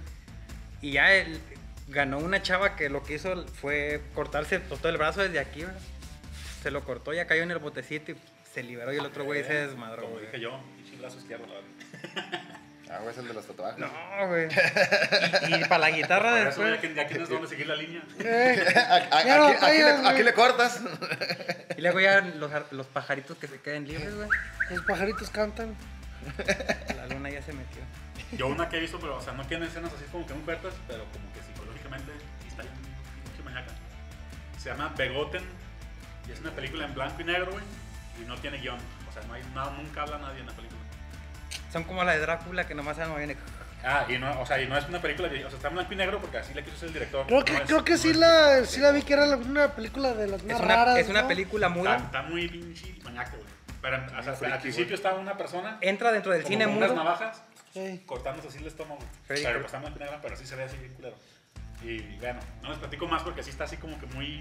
Speaker 2: Y ya él- ganó una chava que lo que hizo fue cortarse pues, todo el brazo desde aquí, güey. Se lo cortó, ya cayó en el botecito y se liberó y el otro güey se desmadró,
Speaker 3: Eh, Como
Speaker 2: güey.
Speaker 3: dije yo, pinche brazo izquierdo, la verdad.
Speaker 1: Ah, güey, es el de los tatuajes.
Speaker 2: No, güey. Y, y para la guitarra
Speaker 3: Por eso
Speaker 2: Ah, después.
Speaker 3: ya que- ya que no es donde seguir la línea.
Speaker 4: Eh,
Speaker 1: A- a-
Speaker 4: Ya no
Speaker 1: aquí, aquí le,
Speaker 4: vayas, güey.
Speaker 1: aquí le cortas.
Speaker 2: Y luego ya los, ar- los pajaritos que se queden libres, güey.
Speaker 4: los pajaritos cantan.
Speaker 2: La luna ya se metió.
Speaker 3: Yo una que he visto, pero, o sea, no tiene escenas así como que muy fuertes, pero como que psicológicamente sí está bien pinche maníaca. Se llama Begoten y es una película en blanco y negro, güey, y no tiene guión. O sea, no hay nada, nunca habla nadie en la película.
Speaker 2: Son como la de Drácula que nomás se moviendo.
Speaker 3: Ah, y no, o sea, y no es una película, o sea, está en blanco y negro porque así la quiso hacer el director.
Speaker 4: Creo que,
Speaker 3: No es-
Speaker 4: creo que
Speaker 3: no
Speaker 4: sí
Speaker 3: es-
Speaker 4: la, sí la vi que era la- una película de las
Speaker 2: Es
Speaker 4: más
Speaker 2: una,
Speaker 4: raras.
Speaker 2: es una
Speaker 4: ¿no?
Speaker 2: película
Speaker 3: Está,
Speaker 2: muda.
Speaker 3: está muy pinche maníaca, güey. Pero, o sea,
Speaker 1: friki,
Speaker 3: al principio
Speaker 1: güey.
Speaker 3: estaba una persona
Speaker 2: Entra dentro del
Speaker 3: como
Speaker 2: cine
Speaker 3: con unas
Speaker 2: mudo.
Speaker 3: navajas
Speaker 4: Sí.
Speaker 3: cortándose así el estómago.
Speaker 2: Freddy
Speaker 3: pero
Speaker 2: Krueger.
Speaker 3: pues está en negra, pero sí se ve así bien culero. Y bueno, no les platico más porque sí está así como que muy.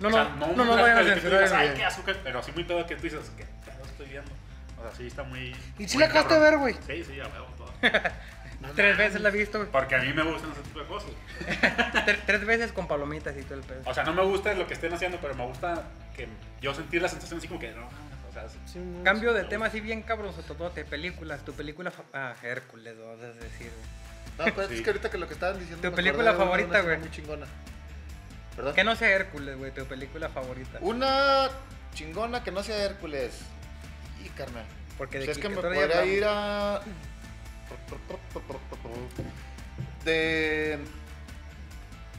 Speaker 2: No,
Speaker 3: o
Speaker 2: no,
Speaker 3: sea,
Speaker 2: no, no,
Speaker 3: muy
Speaker 2: no vayan a
Speaker 3: pedo que tú
Speaker 2: censurar.
Speaker 3: digas, "Ay,
Speaker 2: güey.
Speaker 3: qué azúcar", pero así muy pedo que tú dices, ¿qué pedo estoy viendo? O sea, sí está muy.
Speaker 4: ¿Y sí
Speaker 3: muy
Speaker 4: la acabaste de
Speaker 3: cabrón.
Speaker 4: ver, güey?
Speaker 3: Sí, sí, ya veo todo.
Speaker 2: Tres veces la he visto. güey.
Speaker 3: Porque a mí me gustan ese tipo de cosas.
Speaker 2: Tres, tres veces con palomitas y todo el pedo.
Speaker 3: O sea, no me gusta lo que estén haciendo, pero me gusta que yo sentir la sensación así como que no. O sea,
Speaker 4: Sí, no.
Speaker 2: Cambio de tema así bien cabronzototote. Películas. Tu película. fa- Ah, Hércules, vas a decir. güey.
Speaker 1: No, pero
Speaker 3: Sí.
Speaker 1: pues, es que ahorita que lo que estaban diciendo.
Speaker 2: Tu
Speaker 1: me
Speaker 2: película
Speaker 1: acordé de una
Speaker 2: favorita,
Speaker 1: escena
Speaker 2: güey.
Speaker 1: Muy chingona. ¿Perdón?
Speaker 2: Que no sea Hércules, güey. Tu película favorita.
Speaker 1: Una chingona que no sea Hércules. Y carnal.
Speaker 2: Porque de
Speaker 1: Pues es que me
Speaker 2: Quiquetoro ya
Speaker 1: podría
Speaker 2: hablamos.
Speaker 1: ir a. De.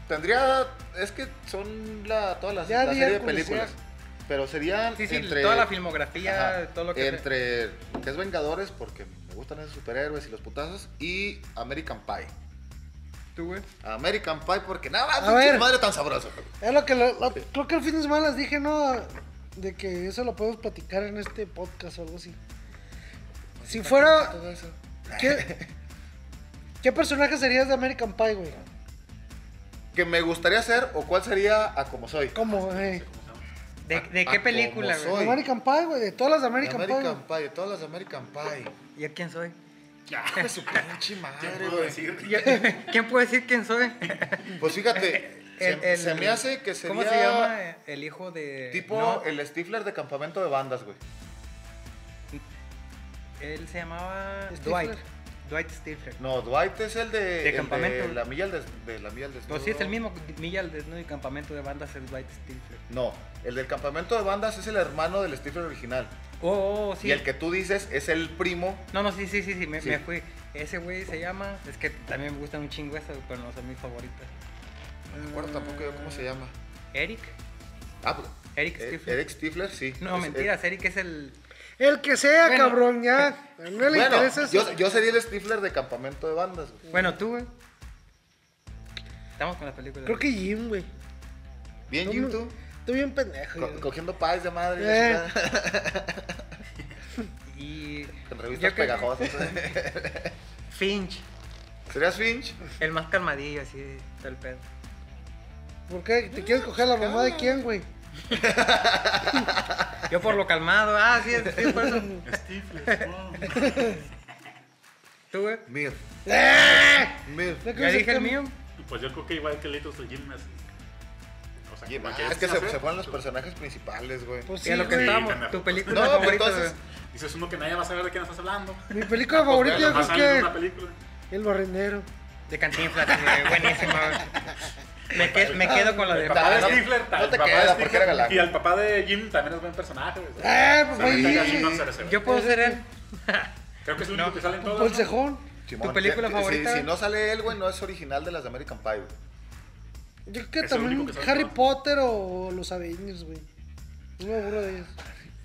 Speaker 1: Tendría. Es que son la, todas las
Speaker 4: Ya
Speaker 1: la
Speaker 4: di
Speaker 1: serie de
Speaker 4: Hércules,
Speaker 1: películas. Pero serían.
Speaker 2: Sí, sí,
Speaker 1: entre,
Speaker 2: toda la filmografía,
Speaker 1: Ajá,
Speaker 2: todo lo que.
Speaker 1: Entre lo que es Vengadores, porque me gustan esos superhéroes y los putazos, y American Pie.
Speaker 2: Tú, güey.
Speaker 1: American Pie, porque nada,
Speaker 4: A ver.
Speaker 1: pinche madre tan sabroso.
Speaker 4: Es lo que lo- lo- creo que el fin de semana les dije, ¿no? De que eso lo podemos platicar en este podcast o algo así. Si fuera.
Speaker 1: Todo eso.
Speaker 4: ¿Qué, ¿qué personaje serías de American Pie, güey?
Speaker 1: Que me gustaría ser, o cuál sería a como soy.
Speaker 4: ¿Cómo, güey?
Speaker 2: ¿De, de
Speaker 1: Ah,
Speaker 2: qué
Speaker 1: ¿cómo
Speaker 2: película,
Speaker 1: soy?
Speaker 2: güey?
Speaker 4: De American Pie, güey. De todas las de American,
Speaker 1: American
Speaker 4: Pie.
Speaker 1: Pie, de todas las de American Pie.
Speaker 2: ¿Y a quién soy?
Speaker 3: Ya,
Speaker 1: Hijo de su pinche
Speaker 3: ¿qué
Speaker 1: madre,
Speaker 3: puedo
Speaker 1: güey.
Speaker 3: decir?
Speaker 2: ¿Y a- ¿Quién puede decir quién soy?
Speaker 1: Pues fíjate, se,
Speaker 2: El- el-
Speaker 1: se me hace que sería
Speaker 2: ¿Cómo se llama eh, el hijo de.?
Speaker 1: tipo
Speaker 2: No,
Speaker 1: el Stifler de campamento de bandas, güey.
Speaker 2: Él se llamaba.
Speaker 4: Stifler.
Speaker 2: Dwight. Dwight Stifler.
Speaker 1: No, Dwight es el de, el de
Speaker 2: campamento.
Speaker 1: la milla al des- de la milla al
Speaker 2: Pues sí, es el
Speaker 1: desnudo.
Speaker 2: mismo Milla al desnudo y campamento de bandas es Dwight Stifler.
Speaker 1: No, el del campamento de bandas es el hermano del Stifler original.
Speaker 2: Oh, oh, sí.
Speaker 1: Y el que tú dices es el primo.
Speaker 2: No, no, sí, sí, sí, sí, me,
Speaker 1: Sí.
Speaker 2: me fui. Ese güey se llama... Es que también me gustan un chingo esas, pero no son mis favoritas.
Speaker 1: No me acuerdo tampoco yo cómo se llama.
Speaker 2: ¿Eric?
Speaker 1: Ah, pues,
Speaker 2: ¿Eric
Speaker 1: eh,
Speaker 2: Stifler?
Speaker 1: Eric Stifler, sí.
Speaker 2: No,
Speaker 1: Es-
Speaker 2: mentiras, Eric es el...
Speaker 4: El que sea,
Speaker 2: Bueno.
Speaker 4: cabrón, ya. No le
Speaker 1: eh, bueno,
Speaker 4: interesa eso.
Speaker 1: yo, yo sería el Stifler de campamento de bandas, güey.
Speaker 2: Bueno, tú, güey. Estamos con la película.
Speaker 4: Creo que Jim, güey.
Speaker 1: Bien,
Speaker 4: No,
Speaker 1: Jim,
Speaker 4: no.
Speaker 1: tú.
Speaker 4: Estoy bien pendejo.
Speaker 1: Co-
Speaker 4: güey.
Speaker 1: cogiendo pies de madre. y
Speaker 4: Eh.
Speaker 1: la chingada,
Speaker 2: Y...
Speaker 1: Con
Speaker 2: yo
Speaker 1: revistas
Speaker 2: creo que-
Speaker 1: pegajosas.
Speaker 2: Finch.
Speaker 1: ¿Serías Finch?
Speaker 2: El más calmadillo, así, todo el pedo.
Speaker 4: ¿Por qué? ¿Te quieres coger la mamá de quién, güey?
Speaker 2: Yo por lo calmado, ah, sí, sí, por eso.
Speaker 3: Stifles, oh.
Speaker 2: Tú, güey.
Speaker 1: Mir.
Speaker 2: Eh.
Speaker 1: Mir.
Speaker 4: Ya
Speaker 2: Ya dije el
Speaker 4: que-
Speaker 2: mío.
Speaker 3: Pues yo creo que igual que Litos el Jim es. O sea,
Speaker 1: Oye, ma,
Speaker 3: cualquier
Speaker 1: Es que se,
Speaker 3: hacer,
Speaker 1: se fueron los personajes principales, güey.
Speaker 4: Pues
Speaker 2: Y a
Speaker 4: sí,
Speaker 2: lo que
Speaker 4: güey.
Speaker 2: estábamos,
Speaker 3: Sí,
Speaker 2: tu película
Speaker 1: No, pero
Speaker 2: favorita.
Speaker 1: entonces.
Speaker 2: güey.
Speaker 3: Dices uno que nadie va a saber de quién estás hablando.
Speaker 4: Mi película
Speaker 2: Ah,
Speaker 1: pues,
Speaker 4: favorita
Speaker 1: bueno,
Speaker 4: yo
Speaker 3: Nomás
Speaker 4: creo
Speaker 3: sale en una
Speaker 4: que
Speaker 3: película.
Speaker 4: El Barrenero.
Speaker 2: De Cantinflas, güey, buenísima. güey. Me, que- me quedo con la de...
Speaker 1: Papá,
Speaker 3: Papá de
Speaker 1: no-
Speaker 3: Stifler, tal,
Speaker 1: no te
Speaker 3: papá de
Speaker 1: quedas,
Speaker 3: Stifler,
Speaker 1: porque era galán.
Speaker 3: Y al papá de Jim también es buen personaje. güey.
Speaker 1: Eh,
Speaker 4: Ah, pues,
Speaker 3: O sea,
Speaker 4: güey,
Speaker 3: neta,
Speaker 4: sí.
Speaker 3: Jim Jones era ese, güey.
Speaker 2: Yo puedo ser él.
Speaker 3: Creo que es el único
Speaker 2: No.
Speaker 3: que sale en
Speaker 4: Un
Speaker 3: todas.
Speaker 4: Polsejón.
Speaker 1: Simón.
Speaker 2: ¿Tu película
Speaker 1: Si-
Speaker 2: favorita?
Speaker 1: Si, no sale él, güey, no es original de las de American Pie, güey.
Speaker 4: Yo creo que
Speaker 3: Es el
Speaker 4: también
Speaker 3: único que sabe
Speaker 4: Harry
Speaker 3: todo.
Speaker 4: Potter o los Avengers, güey. No me aburro de ellos.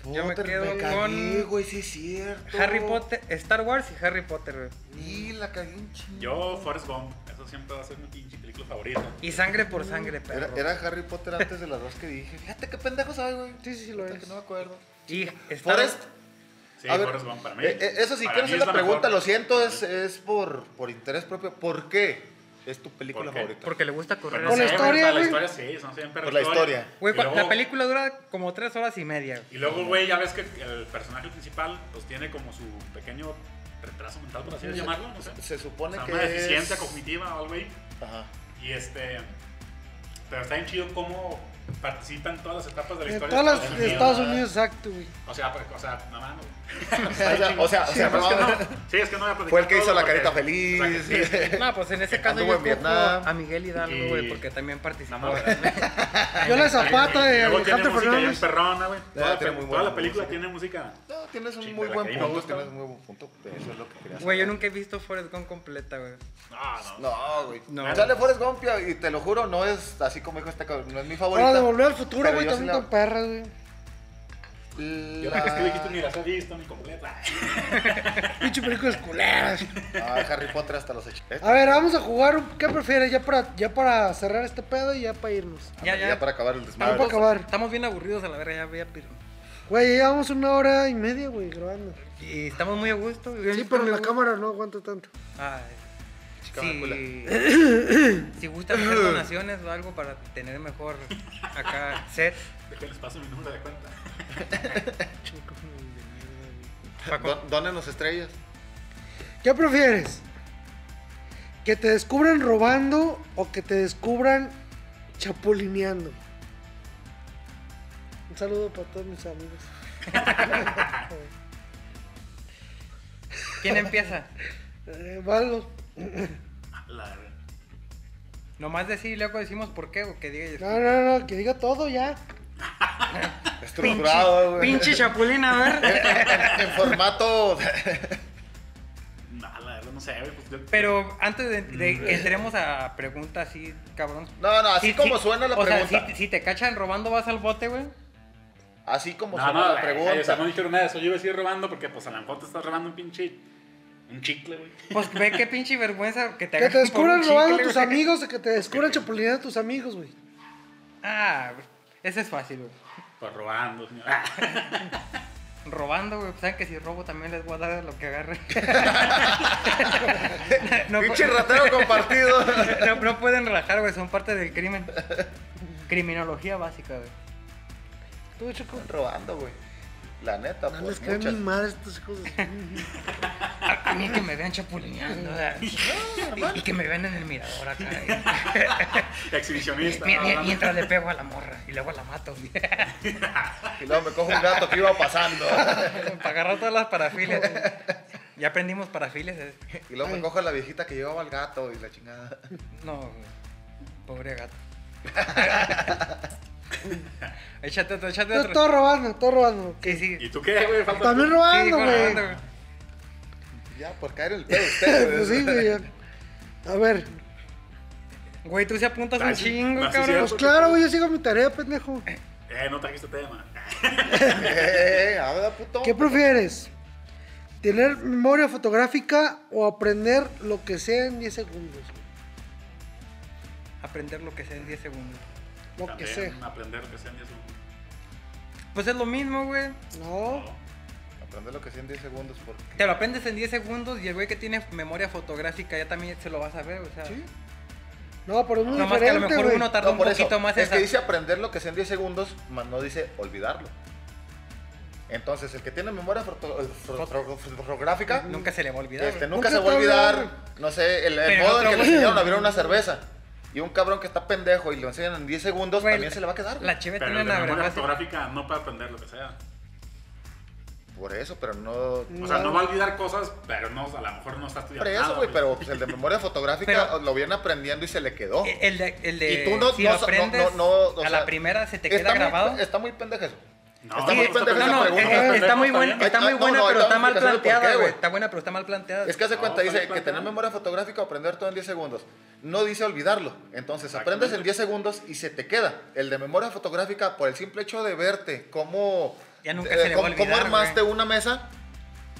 Speaker 2: Yo me
Speaker 1: Potter,
Speaker 2: quedo
Speaker 1: cagué,
Speaker 2: con-
Speaker 1: güey, sí es cierto.
Speaker 2: Harry Potter, Star Wars y Harry Potter, güey.
Speaker 1: Y la cagué un chingo.
Speaker 3: Yo, Forrest Gump. Eso siempre va a ser mi pinche película favorita.
Speaker 2: Y sangre por sangre,
Speaker 1: Era,
Speaker 2: perro.
Speaker 1: era Harry Potter antes de las dos que dije. Fíjate qué pendejo soy, güey.
Speaker 4: Sí, sí, sí lo
Speaker 1: Puta,
Speaker 4: es.
Speaker 1: que no me acuerdo.
Speaker 2: Y Star
Speaker 1: Forrest.
Speaker 3: Sí,
Speaker 1: a ver,
Speaker 3: Forrest Gump para mí.
Speaker 1: eh, eh, eso sí,
Speaker 3: Para
Speaker 1: quiero
Speaker 3: mí
Speaker 1: hacer
Speaker 3: es
Speaker 1: la pregunta,
Speaker 3: mejor.
Speaker 1: lo siento, es, es por, por interés propio. ¿Por qué es tu película
Speaker 3: ¿Por qué?
Speaker 1: favorita?
Speaker 2: Porque le gusta
Speaker 3: Pero
Speaker 2: correr.
Speaker 3: no
Speaker 4: Con
Speaker 3: sé,
Speaker 4: la
Speaker 3: güey,
Speaker 4: historia,
Speaker 3: para La
Speaker 4: güey.
Speaker 3: historia sí, son siempre
Speaker 1: Por la historia.
Speaker 2: Güey,
Speaker 3: Y
Speaker 2: cua- la
Speaker 3: luego-
Speaker 2: película dura como tres horas y media. güey.
Speaker 3: Y luego, güey, ya ves que el personaje principal pues tiene como su pequeño retraso mental, por así llamarlo, no sé.
Speaker 1: Se
Speaker 3: O
Speaker 1: supone
Speaker 3: sea,
Speaker 1: que
Speaker 3: una deficiencia
Speaker 1: es...
Speaker 3: cognitiva o algo ahí.
Speaker 1: Ajá.
Speaker 3: Y este. Pero está bien chido cómo participan todas las etapas de la
Speaker 4: De
Speaker 3: historia.
Speaker 4: Eh, todas
Speaker 3: Estados
Speaker 4: las de
Speaker 3: Unidos.
Speaker 4: Estados Unidos, exacto, güey.
Speaker 3: O sea, pues, o sea, mamá, no.
Speaker 1: O sea, o sea, Ah, o sea,
Speaker 3: Pero es
Speaker 1: no,
Speaker 3: que no. Sí, es que no voy a platicar
Speaker 1: Fue el que
Speaker 3: todo
Speaker 1: hizo la
Speaker 3: porque-
Speaker 1: carita feliz.
Speaker 3: O sea, que sí.
Speaker 2: No, pues en ese caso
Speaker 1: Anduvo
Speaker 2: yo
Speaker 1: en
Speaker 2: escojo
Speaker 1: Vietnam.
Speaker 2: a Miguel Hidalgo, güey,
Speaker 3: Y-
Speaker 2: porque también
Speaker 3: No,
Speaker 2: participó.
Speaker 3: no,
Speaker 4: Yo la zapata de
Speaker 3: Luego tiene
Speaker 4: Alejandro
Speaker 3: música bien
Speaker 4: Fernández.
Speaker 3: perrona, güey. Toda,
Speaker 1: tiene muy
Speaker 3: toda
Speaker 1: buena
Speaker 3: la película
Speaker 1: música.
Speaker 3: tiene música.
Speaker 1: No, tienes un
Speaker 3: Sí,
Speaker 1: muy
Speaker 3: de la
Speaker 1: buen
Speaker 3: que a mí me
Speaker 1: punto,
Speaker 3: gusta.
Speaker 1: tienes un muy buen punto. Eso es lo que quería hacer.
Speaker 2: Güey, yo nunca he visto Forrest Gump completa, güey.
Speaker 3: Ah, no.
Speaker 1: No, güey.
Speaker 2: No.
Speaker 1: Sale Forrest Gump y y te lo juro, no es así como dijo este cabrón, no es mi favorita.
Speaker 4: Ahora de volver al futuro,
Speaker 1: Pero
Speaker 4: güey,
Speaker 1: yo sí
Speaker 4: también
Speaker 1: la-
Speaker 4: con perras, güey.
Speaker 3: Yo creo que es que dijiste ni las he visto ni completa.
Speaker 4: Pinche películas culeras.
Speaker 1: Ah, Harry Potter hasta los ¿eh? hechos.
Speaker 4: A ver, vamos a jugar. un- ¿Qué prefieres? Ya para, ya para cerrar este pedo y ya para irnos.
Speaker 2: Ya, ya.
Speaker 1: Ah, para acabar el
Speaker 4: Ya Ah,
Speaker 1: desmadre.
Speaker 4: para acabar.
Speaker 2: Estamos bien aburridos a la verga, ya voy a pir-
Speaker 4: Güey, ya llevamos una hora y media, güey, grabando.
Speaker 2: Y estamos muy a gusto. güey.
Speaker 4: Sí, pero la cámara no aguanta tanto.
Speaker 2: Ay.
Speaker 1: Chica
Speaker 2: Si, Ah, si gustan hacer donaciones o algo para tener mejor acá set,
Speaker 3: Déjenles paso mi número de cuenta.
Speaker 1: Don- Dónenos estrellas.
Speaker 4: ¿Qué prefieres? ¿Que te descubran robando o que te descubran chapulineando? Un saludo para todos mis amigos.
Speaker 2: ¿quién empieza?
Speaker 4: Eh, Valo.
Speaker 3: La verdad.
Speaker 2: Nomás decir y luego decimos por qué o que diga. yo.
Speaker 4: No, no, no, que diga todo ya.
Speaker 1: Estructurado, güey.
Speaker 2: Pinche chapulina, a ver.
Speaker 1: En en formato.
Speaker 3: No, la verdad no sé, güey. Pues yo...
Speaker 2: Pero antes de, de que entremos a preguntas así, cabrón.
Speaker 1: No, no, Mm. así
Speaker 2: Sí,
Speaker 1: como
Speaker 2: sí.
Speaker 1: suena la
Speaker 2: o sea,
Speaker 1: pregunta.
Speaker 2: si, si te cachan robando, vas al bote, güey.
Speaker 1: Así como
Speaker 3: No,
Speaker 1: suena
Speaker 3: no,
Speaker 1: la
Speaker 3: pregunta. o sea, no
Speaker 1: pregunta.
Speaker 3: dijeron nada de eso. Yo iba a seguir robando porque, pues, a lo mejor te estás robando un pinche. Un chicle, güey.
Speaker 2: Pues ve qué pinche vergüenza que te
Speaker 4: Que te
Speaker 2: agarren por un
Speaker 4: descubran robando a
Speaker 2: chicle,
Speaker 4: tus
Speaker 2: güey.
Speaker 4: amigos o que te descubran chapulineando a tus amigos, güey.
Speaker 2: Ah, güey, ese es fácil, güey.
Speaker 3: Pues robando, señor. Ah,
Speaker 2: Robando, güey. Saben que si robo también les voy a dar lo que agarre. no,
Speaker 1: Pinche ratero compartido.
Speaker 2: no, no pueden relajar, güey. Son parte del crimen. Criminología básica, güey.
Speaker 4: Tú, chico.
Speaker 1: Robando, güey. La neta,
Speaker 4: No
Speaker 1: pues.
Speaker 4: les caen mis
Speaker 1: Muchas.
Speaker 4: madres estos hijos de su-
Speaker 2: A, a mí que me vean chapulineando. güey. y, y que me vean en el mirador acá. güey.
Speaker 3: Exhibicionista.
Speaker 2: Mi- mi-
Speaker 3: hablando.
Speaker 2: mientras le pego a la morra y luego la mato. güey.
Speaker 1: Y luego me cojo un gato que iba pasando.
Speaker 2: Para agarrar todas las parafilias. güey. Ya aprendimos parafilias. eh.
Speaker 1: Y luego me
Speaker 4: Ay.
Speaker 1: cojo a la viejita que llevaba al gato y la chingada.
Speaker 2: No, güey. pobre gato. échate otro, échate
Speaker 4: Todo,
Speaker 2: otro.
Speaker 4: todo robando, todo robando.
Speaker 2: Sí, sí.
Speaker 3: ¿Y tú qué, güey? Falta
Speaker 4: También
Speaker 3: tú.
Speaker 2: Sí,
Speaker 4: robando,
Speaker 2: digo,
Speaker 4: güey.
Speaker 2: robando, güey.
Speaker 1: Ya, por caer en el pedo ustedes.
Speaker 4: Pues sí, güey. ya. A ver.
Speaker 2: Güey, tú se apuntas
Speaker 3: Ah,
Speaker 2: un
Speaker 3: sí.
Speaker 2: chingo,
Speaker 3: Ah, sí,
Speaker 2: cabrón.
Speaker 4: Pues claro, güey, yo sigo mi tarea, pendejo.
Speaker 3: Eh, no trajiste tema.
Speaker 1: Eh, a ver, puto.
Speaker 4: ¿Qué prefieres? ¿Tener memoria fotográfica o aprender lo que sea en 10 segundos? güey?
Speaker 2: Aprender lo que sea en 10 segundos.
Speaker 4: Lo que sea.
Speaker 3: También aprender lo que sea en 10 segundos.
Speaker 2: Pues es lo mismo, güey.
Speaker 4: No.
Speaker 3: No.
Speaker 1: aprender lo que hacía en 10 segundos. Porque...
Speaker 2: Te lo aprendes en 10 segundos y el güey que tiene memoria fotográfica ya también se lo vas a ver, o sea.
Speaker 4: Sí. No, pero es muy
Speaker 2: Nomás que a
Speaker 4: diferente,
Speaker 2: lo mejor
Speaker 4: güey.
Speaker 2: uno tarda
Speaker 1: No,
Speaker 2: un
Speaker 1: por eso,
Speaker 2: poquito más
Speaker 1: Es
Speaker 2: esa-
Speaker 1: que dice aprender lo que hacía en 10 segundos, más no dice olvidarlo. Entonces, el que tiene memoria foto- fo- fo- fotográfica,
Speaker 2: Nunca se le va a olvidar.
Speaker 1: este,
Speaker 2: güey.
Speaker 1: nunca
Speaker 4: Nunca
Speaker 1: se
Speaker 4: te
Speaker 1: va a olvidar,
Speaker 4: olvidas.
Speaker 1: no sé, el, el
Speaker 2: Pero
Speaker 1: modo en
Speaker 2: otro
Speaker 1: que le
Speaker 2: güey.
Speaker 1: enseñaron a abrir una cerveza. Y un cabrón que está pendejo y lo enseñan en 10 segundos,
Speaker 2: Güey,
Speaker 1: también se le va a quedar. güey.
Speaker 2: La cheve
Speaker 3: Pero
Speaker 2: tiene
Speaker 3: de
Speaker 2: una
Speaker 3: memoria
Speaker 2: verdad.
Speaker 3: fotográfica no para aprender lo que sea.
Speaker 1: Por eso, pero no...
Speaker 3: O sea,
Speaker 4: No.
Speaker 3: no va a olvidar cosas, pero no, a lo mejor no está estudiando
Speaker 1: Por eso,
Speaker 3: nada,
Speaker 1: güey, pero pues, el de memoria fotográfica
Speaker 2: Pero-
Speaker 1: lo viene aprendiendo y se le quedó.
Speaker 2: Eh, El de, el de
Speaker 1: Y tú no-
Speaker 2: si
Speaker 1: no-
Speaker 2: lo aprendes
Speaker 1: no- no- o
Speaker 2: a
Speaker 1: sea,
Speaker 2: la primera se te
Speaker 1: Está
Speaker 2: queda
Speaker 1: muy-
Speaker 2: grabado.
Speaker 1: Está muy pendejo eso.
Speaker 3: No,
Speaker 1: Está muy
Speaker 3: no, no,
Speaker 1: pendeja
Speaker 2: no,
Speaker 1: esa
Speaker 2: no,
Speaker 1: pregunta.
Speaker 2: es- está muy
Speaker 3: Está
Speaker 2: buena,
Speaker 3: bien.
Speaker 2: está
Speaker 1: Ay,
Speaker 2: muy
Speaker 1: no,
Speaker 2: buena,
Speaker 1: no,
Speaker 2: pero
Speaker 1: ahorita
Speaker 2: está
Speaker 1: vamos a
Speaker 2: mal
Speaker 1: explicar el por qué,
Speaker 2: planteada, güey.
Speaker 1: güey.
Speaker 2: Está buena, pero está mal planteada.
Speaker 1: Es que hace
Speaker 3: No,
Speaker 1: cuenta,
Speaker 3: está
Speaker 1: dice
Speaker 3: bien
Speaker 1: que tener
Speaker 3: planteado.
Speaker 1: memoria fotográfica o aprender todo en 10 segundos. No dice olvidarlo. Entonces
Speaker 3: Exactamente.
Speaker 1: aprendes en 10 segundos y se te queda. El de memoria fotográfica, por el simple hecho de verte, cómo, eh,
Speaker 2: Ya nunca se le va a
Speaker 1: cómo- cómo
Speaker 2: olvidar,
Speaker 1: armaste
Speaker 2: güey.
Speaker 1: una mesa,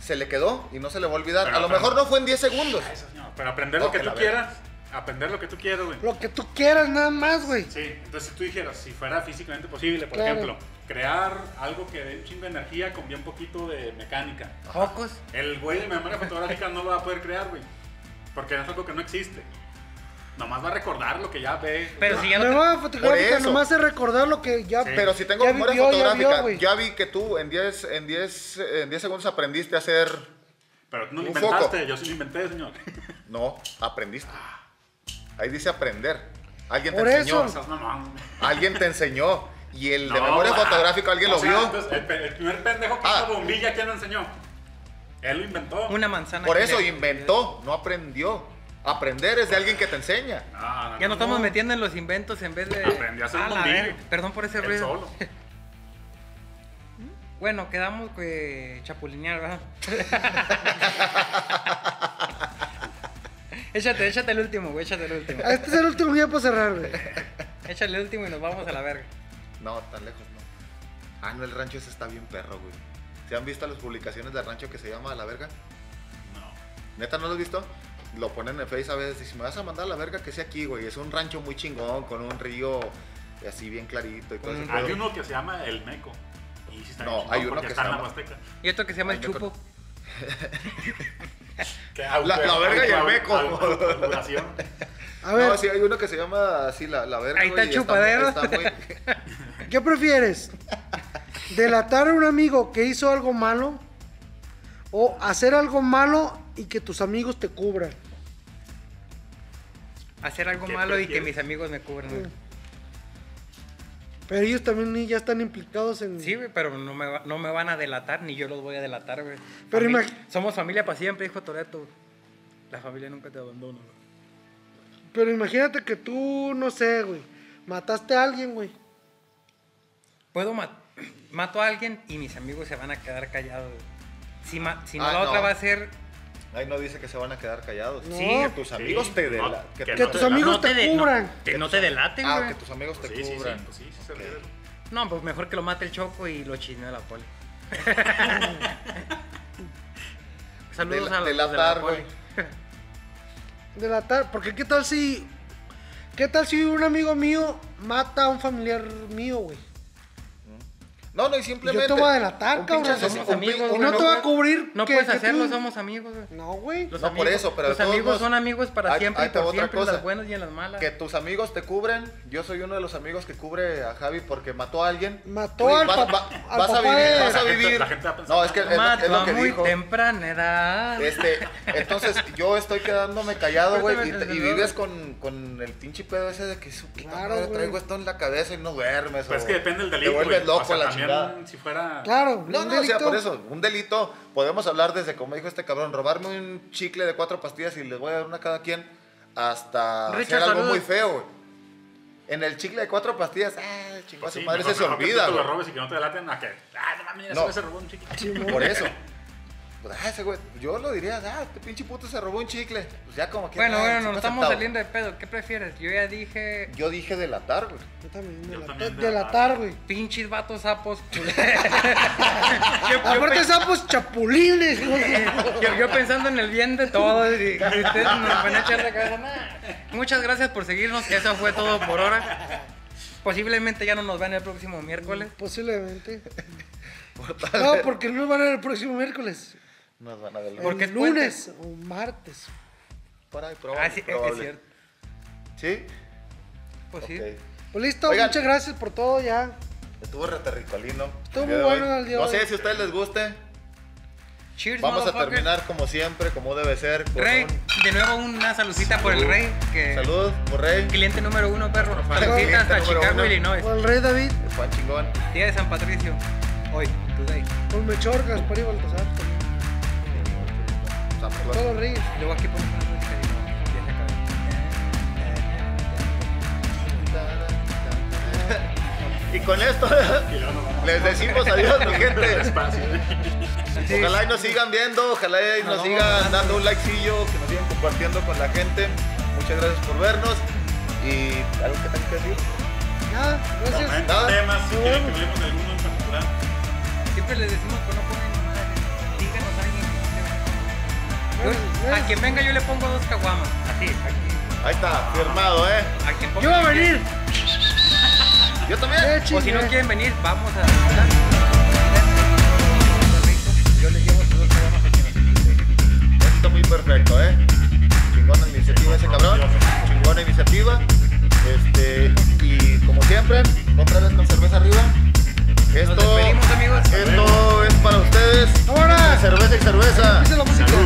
Speaker 1: se le quedó y no se le va a olvidar.
Speaker 3: Pero
Speaker 1: a lo
Speaker 3: aprende-
Speaker 1: mejor no fue en 10 segundos.
Speaker 3: Eso, señor. Pero aprender
Speaker 1: No,
Speaker 3: lo que
Speaker 1: que
Speaker 3: tú
Speaker 1: la
Speaker 3: quieras, aprender lo que tú quieras, güey.
Speaker 4: Lo que tú quieras, nada más, güey.
Speaker 3: Sí, entonces si tú dijeras, si fuera físicamente posible, por
Speaker 4: Claro.
Speaker 3: ejemplo, crear algo que dé un chingo de energía con bien poquito de mecánica.
Speaker 2: Focus.
Speaker 3: El güey de memoria fotográfica no lo va a poder crear, güey. Porque es algo que no existe. Nomás va a recordar lo que ya ve.
Speaker 2: Pero
Speaker 3: Ah,
Speaker 2: si ya
Speaker 4: La
Speaker 2: no te-
Speaker 4: nueva
Speaker 1: Por
Speaker 4: fotográfica
Speaker 1: eso.
Speaker 4: nomás es recordar lo que ya.
Speaker 3: Sí.
Speaker 1: Pero si tengo
Speaker 4: Ya
Speaker 1: memoria
Speaker 4: vivió, ya
Speaker 1: fotográfica,
Speaker 4: vio, güey.
Speaker 1: ya vi que tú en 10, en 10, en 10 segundos aprendiste a hacer...
Speaker 3: Pero tú no lo
Speaker 1: Un
Speaker 3: inventaste,
Speaker 1: foco.
Speaker 3: yo sí lo inventé, señor.
Speaker 1: No, aprendiste. Ahí dice aprender. Alguien te
Speaker 4: Por
Speaker 1: enseñó.
Speaker 4: eso.
Speaker 3: Estás mamón.
Speaker 1: Alguien te enseñó. Y el de
Speaker 3: No,
Speaker 1: memoria
Speaker 3: ah,
Speaker 1: fotográfica, alguien
Speaker 3: o
Speaker 1: lo
Speaker 3: sea,
Speaker 1: vio.
Speaker 3: entonces, el, pe- el primer pendejo que
Speaker 1: Ah.
Speaker 3: hizo bombilla, ¿quién lo enseñó? Él lo inventó.
Speaker 2: Una manzana.
Speaker 1: Por
Speaker 2: que
Speaker 1: eso
Speaker 2: le-
Speaker 1: inventó, no aprendió. Aprender es de alguien que te enseña.
Speaker 3: Ah, No, no,
Speaker 2: Ya nos
Speaker 3: no.
Speaker 2: estamos metiendo en los inventos en vez de. Ah,
Speaker 3: Aprendí a hacer un
Speaker 2: la
Speaker 3: bombillo.
Speaker 2: verga. Perdón por ese
Speaker 3: Él
Speaker 2: ruido.
Speaker 3: solo.
Speaker 2: Bueno, quedamos que chapulinear, ¿verdad? échate, échate el último, güey, échate el último.
Speaker 4: Este es el último día para cerrar, güey.
Speaker 2: Échale el último y nos vamos a la verga.
Speaker 1: No, tan lejos no. Ah, no, el rancho ese está bien perro, güey. ¿Se han visto las publicaciones del rancho que se llama La Verga?
Speaker 3: No.
Speaker 1: ¿Neta no lo has visto? Lo ponen en Face a veces. Y si me vas a mandar a la verga, que sea aquí, güey. Es un rancho muy chingón, con un río así bien clarito y todo
Speaker 2: Con
Speaker 1: ese
Speaker 2: un
Speaker 1: pedo.
Speaker 3: Mm, Hay uno que se llama El Meco. Y sí está
Speaker 1: No,
Speaker 3: bien chingón
Speaker 1: hay uno
Speaker 3: porque
Speaker 1: que
Speaker 3: está
Speaker 1: se
Speaker 3: en la
Speaker 1: llama-
Speaker 3: Huasteca.
Speaker 2: Y otro que se llama el
Speaker 1: Ay, yo creo-
Speaker 2: chupo.
Speaker 3: Que
Speaker 1: la
Speaker 3: auto-
Speaker 1: verga y el
Speaker 3: auto-
Speaker 1: Meco.
Speaker 3: auto- autoinauguración.
Speaker 4: A ver,
Speaker 1: No, sí, hay uno que se llama así La, la Verga.
Speaker 2: Ahí está
Speaker 1: güey,
Speaker 2: el
Speaker 1: y
Speaker 2: chupadero.
Speaker 1: Está, muy- está muy-
Speaker 4: ¿qué prefieres? ¿Delatar a un amigo que hizo algo malo? ¿O hacer algo malo y que tus amigos te cubran?
Speaker 2: Hacer algo
Speaker 3: ¿Qué
Speaker 2: malo y que
Speaker 3: prefieres?
Speaker 2: mis amigos me cubran. güey.
Speaker 4: Pero ellos también ni- ya están implicados en.
Speaker 2: Sí, güey, pero no me, va- no me van a delatar, ni yo los voy a delatar, güey.
Speaker 4: Pero
Speaker 2: Famil-
Speaker 4: imag-
Speaker 2: Somos familia para siempre, hijo Toreto. La familia nunca te abandona, güey.
Speaker 4: Pero imagínate que tú, no sé, güey, mataste a alguien, güey.
Speaker 2: Puedo matar. Mato a alguien y mis amigos se van a quedar callados. güey. Si, ma- si no,
Speaker 1: Ah,
Speaker 2: la otra
Speaker 1: no.
Speaker 2: va a ser.
Speaker 1: Ahí no dice que se van a quedar callados.
Speaker 4: No.
Speaker 1: Sí, que tus amigos
Speaker 3: Sí,
Speaker 1: te
Speaker 3: no,
Speaker 1: dela-
Speaker 3: que
Speaker 1: te-
Speaker 4: Que
Speaker 3: no
Speaker 4: tus
Speaker 3: te-
Speaker 4: amigos
Speaker 2: no
Speaker 4: te,
Speaker 2: de-
Speaker 4: cubran.
Speaker 2: No te, no te delaten,
Speaker 1: Ah,
Speaker 2: güey.
Speaker 1: que tus amigos
Speaker 3: Pues
Speaker 1: te
Speaker 3: sí, sí,
Speaker 1: cubran.
Speaker 3: sí, pues sí, sí, se
Speaker 1: Ok.
Speaker 3: ríe.
Speaker 2: No, pues mejor que lo mate el choco y lo chisme a la poli. Saludos
Speaker 1: Del-
Speaker 2: a los de la
Speaker 1: delatar,
Speaker 2: poli.
Speaker 1: güey.
Speaker 4: Delatar, porque qué tal si. ¿Qué tal si un amigo mío mata a un familiar mío, güey?
Speaker 1: No, no, y simplemente.
Speaker 4: Yo te voy a delatar,
Speaker 1: un pinche
Speaker 4: cabrón.
Speaker 1: asesino-
Speaker 2: Somos
Speaker 1: un
Speaker 2: amigos,
Speaker 1: pin-
Speaker 2: güey,
Speaker 1: un-
Speaker 4: no te va
Speaker 2: puedes-
Speaker 4: a cubrir
Speaker 2: No
Speaker 4: que-
Speaker 2: puedes
Speaker 4: que
Speaker 2: hacerlo,
Speaker 4: tú-
Speaker 2: somos amigos, güey.
Speaker 4: No, güey.
Speaker 2: Los
Speaker 1: No,
Speaker 2: amigos,
Speaker 1: por eso, pero de
Speaker 2: Los
Speaker 1: todos
Speaker 2: amigos
Speaker 1: modos-
Speaker 2: son amigos para
Speaker 1: Ahí-
Speaker 2: siempre
Speaker 1: ahí
Speaker 2: y
Speaker 1: te
Speaker 2: para
Speaker 1: va otra
Speaker 2: siempre, en las
Speaker 1: cosa.
Speaker 2: buenas y en las malas.
Speaker 1: Que tus amigos te cubren. Yo soy uno de los amigos que cubre a Javi porque mató a alguien.
Speaker 4: Mató
Speaker 1: Güey,
Speaker 4: al
Speaker 1: vas-
Speaker 4: pap-
Speaker 1: va-
Speaker 4: al
Speaker 1: vas a
Speaker 4: papá
Speaker 1: vivir,
Speaker 4: de-
Speaker 1: vas a
Speaker 3: La gente-
Speaker 1: vivir.
Speaker 3: la gente va a pensar
Speaker 1: no, es que es,
Speaker 2: Mato
Speaker 1: es lo
Speaker 2: a
Speaker 1: que
Speaker 2: muy
Speaker 1: dijo.
Speaker 2: temprana edad.
Speaker 1: Este, entonces yo estoy quedándome callado, güey, y,
Speaker 2: Ahorita me
Speaker 1: te- y
Speaker 2: desveló,
Speaker 1: vives
Speaker 2: güey.
Speaker 1: con, con el pinche pedo ese de que su puta
Speaker 4: Claro,
Speaker 1: madre,
Speaker 4: güey.
Speaker 1: traigo esto en la cabeza y no duermes. o
Speaker 3: Pues es que depende del
Speaker 1: Te
Speaker 3: delito,
Speaker 1: vuelves
Speaker 3: güey.
Speaker 1: loco
Speaker 3: O sea,
Speaker 1: la
Speaker 3: también,
Speaker 1: chingada.
Speaker 3: si fuera...
Speaker 4: Claro,
Speaker 1: No,
Speaker 4: un
Speaker 1: no, o sea,
Speaker 4: delito.
Speaker 1: por eso, un delito, podemos hablar desde, como dijo este cabrón, robarme un chicle de cuatro pastillas y les voy a dar una a cada quien, hasta
Speaker 2: Richard,
Speaker 1: hacer algo
Speaker 2: saludos.
Speaker 1: muy feo, güey. En el chicle de cuatro pastillas, ah, chingó a
Speaker 3: Pues
Speaker 1: su
Speaker 3: sí,
Speaker 1: madre,
Speaker 3: mejor-
Speaker 1: se se
Speaker 3: mejor que tú
Speaker 1: olvida,
Speaker 3: te lo
Speaker 1: güey.
Speaker 3: robes y que no te delaten a que... Ah, no mames, mira,
Speaker 1: No.
Speaker 3: ese güey se robó un chiquito.
Speaker 1: Por eso. Pues, ah, ese güey, yo lo diría, ah, este pinche puto se robó un chicle. Pues ya como que.
Speaker 2: Bueno,
Speaker 1: ah,
Speaker 2: bueno,
Speaker 1: chingo
Speaker 2: nos estamos
Speaker 1: aceptado.
Speaker 2: saliendo de pedo. ¿Qué prefieres? Yo ya dije
Speaker 1: Yo dije delatar, güey.
Speaker 4: Yo también,
Speaker 3: Yo
Speaker 4: delatar,
Speaker 3: también
Speaker 4: delatar, güey.
Speaker 2: pinches vatos sapos. culeros.
Speaker 4: Aparte, sapos chapulines, güey.
Speaker 2: yo, yo pensando en el bien de todos y, y ustedes nos van a echar la cabeza. Nah. Muchas gracias por seguirnos. Eso fue todo por ahora. Posiblemente ya no nos vean el próximo miércoles.
Speaker 4: Posiblemente.
Speaker 1: importa.
Speaker 4: No, porque no van a ver el próximo miércoles.
Speaker 1: Nos van a ver.
Speaker 2: Porque
Speaker 4: el
Speaker 2: es
Speaker 4: lunes o martes.
Speaker 1: Por ahí, probable,
Speaker 2: Ah, sí, es- es
Speaker 1: probable.
Speaker 2: cierto.
Speaker 1: ¿Sí?
Speaker 2: Pues sí.
Speaker 1: Ok.
Speaker 4: Pues listo,
Speaker 1: Oigan.
Speaker 4: muchas gracias por todo ya.
Speaker 1: Estuvo reterricolino.
Speaker 4: Estuvo
Speaker 1: el día
Speaker 4: muy
Speaker 1: de hoy.
Speaker 4: bueno el día de
Speaker 1: No sé
Speaker 4: hoy.
Speaker 1: si a ustedes les guste.
Speaker 2: Cheers,
Speaker 1: Vamos a
Speaker 2: motherfucker.
Speaker 1: terminar como siempre, como debe ser. con
Speaker 2: Rey,
Speaker 1: un
Speaker 2: de nuevo una saludcita por el rey. Que
Speaker 1: Salud, por Rey.
Speaker 2: Cliente número uno, perro.
Speaker 1: favor.
Speaker 2: Saludcita hasta
Speaker 1: Cliente número
Speaker 2: Chicago,
Speaker 1: uno.
Speaker 2: Illinois.
Speaker 4: Con el Rey David,
Speaker 1: Juan chingón.
Speaker 2: Día de San Patricio. Hoy, pues today.
Speaker 4: con Mechor, Gaspar y Baltasar. con
Speaker 1: San Pedro.
Speaker 4: Todos los reyes.
Speaker 2: Luego aquí ponemos una música y ya se acabó.
Speaker 1: Y con esto
Speaker 3: Y luego nos vamos.
Speaker 1: les decimos adiós, mi gente.
Speaker 3: Despacio.
Speaker 2: Sí.
Speaker 1: Ojalá y nos sigan viendo, ojalá y nos
Speaker 2: Nos
Speaker 1: sigan
Speaker 2: vamos
Speaker 1: dando un likecillo, que nos sigan compartiendo con la gente. Muchas gracias por vernos. Y algo que tengo que decir.
Speaker 4: Nada, gracias.
Speaker 3: Comenten
Speaker 1: Nada.
Speaker 3: temas, si
Speaker 4: Nos
Speaker 3: quieren que
Speaker 4: vemos.
Speaker 3: hablemos de alguno en particular.
Speaker 2: Siempre les decimos que no ponen mamadas. Díganos a alguien. Yo- A quien venga yo le pongo dos caguamas. Así, aquí.
Speaker 1: Ahí está, firmado, ¿eh?
Speaker 2: A quien ponga.
Speaker 4: Yo voy a venir.
Speaker 1: Yo también.
Speaker 4: Eh,
Speaker 2: O si no
Speaker 4: chingue.
Speaker 2: quieren venir, vamos a hablar. Yo les llevo sus dos caguamas a quien nos invite.
Speaker 1: Esto muy perfecto, ¿eh? Chingona iniciativa ese cabrón. Chingona iniciativa. Este, y como siempre, otra vez con cerveza arriba. Esto,
Speaker 2: despedimos, amigos.
Speaker 4: Eh,
Speaker 1: esto es para ustedes.
Speaker 4: ¡Ahora!
Speaker 1: Cerveza y cerveza.
Speaker 4: Dice la música.